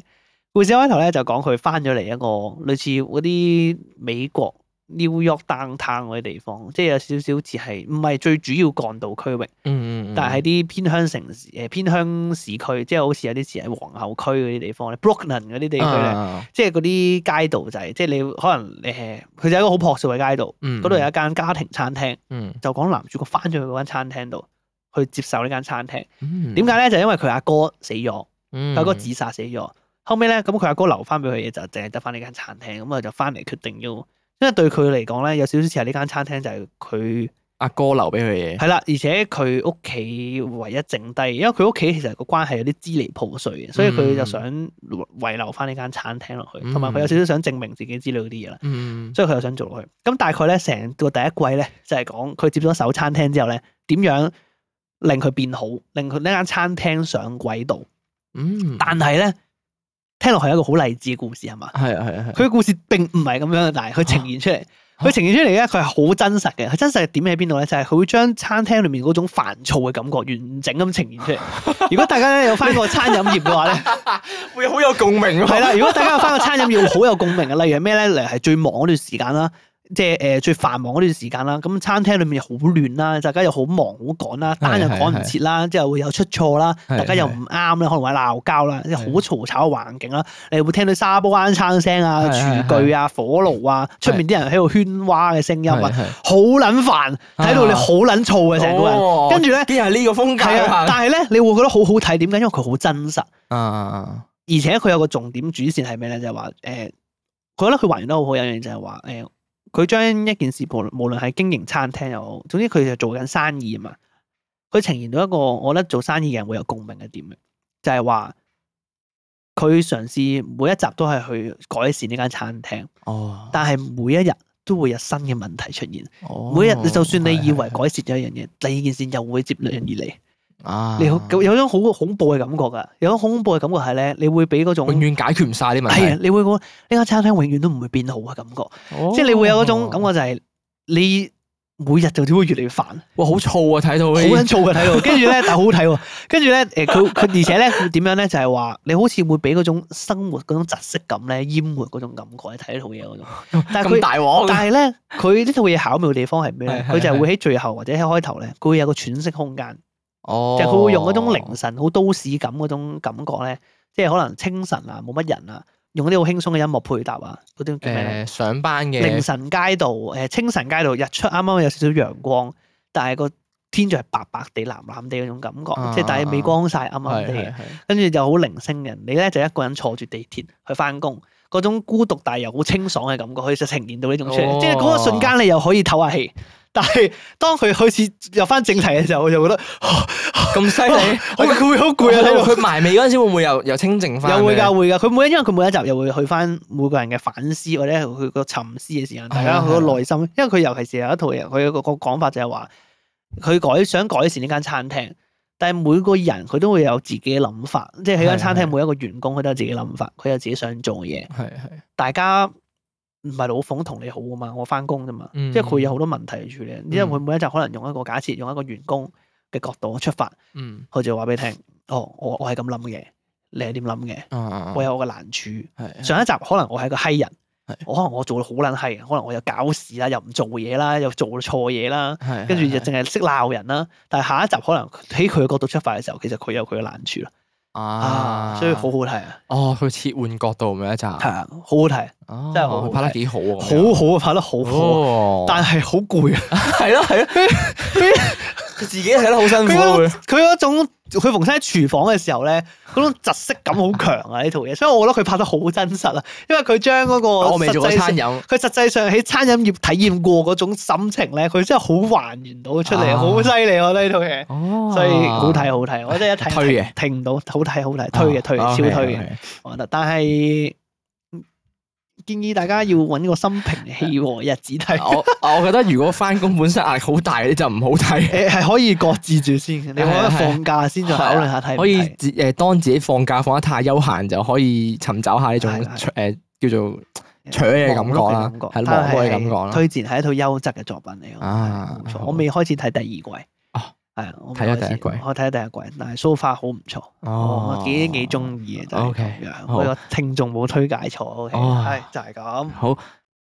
[SPEAKER 2] 故事開頭咧就講佢翻咗嚟一個類似嗰啲美國 New York downtown 嗰啲地方，即係有少少似係唔係最主要幹道區域，
[SPEAKER 1] 嗯嗯，
[SPEAKER 2] 但係喺啲偏鄉城市誒偏鄉市區，即係好似有啲似喺皇后區嗰啲地方咧，Brooklyn 嗰啲地區咧。
[SPEAKER 1] 咧，
[SPEAKER 2] 即係嗰啲街道就係，即係你可能誒，佢就係一個好樸素嘅街道，
[SPEAKER 1] 嗯
[SPEAKER 2] 嗰度有一間家庭餐廳，
[SPEAKER 1] 嗯
[SPEAKER 2] 就講男主角翻咗去嗰間餐廳度去接受呢間餐廳。
[SPEAKER 1] 嗯
[SPEAKER 2] 點解咧？就因為佢阿哥死咗，佢
[SPEAKER 1] 佢
[SPEAKER 2] 阿哥自殺死咗。後尾咧，咁佢阿哥留翻俾佢嘅嘢就淨係得翻呢間餐廳，咁佢就翻嚟決定要，因為對佢嚟講咧，有少少似係呢間餐廳就係佢
[SPEAKER 1] 阿哥留俾佢嘅嘢，
[SPEAKER 2] 係啦，而且佢屋企唯一剩低，因為佢屋企其實個關係有啲支離破碎嘅，所以佢就
[SPEAKER 1] 嗯
[SPEAKER 2] 想遺留翻呢間餐廳落去，
[SPEAKER 1] 嗯
[SPEAKER 2] 同埋佢有少少想證明自己知道嗰啲嘢啦，
[SPEAKER 1] 嗯，
[SPEAKER 2] 所以佢又想做落去。咁大概咧，成個第一季咧就係講佢接咗手餐廳之後咧，點樣令佢變好，令佢呢間餐廳上軌道。
[SPEAKER 1] 嗯，
[SPEAKER 2] 但係咧，聽落係一個好勵志嘅故事係嘛？
[SPEAKER 1] 係啊係啊係啊，
[SPEAKER 2] 佢嘅故事並唔係咁樣，但係佢呈現出嚟，佢呈現出嚟咧，佢係好真實嘅。佢真實嘅點喺邊度咧？就係、佢會將餐廳裏面嗰種煩躁嘅感覺完整咁呈現出嚟。如果大家咧有翻過餐飲業嘅話咧，
[SPEAKER 1] 會好有共鳴咯
[SPEAKER 2] 係啦，如果大家有翻過餐飲業，會好有共鳴嘅。例如係咩咧？例如係最忙嗰段時間啦。即係誒、呃最繁忙嗰段時間啦，咁餐廳裏面好亂啦，大家又好忙好趕啦，單又趕唔切啦，之後會有出錯啦，
[SPEAKER 1] 係
[SPEAKER 2] 大家又唔啱啦，可能會鬧交啦，即係好嘈吵嘅環境啦，你會聽到沙煲罌罉聲啊、
[SPEAKER 1] 係係
[SPEAKER 2] 廚具啊、火爐啊，出面啲人喺度喧譁嘅聲音啊，
[SPEAKER 1] 係啊
[SPEAKER 2] 好撚煩，睇到你好撚燥嘅成個人，
[SPEAKER 1] 哦
[SPEAKER 2] 跟住咧
[SPEAKER 1] 啲係呢個風
[SPEAKER 2] 係
[SPEAKER 1] 去
[SPEAKER 2] 啊，
[SPEAKER 1] 行
[SPEAKER 2] 但係咧你會覺得好好睇，點解？因為佢好真實。
[SPEAKER 1] 啊啊，
[SPEAKER 2] 而且佢有個重點主線係咩咧？就係話誒，呃佢覺得佢還原得好好，有樣嘢就係話誒，佢、將一件事無論無論係經營餐廳又好，總之佢就做緊生意啊嘛。佢呈現到一個我覺得做生意嘅人會有共鳴嘅點嘅，就係話佢嘗試每一集都係去改善呢間餐廳，
[SPEAKER 1] 哦，
[SPEAKER 2] 但係每一日都會有新嘅問題出現。每一
[SPEAKER 1] 哦
[SPEAKER 2] 日就算你以為改善咗一樣嘢，第二件事又會接兩而嚟。
[SPEAKER 1] 啊，
[SPEAKER 2] 你好有種好恐怖嘅感覺㗎，有種恐怖嘅感覺係咧，你會俾嗰種
[SPEAKER 1] 永遠解決唔晒啲問
[SPEAKER 2] 係啊
[SPEAKER 1] 題，，
[SPEAKER 2] 你會覺得呢間餐廳永遠都唔會變好嘅感覺，
[SPEAKER 1] 哦
[SPEAKER 2] 即係你會有嗰種感覺就係你每日就只會越嚟越煩，好
[SPEAKER 1] 哇，好燥啊！睇到呢
[SPEAKER 2] 緊燥嘅睇到，跟住咧但係好好睇喎，跟住咧誒 佢佢而且咧佢點樣咧就係話你好似會俾嗰種生活嗰種窒息感咧淹沒嗰種感覺，你睇呢套 嘢嗰種，但係
[SPEAKER 1] 咁
[SPEAKER 2] 佢。
[SPEAKER 1] 大鑊，
[SPEAKER 2] 但係咧，佢呢套嘢巧妙嘅地方係咩咧？
[SPEAKER 1] 係係
[SPEAKER 2] 佢就係會喺最後或者喺開頭咧，佢會有個喘息空間，
[SPEAKER 1] 哦
[SPEAKER 2] 即係佢會用嗰種凌晨好都市感嗰種感覺咧，即係可能清晨啊，冇乜人啊，用啲好輕鬆嘅音樂配搭啊，嗰啲叫咩咧？
[SPEAKER 1] 誒上班嘅
[SPEAKER 2] 凌晨街道，誒、清晨街道，日出啱啱有少少陽光，但係個天就係白白地、藍藍地嗰種感覺，
[SPEAKER 1] 啊
[SPEAKER 2] 即係但係未光晒、暗暗
[SPEAKER 1] 係
[SPEAKER 2] 地嘅
[SPEAKER 1] 係，係
[SPEAKER 2] 跟住就好零星人。你咧就一個人坐住地鐵去翻工，嗰種孤獨但係又好清爽嘅感覺，佢就呈現到呢種出嚟。
[SPEAKER 1] 哦
[SPEAKER 2] 即係嗰個瞬間你又可以唞下氣，但係當佢開始入翻正題嘅時候，我就覺得
[SPEAKER 1] 咁犀 利，
[SPEAKER 2] 好攰，好攰啊！喺度
[SPEAKER 1] 佢埋尾嗰陣時會唔會又又清靜翻？
[SPEAKER 2] 又會㗎，會㗎。佢每一因為佢每一集又會去翻每個人嘅反思或者佢個沉思嘅時間，大
[SPEAKER 1] 係
[SPEAKER 2] 家
[SPEAKER 1] 啊
[SPEAKER 2] 佢
[SPEAKER 1] 係啊
[SPEAKER 2] 個內心。因為佢尤其是有一套嘢，佢有個個講法就係話，佢改想改善呢間餐廳，但係每個人佢都會有自己嘅諗法，即係喺間餐
[SPEAKER 1] 係
[SPEAKER 2] 廳
[SPEAKER 1] 係
[SPEAKER 2] 每一個員工佢都有自己諗法，佢有自己想做嘅嘢。
[SPEAKER 1] 係係
[SPEAKER 2] 大家唔係老馮同你好啊㗎嘛，我翻工啫嘛，
[SPEAKER 1] 嗯
[SPEAKER 2] 即係佢有好多問題去處理。因為佢每一集可能用一個假設，用一個員工嘅角度出發，
[SPEAKER 1] 嗯
[SPEAKER 2] 佢就話俾你聽，哦，我我係咁諗嘅，你係點諗嘅？
[SPEAKER 1] 啊啊啊
[SPEAKER 2] 我有我嘅難處。
[SPEAKER 1] 係
[SPEAKER 2] 上一集可能我係個閪人
[SPEAKER 1] 係，
[SPEAKER 2] 我可能我做到好撚閪，可能我又搞事啊啦，又唔做嘢啦，又做錯嘢啦，
[SPEAKER 1] 係
[SPEAKER 2] 跟住就
[SPEAKER 1] 係
[SPEAKER 2] 淨係識鬧人啦。但係下一集可能喺佢嘅角度出發嘅時候，其實佢有佢嘅難處啦，啊，所以好好睇啊，
[SPEAKER 1] 哦，佢切換角度咪一集，
[SPEAKER 2] 係啊，好好睇，
[SPEAKER 1] 哦
[SPEAKER 2] 真係好
[SPEAKER 1] 佢拍得幾好啊！哦
[SPEAKER 2] 好好啊，拍得好好啊，
[SPEAKER 1] 好
[SPEAKER 2] 但係好攰啊，
[SPEAKER 1] 係咯係 咯，佢自己睇得好辛
[SPEAKER 2] 佢
[SPEAKER 1] 苦
[SPEAKER 2] 嗰
[SPEAKER 1] 會
[SPEAKER 2] 佢嗰種佢逢身喺廚房嘅時候咧，嗰種窒息感好強啊！呢套嘢，所以我覺得佢拍得好真實啊，因為佢將嗰個
[SPEAKER 1] 啊我未做過
[SPEAKER 2] 實際性
[SPEAKER 1] 餐飲，
[SPEAKER 2] 佢實際上喺餐飲業體驗過嗰種心情咧，佢真係好還原到出嚟，
[SPEAKER 1] 啊
[SPEAKER 2] 好犀利我覺得呢套嘢，
[SPEAKER 1] 哦
[SPEAKER 2] 所以好睇好睇，我真係一睇
[SPEAKER 1] 推 嘅
[SPEAKER 2] 停唔到，好睇好睇，推嘅推嘅，
[SPEAKER 1] 哦
[SPEAKER 2] 超推嘅，
[SPEAKER 1] ，OK，OK
[SPEAKER 2] 我覺得。但係嗯建議大家要揾個心平氣和日子睇，
[SPEAKER 1] 我 我覺得如果翻工本身壓力好大，你就唔好睇，
[SPEAKER 2] 誒 係可以擱置住先，你可
[SPEAKER 1] 係啊
[SPEAKER 2] 以
[SPEAKER 1] 係啊
[SPEAKER 2] 放假先再考慮下睇唔睇。
[SPEAKER 1] 可以自誒當自己放假放得太休閒，就可以尋找下呢種
[SPEAKER 2] 係係
[SPEAKER 1] 誒叫做扯嘅感覺啦，
[SPEAKER 2] 忙碌
[SPEAKER 1] 係
[SPEAKER 2] 嘅感覺
[SPEAKER 1] 忙碌嘅感覺
[SPEAKER 2] 但係
[SPEAKER 1] 啦。
[SPEAKER 2] 推薦係一套優質嘅作品嚟嘅，
[SPEAKER 1] 啊
[SPEAKER 2] 冇錯
[SPEAKER 1] 好
[SPEAKER 2] 我未開始睇第二季，
[SPEAKER 1] 哦
[SPEAKER 2] 係啊，我未
[SPEAKER 1] 睇咗
[SPEAKER 2] 開始
[SPEAKER 1] 第一季
[SPEAKER 2] 我睇咗第一季，但係 so far 好唔錯，
[SPEAKER 1] 哦
[SPEAKER 2] 我幾幾中意嘅就係
[SPEAKER 1] OK，
[SPEAKER 2] 咁樣，
[SPEAKER 1] 好
[SPEAKER 2] 我個聽眾冇推介錯，OK，
[SPEAKER 1] 哦
[SPEAKER 2] 係就係咁，
[SPEAKER 1] 好。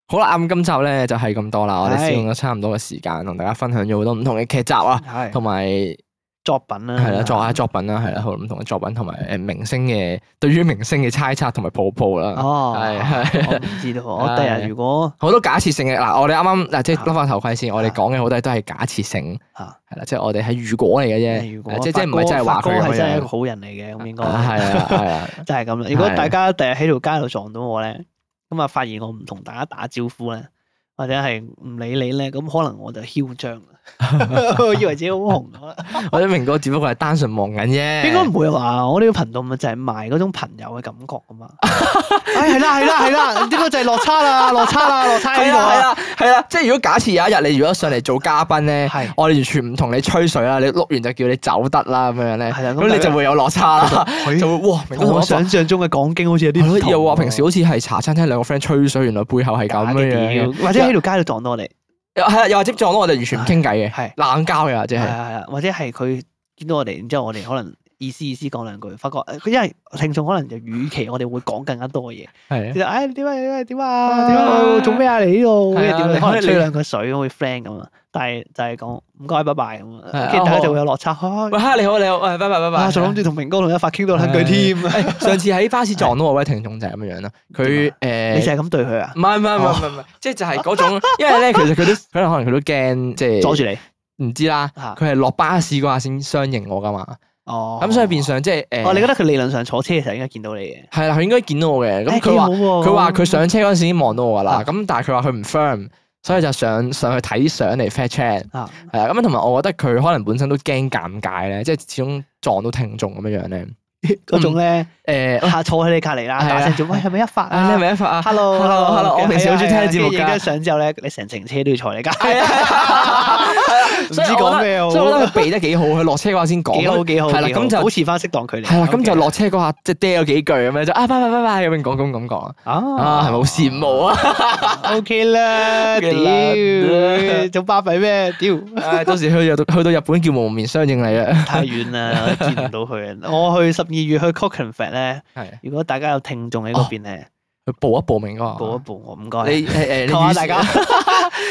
[SPEAKER 1] 好啦，啊咁今集咧就係咁多啦，我哋
[SPEAKER 2] 係
[SPEAKER 1] 使用咗差唔多嘅時間，同大家分享咗好多唔同嘅劇集啊，
[SPEAKER 2] 係嗯
[SPEAKER 1] 同埋係
[SPEAKER 2] 作品啦，
[SPEAKER 1] 啦作下啊作品啦，係啦，好唔同嘅作品，同埋誒明星嘅對於明星嘅猜測同埋抱抱啦，
[SPEAKER 2] 哦，
[SPEAKER 1] 啊係係
[SPEAKER 2] 我唔知道，我第
[SPEAKER 1] 係
[SPEAKER 2] 日如果
[SPEAKER 1] 好多假設性嘅嗱，我哋啱啱嗱，即係
[SPEAKER 2] 啊
[SPEAKER 1] 笠翻頭盔先，我哋
[SPEAKER 2] 啊
[SPEAKER 1] 講嘅好多嘢都係假設性，
[SPEAKER 2] 嚇，
[SPEAKER 1] 係啦，即係我哋係如果嚟嘅
[SPEAKER 2] 如
[SPEAKER 1] 啫，
[SPEAKER 2] 果
[SPEAKER 1] 誒即係即係唔
[SPEAKER 2] 發
[SPEAKER 1] 係
[SPEAKER 2] 哥
[SPEAKER 1] 真係話佢
[SPEAKER 2] 發哥
[SPEAKER 1] 咁
[SPEAKER 2] 係真係一個
[SPEAKER 1] 樣，
[SPEAKER 2] 好人嚟嘅，咁應該
[SPEAKER 1] 啊係 啊係啊，
[SPEAKER 2] 就係咁啦。如果
[SPEAKER 1] 係
[SPEAKER 2] 大家第日喺條街度撞到我咧，咁啊發現我唔同大家打招呼咧，或者係唔理你咧，咁可能我就囂張啦。 我以為自己好紅啊！
[SPEAKER 1] 或者明哥只不過係單純望緊啫。
[SPEAKER 2] 應該唔會話，哦我呢個頻道咪就係賣嗰種朋友嘅感覺啊嘛。 哎，係啦係啦係啦，呢個就係落差 啦，落差啦，落差喺
[SPEAKER 1] 係
[SPEAKER 2] 呢啊度
[SPEAKER 1] 啦係
[SPEAKER 2] 啦。
[SPEAKER 1] 啦係啦，即係如果假設有一日你如果上嚟做嘉賓咧，
[SPEAKER 2] 係啊
[SPEAKER 1] 我哋完全唔同你吹水啦，你碌完就叫你走得啦咁樣咧，
[SPEAKER 2] 係啦啊咁
[SPEAKER 1] 咁你就會有落差啦，
[SPEAKER 2] 佢
[SPEAKER 1] 就會哇明哥同
[SPEAKER 2] 同哎我
[SPEAKER 1] 我講
[SPEAKER 2] 想象中嘅講經好似有啲
[SPEAKER 1] 係
[SPEAKER 2] 唔
[SPEAKER 1] 咯
[SPEAKER 2] 同啊
[SPEAKER 1] 又話
[SPEAKER 2] 喎
[SPEAKER 1] 平時好似係茶餐廳兩個 friend 吹水，原來背後係咁
[SPEAKER 2] 假
[SPEAKER 1] 樣
[SPEAKER 2] 嘅
[SPEAKER 1] 樣
[SPEAKER 2] 屌
[SPEAKER 1] 嘅，
[SPEAKER 2] 或者喺條街度撞到我哋，
[SPEAKER 1] 又係啊又或者撞到我哋完全唔傾偈嘅，
[SPEAKER 2] 係
[SPEAKER 1] 冷交嘅，或者
[SPEAKER 2] 係
[SPEAKER 1] 係
[SPEAKER 2] 啊係啊，或者係佢見到我哋，然之後我哋可能意思意思講兩句，發覺佢因為聽眾可能就預期我哋會講更加多嘅嘢。
[SPEAKER 1] 係
[SPEAKER 2] 其
[SPEAKER 1] 啊
[SPEAKER 2] 實唉點啊點啊點啊點啊做咩啊你呢度？跟
[SPEAKER 1] 係啊
[SPEAKER 2] 住點啊
[SPEAKER 1] 你
[SPEAKER 2] 可能
[SPEAKER 1] 你
[SPEAKER 2] 吹兩句水咁會 friend 咁啊，但係就係講唔該拜拜咁
[SPEAKER 1] 係
[SPEAKER 2] 啊
[SPEAKER 1] 啊，
[SPEAKER 2] 跟住大家
[SPEAKER 1] 好
[SPEAKER 2] 就會有落差。啊
[SPEAKER 1] 喂哈你好你好，喂拜拜拜拜，
[SPEAKER 2] 啊，仲諗住同明哥同一發傾多兩句添。
[SPEAKER 1] 誒上次喺巴士撞到我位聽眾就係咁樣樣啦，佢
[SPEAKER 2] 啊你就
[SPEAKER 1] 誒。
[SPEAKER 2] 係咁對佢啊
[SPEAKER 1] 唔？係唔係唔係唔係，即係就係嗰 種，因為咧其實佢都佢可能佢都驚即係
[SPEAKER 2] 阻住你
[SPEAKER 1] 唔知啦，
[SPEAKER 2] 啊
[SPEAKER 1] 佢係落巴士嗰下先相認我噶嘛，
[SPEAKER 2] 哦。
[SPEAKER 1] 咁所以變相即係
[SPEAKER 2] 哦，你
[SPEAKER 1] 誒，
[SPEAKER 2] 覺得佢理論上坐車嘅時候應該見到你嘅。
[SPEAKER 1] 係啦，佢應該見到我嘅，咁
[SPEAKER 2] 誒
[SPEAKER 1] 佢
[SPEAKER 2] 幾好
[SPEAKER 1] 話
[SPEAKER 2] 喎
[SPEAKER 1] 佢話佢上車嗰陣時已經望到我噶啦
[SPEAKER 2] 啊，
[SPEAKER 1] 咁但係佢話佢唔 firm，所以就上上去睇相嚟 fact check，
[SPEAKER 2] 啊，
[SPEAKER 1] 係啦，咁同埋我覺得佢可能本身都驚尷尬咧，即係始終撞到聽眾咁樣樣咧，
[SPEAKER 2] 嗰種咧
[SPEAKER 1] 誒。
[SPEAKER 2] 下坐喺你隔離啦，
[SPEAKER 1] 嗯係啊
[SPEAKER 2] 打聲做喂係咪一發
[SPEAKER 1] 啊
[SPEAKER 2] 哦啊？
[SPEAKER 1] 你係咪一發啊
[SPEAKER 2] hello 哦
[SPEAKER 1] hello hello，我平時好中意聽你節目
[SPEAKER 2] 影
[SPEAKER 1] 㗎
[SPEAKER 2] 咗。相之後咧，啊你成程車都要坐你架，
[SPEAKER 1] 係啊，係啊
[SPEAKER 2] 唔知講咩 好
[SPEAKER 1] 所以我覺得佢避得幾好，佢落車嗰下先講。
[SPEAKER 2] 幾好幾好，
[SPEAKER 1] 係啦，
[SPEAKER 2] 幾好
[SPEAKER 1] 咁就
[SPEAKER 2] 保持翻適當距離。
[SPEAKER 1] 係啦，咁就
[SPEAKER 2] OK
[SPEAKER 1] 落車嗰下即係嗲咗幾句咁樣就啊，拜拜拜拜咁樣講咁感覺
[SPEAKER 2] 哦
[SPEAKER 1] 啊，啊係咪好羨慕啊？
[SPEAKER 2] ？O K 啦，
[SPEAKER 1] OK 啦
[SPEAKER 2] 屌，仲巴閉咩？屌，
[SPEAKER 1] 唉，到時去到去到日本叫蒙面相應你啊，
[SPEAKER 2] 太遠 啦，見唔到佢啊！我去十二月去 Cockenford 咧，
[SPEAKER 1] 係
[SPEAKER 2] 如果大家有聽眾喺嗰邊咧，
[SPEAKER 1] 去報一報名哥，
[SPEAKER 2] 報一報我，唔該，
[SPEAKER 1] 你 誒誒，你
[SPEAKER 2] 求下
[SPEAKER 1] 預
[SPEAKER 2] 大
[SPEAKER 1] 先
[SPEAKER 2] 家，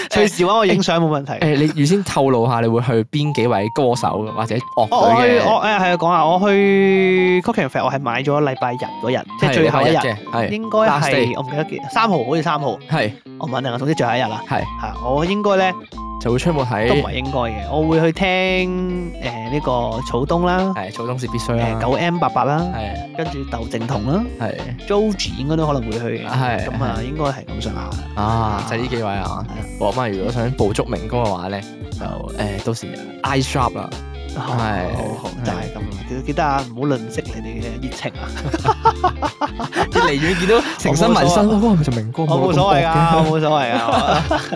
[SPEAKER 2] 隨時揾我影相冇問題。
[SPEAKER 1] 誒，你預先透露下你會去邊幾位歌手或者
[SPEAKER 2] 我我
[SPEAKER 1] 樂
[SPEAKER 2] 去
[SPEAKER 1] 隊嘅
[SPEAKER 2] 我誒係啊講下，我去 Cockenford 我係買咗禮拜日嗰日，即係最後一日。
[SPEAKER 1] 嘅，係
[SPEAKER 2] 應該
[SPEAKER 1] Last day
[SPEAKER 2] 係我唔記得幾三號，好似三號，
[SPEAKER 1] 係
[SPEAKER 2] 我唔肯定啊。總之最後一日啦，
[SPEAKER 1] 係
[SPEAKER 2] 嚇我應該咧
[SPEAKER 1] 就會出沒
[SPEAKER 2] 都唔係
[SPEAKER 1] 喺
[SPEAKER 2] 應該嘅，我會去聽誒呢個草東啦，
[SPEAKER 1] 係草東是必須啦
[SPEAKER 2] 誒，九 M 八八啦，
[SPEAKER 1] 係
[SPEAKER 2] 跟住竇靖童啦
[SPEAKER 1] 係
[SPEAKER 2] ，Joji 應該都可能會去嘅，
[SPEAKER 1] 係
[SPEAKER 2] 咁啊應該係咁上下。
[SPEAKER 1] 啊，就係呢幾位啊。我咁啊，如果想捕捉明哥嘅話咧，就誒到時 I sharp 啦，
[SPEAKER 2] 係好好好就係咁啦，記得記得啊，唔好吝惜你哋嘅熱情啊！
[SPEAKER 1] 即係離遠見到成身紋身，哇，咪就明哥，
[SPEAKER 2] 我冇所謂
[SPEAKER 1] 㗎。
[SPEAKER 2] 㗎，我冇所謂㗎，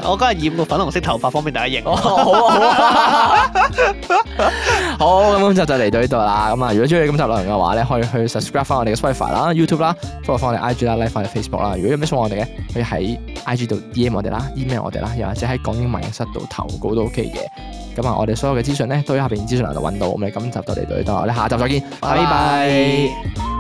[SPEAKER 2] 我我今日染個粉紅色頭髮方便大家認
[SPEAKER 1] 哦，。好啊，好啊， 好，咁今集就嚟到呢度啦。咁啊，如果中意今集內容嘅話咧，可以去 subscribe 翻我哋嘅 Spotify 啦、YouTube 啦、follow 翻我哋 IG 啦、like 翻我哋 Facebook 啦。如果有咩想我哋嘅，可以喺 IG 度 DM 我哋啦、email 我哋啦，又或者喺港英文室度投稿都 OK 嘅。咁啊，我哋所有嘅資訊咧都喺下邊資訊欄度揾到。咁我哋今集就嚟到呢度，我哋下集再見，拜拜。
[SPEAKER 2] 拜拜